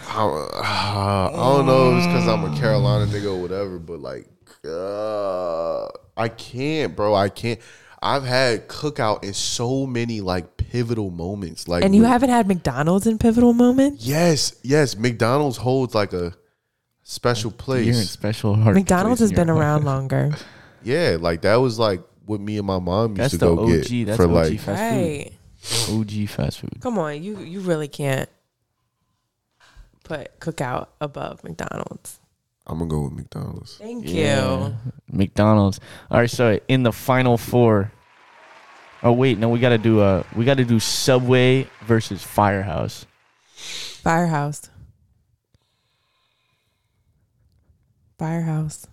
[SPEAKER 2] I, I don't know, it's because I'm a Carolina nigga or whatever, but like, uh, I can't, bro. I can't. I've had cookout in so many like pivotal moments, like,
[SPEAKER 3] And you
[SPEAKER 2] with-
[SPEAKER 3] haven't had McDonald's in pivotal moments?
[SPEAKER 2] yes, yes. McDonald's holds like a special
[SPEAKER 1] You're in
[SPEAKER 2] place.
[SPEAKER 1] special heart.
[SPEAKER 3] McDonald's has
[SPEAKER 1] place in
[SPEAKER 3] been
[SPEAKER 1] your heart.
[SPEAKER 3] around longer.
[SPEAKER 2] Yeah, like that was like what me and my mom used
[SPEAKER 1] That's
[SPEAKER 2] to
[SPEAKER 1] the
[SPEAKER 2] go
[SPEAKER 1] OG.
[SPEAKER 2] get
[SPEAKER 1] That's
[SPEAKER 2] for
[SPEAKER 1] OG
[SPEAKER 2] like
[SPEAKER 1] fast
[SPEAKER 3] Right.
[SPEAKER 1] food. OG fast food.
[SPEAKER 3] Come on, you you really can't put cookout above McDonald's.
[SPEAKER 2] I'm gonna go with McDonald's.
[SPEAKER 3] Thank
[SPEAKER 1] Yeah.
[SPEAKER 3] you.
[SPEAKER 1] McDonald's. All right, so in the final four. Oh wait, no, we gotta do uh we gotta do Subway versus Firehouse.
[SPEAKER 3] Firehouse. Firehouse.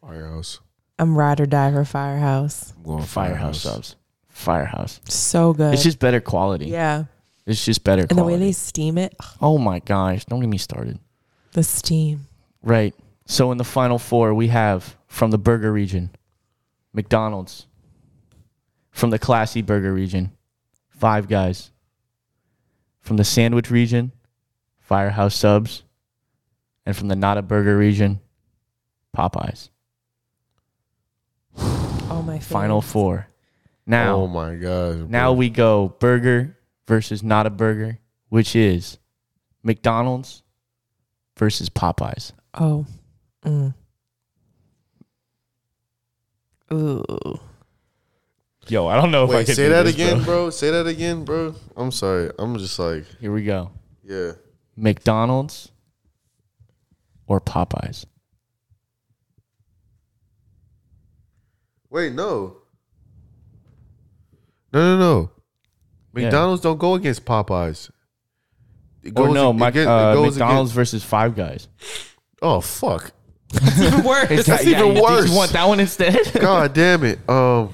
[SPEAKER 2] Firehouse.
[SPEAKER 3] I'm ride or die for Firehouse.
[SPEAKER 2] I'm going
[SPEAKER 1] Firehouse subs. Firehouse.
[SPEAKER 3] So good.
[SPEAKER 1] It's just better quality.
[SPEAKER 3] yeah.
[SPEAKER 1] It's just better
[SPEAKER 3] And the
[SPEAKER 1] quality.
[SPEAKER 3] way they steam it, ugh,
[SPEAKER 1] oh my gosh, don't get me started.
[SPEAKER 3] the steam.
[SPEAKER 1] Right. So in the final four, we have from the burger region, McDonald's. From the classy burger region, Five Guys. From the sandwich region, Firehouse Subs. And from the not a burger region, Popeyes.
[SPEAKER 3] Oh my
[SPEAKER 1] Final
[SPEAKER 3] faves.
[SPEAKER 1] four. Now,
[SPEAKER 2] Oh my gosh. bro.
[SPEAKER 1] now we go burger versus not a burger, which is McDonald's versus Popeyes.
[SPEAKER 3] Oh. Mm. Ooh.
[SPEAKER 1] Yo, I don't know
[SPEAKER 2] Wait, say that again, bro. Say that again, bro. I'm sorry. I'm just like,
[SPEAKER 1] Here we go.
[SPEAKER 2] yeah.
[SPEAKER 1] McDonald's or Popeyes?
[SPEAKER 2] Wait, no. No, no, no. McDonald's don't go against Popeyes. It
[SPEAKER 1] Or no,
[SPEAKER 2] ag-
[SPEAKER 1] my,
[SPEAKER 2] against- it
[SPEAKER 1] uh,
[SPEAKER 2] goes
[SPEAKER 1] McDonald's
[SPEAKER 2] against-
[SPEAKER 1] versus Five Guys.
[SPEAKER 2] oh fuck!
[SPEAKER 3] Even worse.
[SPEAKER 2] That's even worse.
[SPEAKER 1] You want that one instead?
[SPEAKER 2] God damn it. Um,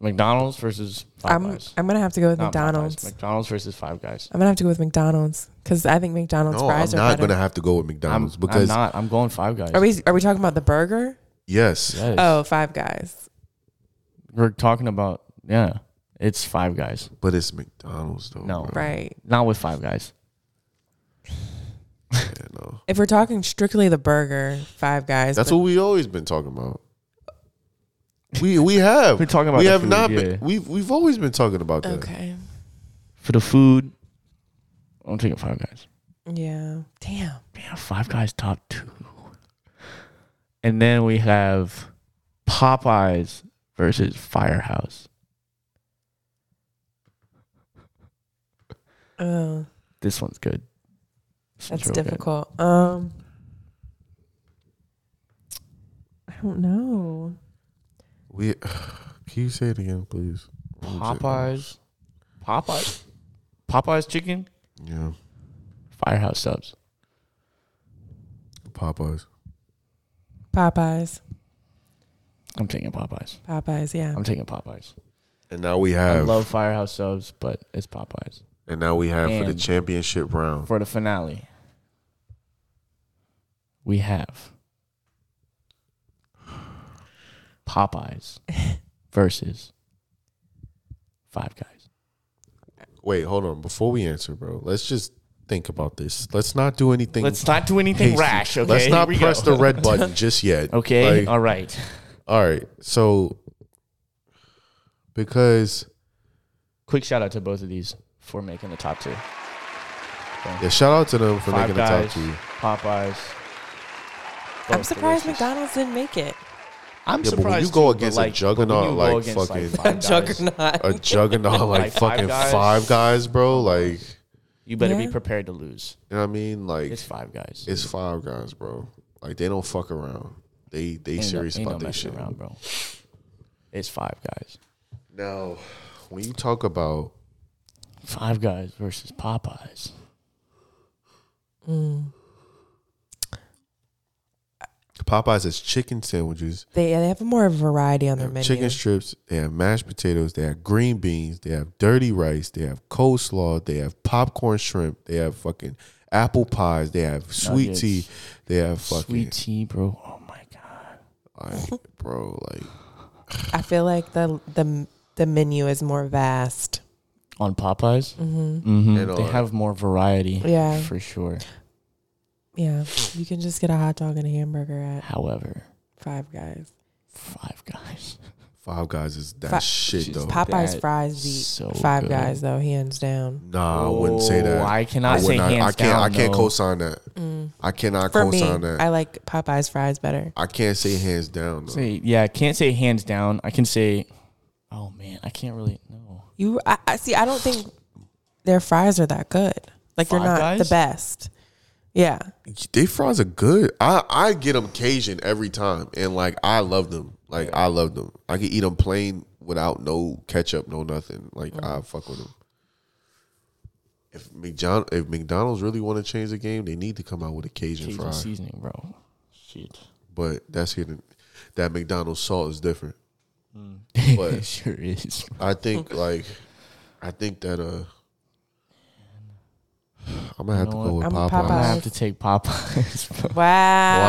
[SPEAKER 1] McDonald's versus Five
[SPEAKER 3] I'm
[SPEAKER 1] Guys.
[SPEAKER 3] I'm gonna have to go with
[SPEAKER 1] Not Popeyes,
[SPEAKER 3] McDonald's.
[SPEAKER 1] McDonald's versus Five Guys.
[SPEAKER 3] I'm gonna have to go with McDonald's because I think McDonald's
[SPEAKER 2] no, I'm
[SPEAKER 3] fries are
[SPEAKER 2] not
[SPEAKER 3] better.
[SPEAKER 2] gonna have to go with
[SPEAKER 1] I'm,
[SPEAKER 2] McDonald's
[SPEAKER 1] I'm
[SPEAKER 2] because
[SPEAKER 1] not. I'm going Five Guys.
[SPEAKER 3] are we are we talking about the burger?
[SPEAKER 2] yes,
[SPEAKER 1] Yes.
[SPEAKER 3] Oh, Five Guys.
[SPEAKER 1] We're talking about yeah. It's Five Guys.
[SPEAKER 2] but it's McDonald's though.
[SPEAKER 1] No.
[SPEAKER 2] bro.
[SPEAKER 3] Right.
[SPEAKER 1] Not with Five Guys.
[SPEAKER 2] Yeah, no.
[SPEAKER 3] If we're talking strictly the burger, Five Guys.
[SPEAKER 2] That's
[SPEAKER 3] but
[SPEAKER 2] what we always been talking about. We we have
[SPEAKER 1] We're talking about
[SPEAKER 2] we
[SPEAKER 1] the
[SPEAKER 2] have
[SPEAKER 1] food,
[SPEAKER 2] not
[SPEAKER 1] yeah.
[SPEAKER 2] been we've we've always been talking about that.
[SPEAKER 3] Okay.
[SPEAKER 1] For the food, I'm taking Five Guys.
[SPEAKER 3] Yeah. Damn.
[SPEAKER 1] Yeah, Five Guys top two. And then we have Popeyes versus Firehouse.
[SPEAKER 3] Oh,
[SPEAKER 1] This one's good. This one's
[SPEAKER 3] that's
[SPEAKER 1] real good.
[SPEAKER 3] difficult. Um. I don't know.
[SPEAKER 2] We can you say it again, please?
[SPEAKER 1] Popeyes. Popeyes. Popeyes chicken.
[SPEAKER 2] Yeah,
[SPEAKER 1] Firehouse subs.
[SPEAKER 2] Popeyes.
[SPEAKER 3] Popeyes.
[SPEAKER 1] I'm taking Popeyes.
[SPEAKER 3] Popeyes. Yeah.
[SPEAKER 1] I'm taking Popeyes.
[SPEAKER 2] And now we
[SPEAKER 1] I
[SPEAKER 2] have
[SPEAKER 1] love Firehouse subs, but it's Popeyes
[SPEAKER 2] and now we have for the
[SPEAKER 1] And-
[SPEAKER 2] championship round.
[SPEAKER 1] for the finale. We have Popeyes versus Five Guys.
[SPEAKER 2] Wait, hold on. Before we answer, bro, let's just think about this. Let's not do anything.
[SPEAKER 1] Let's not do anything
[SPEAKER 2] hasty.
[SPEAKER 1] rash. Okay,
[SPEAKER 2] Let's
[SPEAKER 1] Here
[SPEAKER 2] not
[SPEAKER 1] we
[SPEAKER 2] press
[SPEAKER 1] go.
[SPEAKER 2] the red button just yet.
[SPEAKER 1] Okay,
[SPEAKER 2] Like,
[SPEAKER 1] all right.
[SPEAKER 2] all right. So because
[SPEAKER 1] Quick shout out to both of these for making the top two.
[SPEAKER 2] Yeah, shout out to them for
[SPEAKER 1] Five
[SPEAKER 2] making
[SPEAKER 1] Guys,
[SPEAKER 2] the top two.
[SPEAKER 1] Popeyes.
[SPEAKER 3] I'm
[SPEAKER 1] Both
[SPEAKER 3] surprised
[SPEAKER 1] delicious.
[SPEAKER 3] McDonald's didn't make it.
[SPEAKER 1] I'm
[SPEAKER 2] Yeah, but when
[SPEAKER 1] surprised
[SPEAKER 2] you go
[SPEAKER 1] too,
[SPEAKER 2] against a
[SPEAKER 1] but like, but
[SPEAKER 2] juggernaut
[SPEAKER 1] when you
[SPEAKER 2] like
[SPEAKER 1] go against
[SPEAKER 2] fucking-
[SPEAKER 1] like Five Guys,
[SPEAKER 3] Juggernaut.
[SPEAKER 2] A juggernaut like,
[SPEAKER 1] Like Five
[SPEAKER 2] fucking
[SPEAKER 1] Guys.
[SPEAKER 2] five guys, bro. Like
[SPEAKER 1] you better be
[SPEAKER 3] Yeah.
[SPEAKER 1] prepared to lose.
[SPEAKER 2] you know what I mean? Like
[SPEAKER 1] It's Five Guys.
[SPEAKER 2] It's five guys, bro. Like they don't fuck around. They they
[SPEAKER 1] Ain't no-
[SPEAKER 2] serious
[SPEAKER 1] ain't
[SPEAKER 2] about
[SPEAKER 1] no
[SPEAKER 2] their
[SPEAKER 1] messing
[SPEAKER 2] shit.
[SPEAKER 1] around, bro. It's Five Guys.
[SPEAKER 2] Now, when you talk about
[SPEAKER 1] Five Guys versus Popeyes.
[SPEAKER 2] Popeyes has chicken sandwiches,
[SPEAKER 3] They they have more variety on
[SPEAKER 2] they
[SPEAKER 3] their
[SPEAKER 2] have
[SPEAKER 3] menu.
[SPEAKER 2] chicken strips, they have mashed potatoes, they have green beans, they have dirty rice, they have coleslaw, they have popcorn shrimp, they have fucking apple pies, they have sweet
[SPEAKER 1] Nuggets.
[SPEAKER 2] tea, they have fucking
[SPEAKER 1] Sweet tea, bro. Oh my god.
[SPEAKER 2] like, bro, like
[SPEAKER 3] I feel like the the the menu is more vast.
[SPEAKER 1] On Popeyes,
[SPEAKER 3] hmm
[SPEAKER 1] Mhm.
[SPEAKER 2] And
[SPEAKER 1] they
[SPEAKER 2] on-
[SPEAKER 1] have more variety.
[SPEAKER 3] Yeah.
[SPEAKER 1] for sure.
[SPEAKER 3] Yeah, you can just get a hot dog and a hamburger at
[SPEAKER 1] However,
[SPEAKER 3] Five Guys.
[SPEAKER 1] Five Guys.
[SPEAKER 2] five guys is that
[SPEAKER 3] Fi-
[SPEAKER 2] shit though.
[SPEAKER 1] Pop-
[SPEAKER 3] Popeye's
[SPEAKER 1] That
[SPEAKER 3] fries beat
[SPEAKER 1] so
[SPEAKER 3] Five
[SPEAKER 1] good.
[SPEAKER 3] Guys though, hands down.
[SPEAKER 2] nah, I wouldn't say that.
[SPEAKER 1] Oh, I cannot
[SPEAKER 2] would
[SPEAKER 1] say
[SPEAKER 2] not-
[SPEAKER 1] hands
[SPEAKER 2] I can't
[SPEAKER 1] down.
[SPEAKER 2] I can't
[SPEAKER 1] though. Mm.
[SPEAKER 2] co-sign that. I cannot
[SPEAKER 3] For me,
[SPEAKER 2] co-sign that.
[SPEAKER 3] I like Popeye's fries better.
[SPEAKER 2] I can't say hands down. Though.
[SPEAKER 1] Say yeah, I can't say hands down. I can say, oh man, I can't really no.
[SPEAKER 3] You, I, I see. I don't think their fries are that good. Like they're
[SPEAKER 1] Five
[SPEAKER 3] not the
[SPEAKER 1] Guys?
[SPEAKER 3] best. Yeah,
[SPEAKER 2] They fries are good. I I get them Cajun every time, and like I love them. Like I love them. I can eat them plain without no ketchup, no nothing. Like I fuck with them. If McDonald, if McDonald's really want to change the game, they need to come out with a Cajun,
[SPEAKER 1] Cajun
[SPEAKER 2] fry.
[SPEAKER 1] seasoning, bro. Shit.
[SPEAKER 2] But that's hidden. That McDonald's salt is different.
[SPEAKER 1] it sure is.
[SPEAKER 2] I think like, I think that uh, I'm gonna have
[SPEAKER 1] know
[SPEAKER 2] to
[SPEAKER 1] what?
[SPEAKER 2] go with
[SPEAKER 3] I'm
[SPEAKER 2] Popeyes.
[SPEAKER 1] I'm gonna
[SPEAKER 3] Popeyes.
[SPEAKER 1] have to take Popeyes. bro.
[SPEAKER 3] Wow.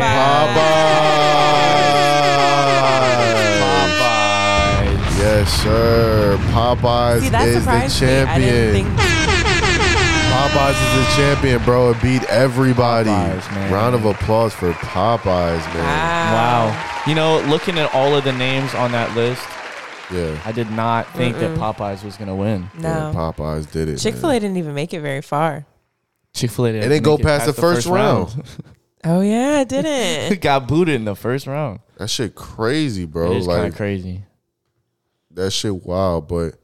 [SPEAKER 2] Wow, Popeyes.
[SPEAKER 1] Popeyes.
[SPEAKER 2] Yes, sir. Popeyes
[SPEAKER 3] See, that
[SPEAKER 2] is the
[SPEAKER 3] surprised me. I
[SPEAKER 2] champion.
[SPEAKER 3] didn't think
[SPEAKER 2] Popeyes is the champion, bro. It beat everybody.
[SPEAKER 1] Popeyes, man.
[SPEAKER 2] Round of applause for Popeyes,
[SPEAKER 3] Ah,
[SPEAKER 2] man.
[SPEAKER 1] Wow. You know, looking at all of the names on that list,
[SPEAKER 2] Yeah.
[SPEAKER 1] I did not think that Popeyes was gonna win.
[SPEAKER 2] yeah.
[SPEAKER 3] No.
[SPEAKER 2] Popeyes did it.
[SPEAKER 3] Chick Fil A
[SPEAKER 2] man.
[SPEAKER 3] didn't even make it very far.
[SPEAKER 1] Chick Fil A
[SPEAKER 2] It didn't go past, the first, round.
[SPEAKER 3] Oh yeah, it
[SPEAKER 1] It
[SPEAKER 3] didn't.
[SPEAKER 1] got booted in the first round.
[SPEAKER 2] That shit crazy,
[SPEAKER 1] It
[SPEAKER 2] bro.
[SPEAKER 1] is kind
[SPEAKER 2] Like
[SPEAKER 1] of crazy,
[SPEAKER 2] that shit wild, but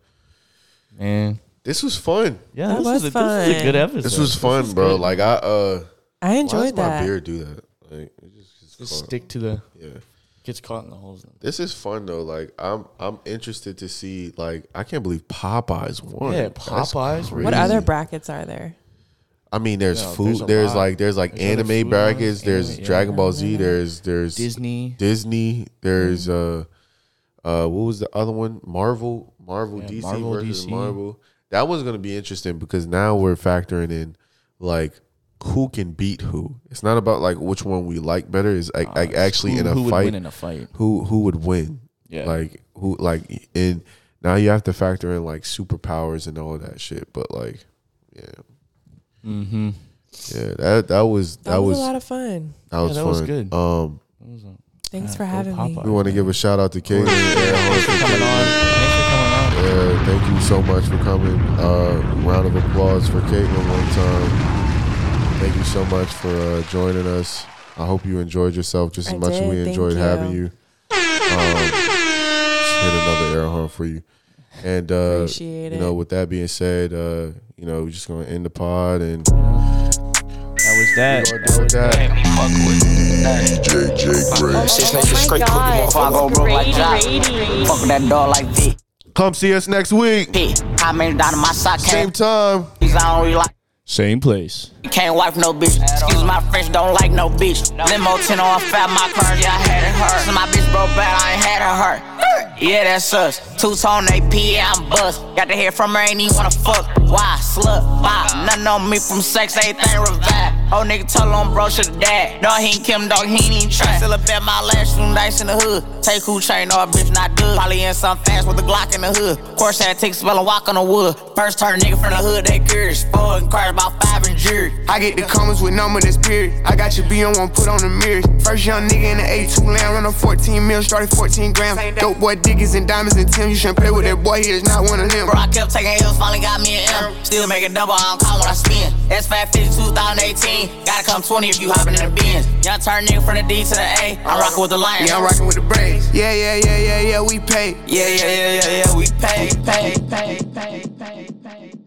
[SPEAKER 1] man.
[SPEAKER 2] this was fun.
[SPEAKER 1] Yeah,
[SPEAKER 3] That
[SPEAKER 1] this
[SPEAKER 3] was
[SPEAKER 1] was a, This is a
[SPEAKER 3] fun.
[SPEAKER 1] good episode.
[SPEAKER 2] This was fun,
[SPEAKER 1] is
[SPEAKER 2] bro.
[SPEAKER 1] good.
[SPEAKER 2] Like I uh
[SPEAKER 3] I
[SPEAKER 2] why does
[SPEAKER 3] enjoyed
[SPEAKER 2] my
[SPEAKER 3] that.
[SPEAKER 2] beard do that? Like it just, gets
[SPEAKER 1] Just
[SPEAKER 2] caught.
[SPEAKER 1] stick to the
[SPEAKER 2] Yeah.
[SPEAKER 1] gets caught in the holes.
[SPEAKER 2] This is fun though. Like I'm, I'm interested to see. Like I can't believe Popeyes won.
[SPEAKER 1] Yeah,
[SPEAKER 2] That's
[SPEAKER 1] Popeyes,
[SPEAKER 2] crazy.
[SPEAKER 3] What other brackets are there?
[SPEAKER 2] I mean, there's
[SPEAKER 1] No,
[SPEAKER 2] food.
[SPEAKER 1] there's a
[SPEAKER 2] There's,
[SPEAKER 1] lot.
[SPEAKER 2] like, there's like
[SPEAKER 1] There's other
[SPEAKER 2] anime
[SPEAKER 1] food
[SPEAKER 2] brackets.
[SPEAKER 1] ones,
[SPEAKER 2] There's
[SPEAKER 1] anime, yeah.
[SPEAKER 2] Dragon Ball Z. There's there's
[SPEAKER 1] Disney.
[SPEAKER 2] Disney. There's uh, uh, what was the other one? Marvel. Marvel
[SPEAKER 1] Yeah,
[SPEAKER 2] DC
[SPEAKER 1] Marvel,
[SPEAKER 2] versus
[SPEAKER 1] DC.
[SPEAKER 2] Marvel. That one's gonna be interesting because now we're factoring in like who can beat who. It's not about like which one we like better. It's like, like
[SPEAKER 1] Uh,
[SPEAKER 2] actually
[SPEAKER 1] who,
[SPEAKER 2] in a
[SPEAKER 1] who would
[SPEAKER 2] fight
[SPEAKER 1] win in a fight?
[SPEAKER 2] who who would win.
[SPEAKER 1] Yeah.
[SPEAKER 2] Like who like and now you have to factor in like superpowers and all that shit. But like yeah.
[SPEAKER 1] Mm-hmm.
[SPEAKER 2] Yeah, that that was that,
[SPEAKER 3] That,
[SPEAKER 2] was,
[SPEAKER 3] was, a lot of fun.
[SPEAKER 2] that was
[SPEAKER 1] that
[SPEAKER 2] fun.
[SPEAKER 1] was good.
[SPEAKER 2] Um
[SPEAKER 3] Thanks
[SPEAKER 1] Yeah,
[SPEAKER 3] for
[SPEAKER 1] go
[SPEAKER 3] having me.
[SPEAKER 1] Popeye.
[SPEAKER 2] we want to give a shout out to Katie.
[SPEAKER 1] Thanks for coming on. Thanks for coming on.
[SPEAKER 2] Yeah, thank you so much for coming. Uh, round of applause for Caitlin one time. Thank you so much for uh, joining us. I hope you enjoyed yourself just as
[SPEAKER 3] I
[SPEAKER 2] much as
[SPEAKER 3] did,
[SPEAKER 2] we
[SPEAKER 3] thank
[SPEAKER 2] enjoyed having you.
[SPEAKER 3] you.
[SPEAKER 2] Um, just hit another air horn for you. And uh,
[SPEAKER 3] Appreciate
[SPEAKER 2] you know,
[SPEAKER 3] it.
[SPEAKER 2] with that being said, uh, you know, we're just gonna end the pod and
[SPEAKER 1] That was that.
[SPEAKER 2] We're doing that.
[SPEAKER 6] Six niggas
[SPEAKER 5] Oh my
[SPEAKER 6] straight, cooking
[SPEAKER 5] god,
[SPEAKER 6] them five on
[SPEAKER 5] it's
[SPEAKER 6] roll like that.
[SPEAKER 5] Grady.
[SPEAKER 6] Fucking that dog like Vic.
[SPEAKER 2] come see us next week,
[SPEAKER 6] Vic. I mean, down in my sock
[SPEAKER 2] same
[SPEAKER 6] cat.
[SPEAKER 2] time.
[SPEAKER 6] I don't really like.
[SPEAKER 1] Same place.
[SPEAKER 6] Can't wife no bitch. Excuse my French, don't like no bitch. Limo 10 on fat, my car, yeah, I had it hurt. So my bitch broke bad, I ain't had her hurt. Yeah, that's us. Two tone AP, yeah, I'm bust. Got to hear from her, ain't even wanna fuck. Why? Slut, bop. Nothing on me from sex, everything revived. Old nigga told on bro should die. No, he ain't Kim, dog, he ain't even try. Still up at my last room, dice in the hood. Take who chain, no, a bitch not good. Probably in some fast with a Glock in the hood. Course had take spell and walk on the wood. First turn nigga from the hood, they curious. Four and cars about five and jury.
[SPEAKER 7] I get the comments with number that's period. I got your B on one put on the mirrors. First young nigga in the 82 land, run a 14 mil, started 14 grams. Dope boy diggers and diamonds and Tim. You shouldn't play with that boy, he is not one of them.
[SPEAKER 6] Bro, I kept taking L's, finally got me an M. Still making double, I don't call what I spend. That's 550 2018. Gotta come 20 if you hopping in the bins. Young turn nigga from the D to the A. I'm rocking with the lion.
[SPEAKER 7] Yeah, I'm rocking with the braids. Yeah, yeah, yeah, yeah, yeah, we pay.
[SPEAKER 6] Yeah, yeah, yeah, yeah, yeah. We pay, pay, pay, pay, pay, pay.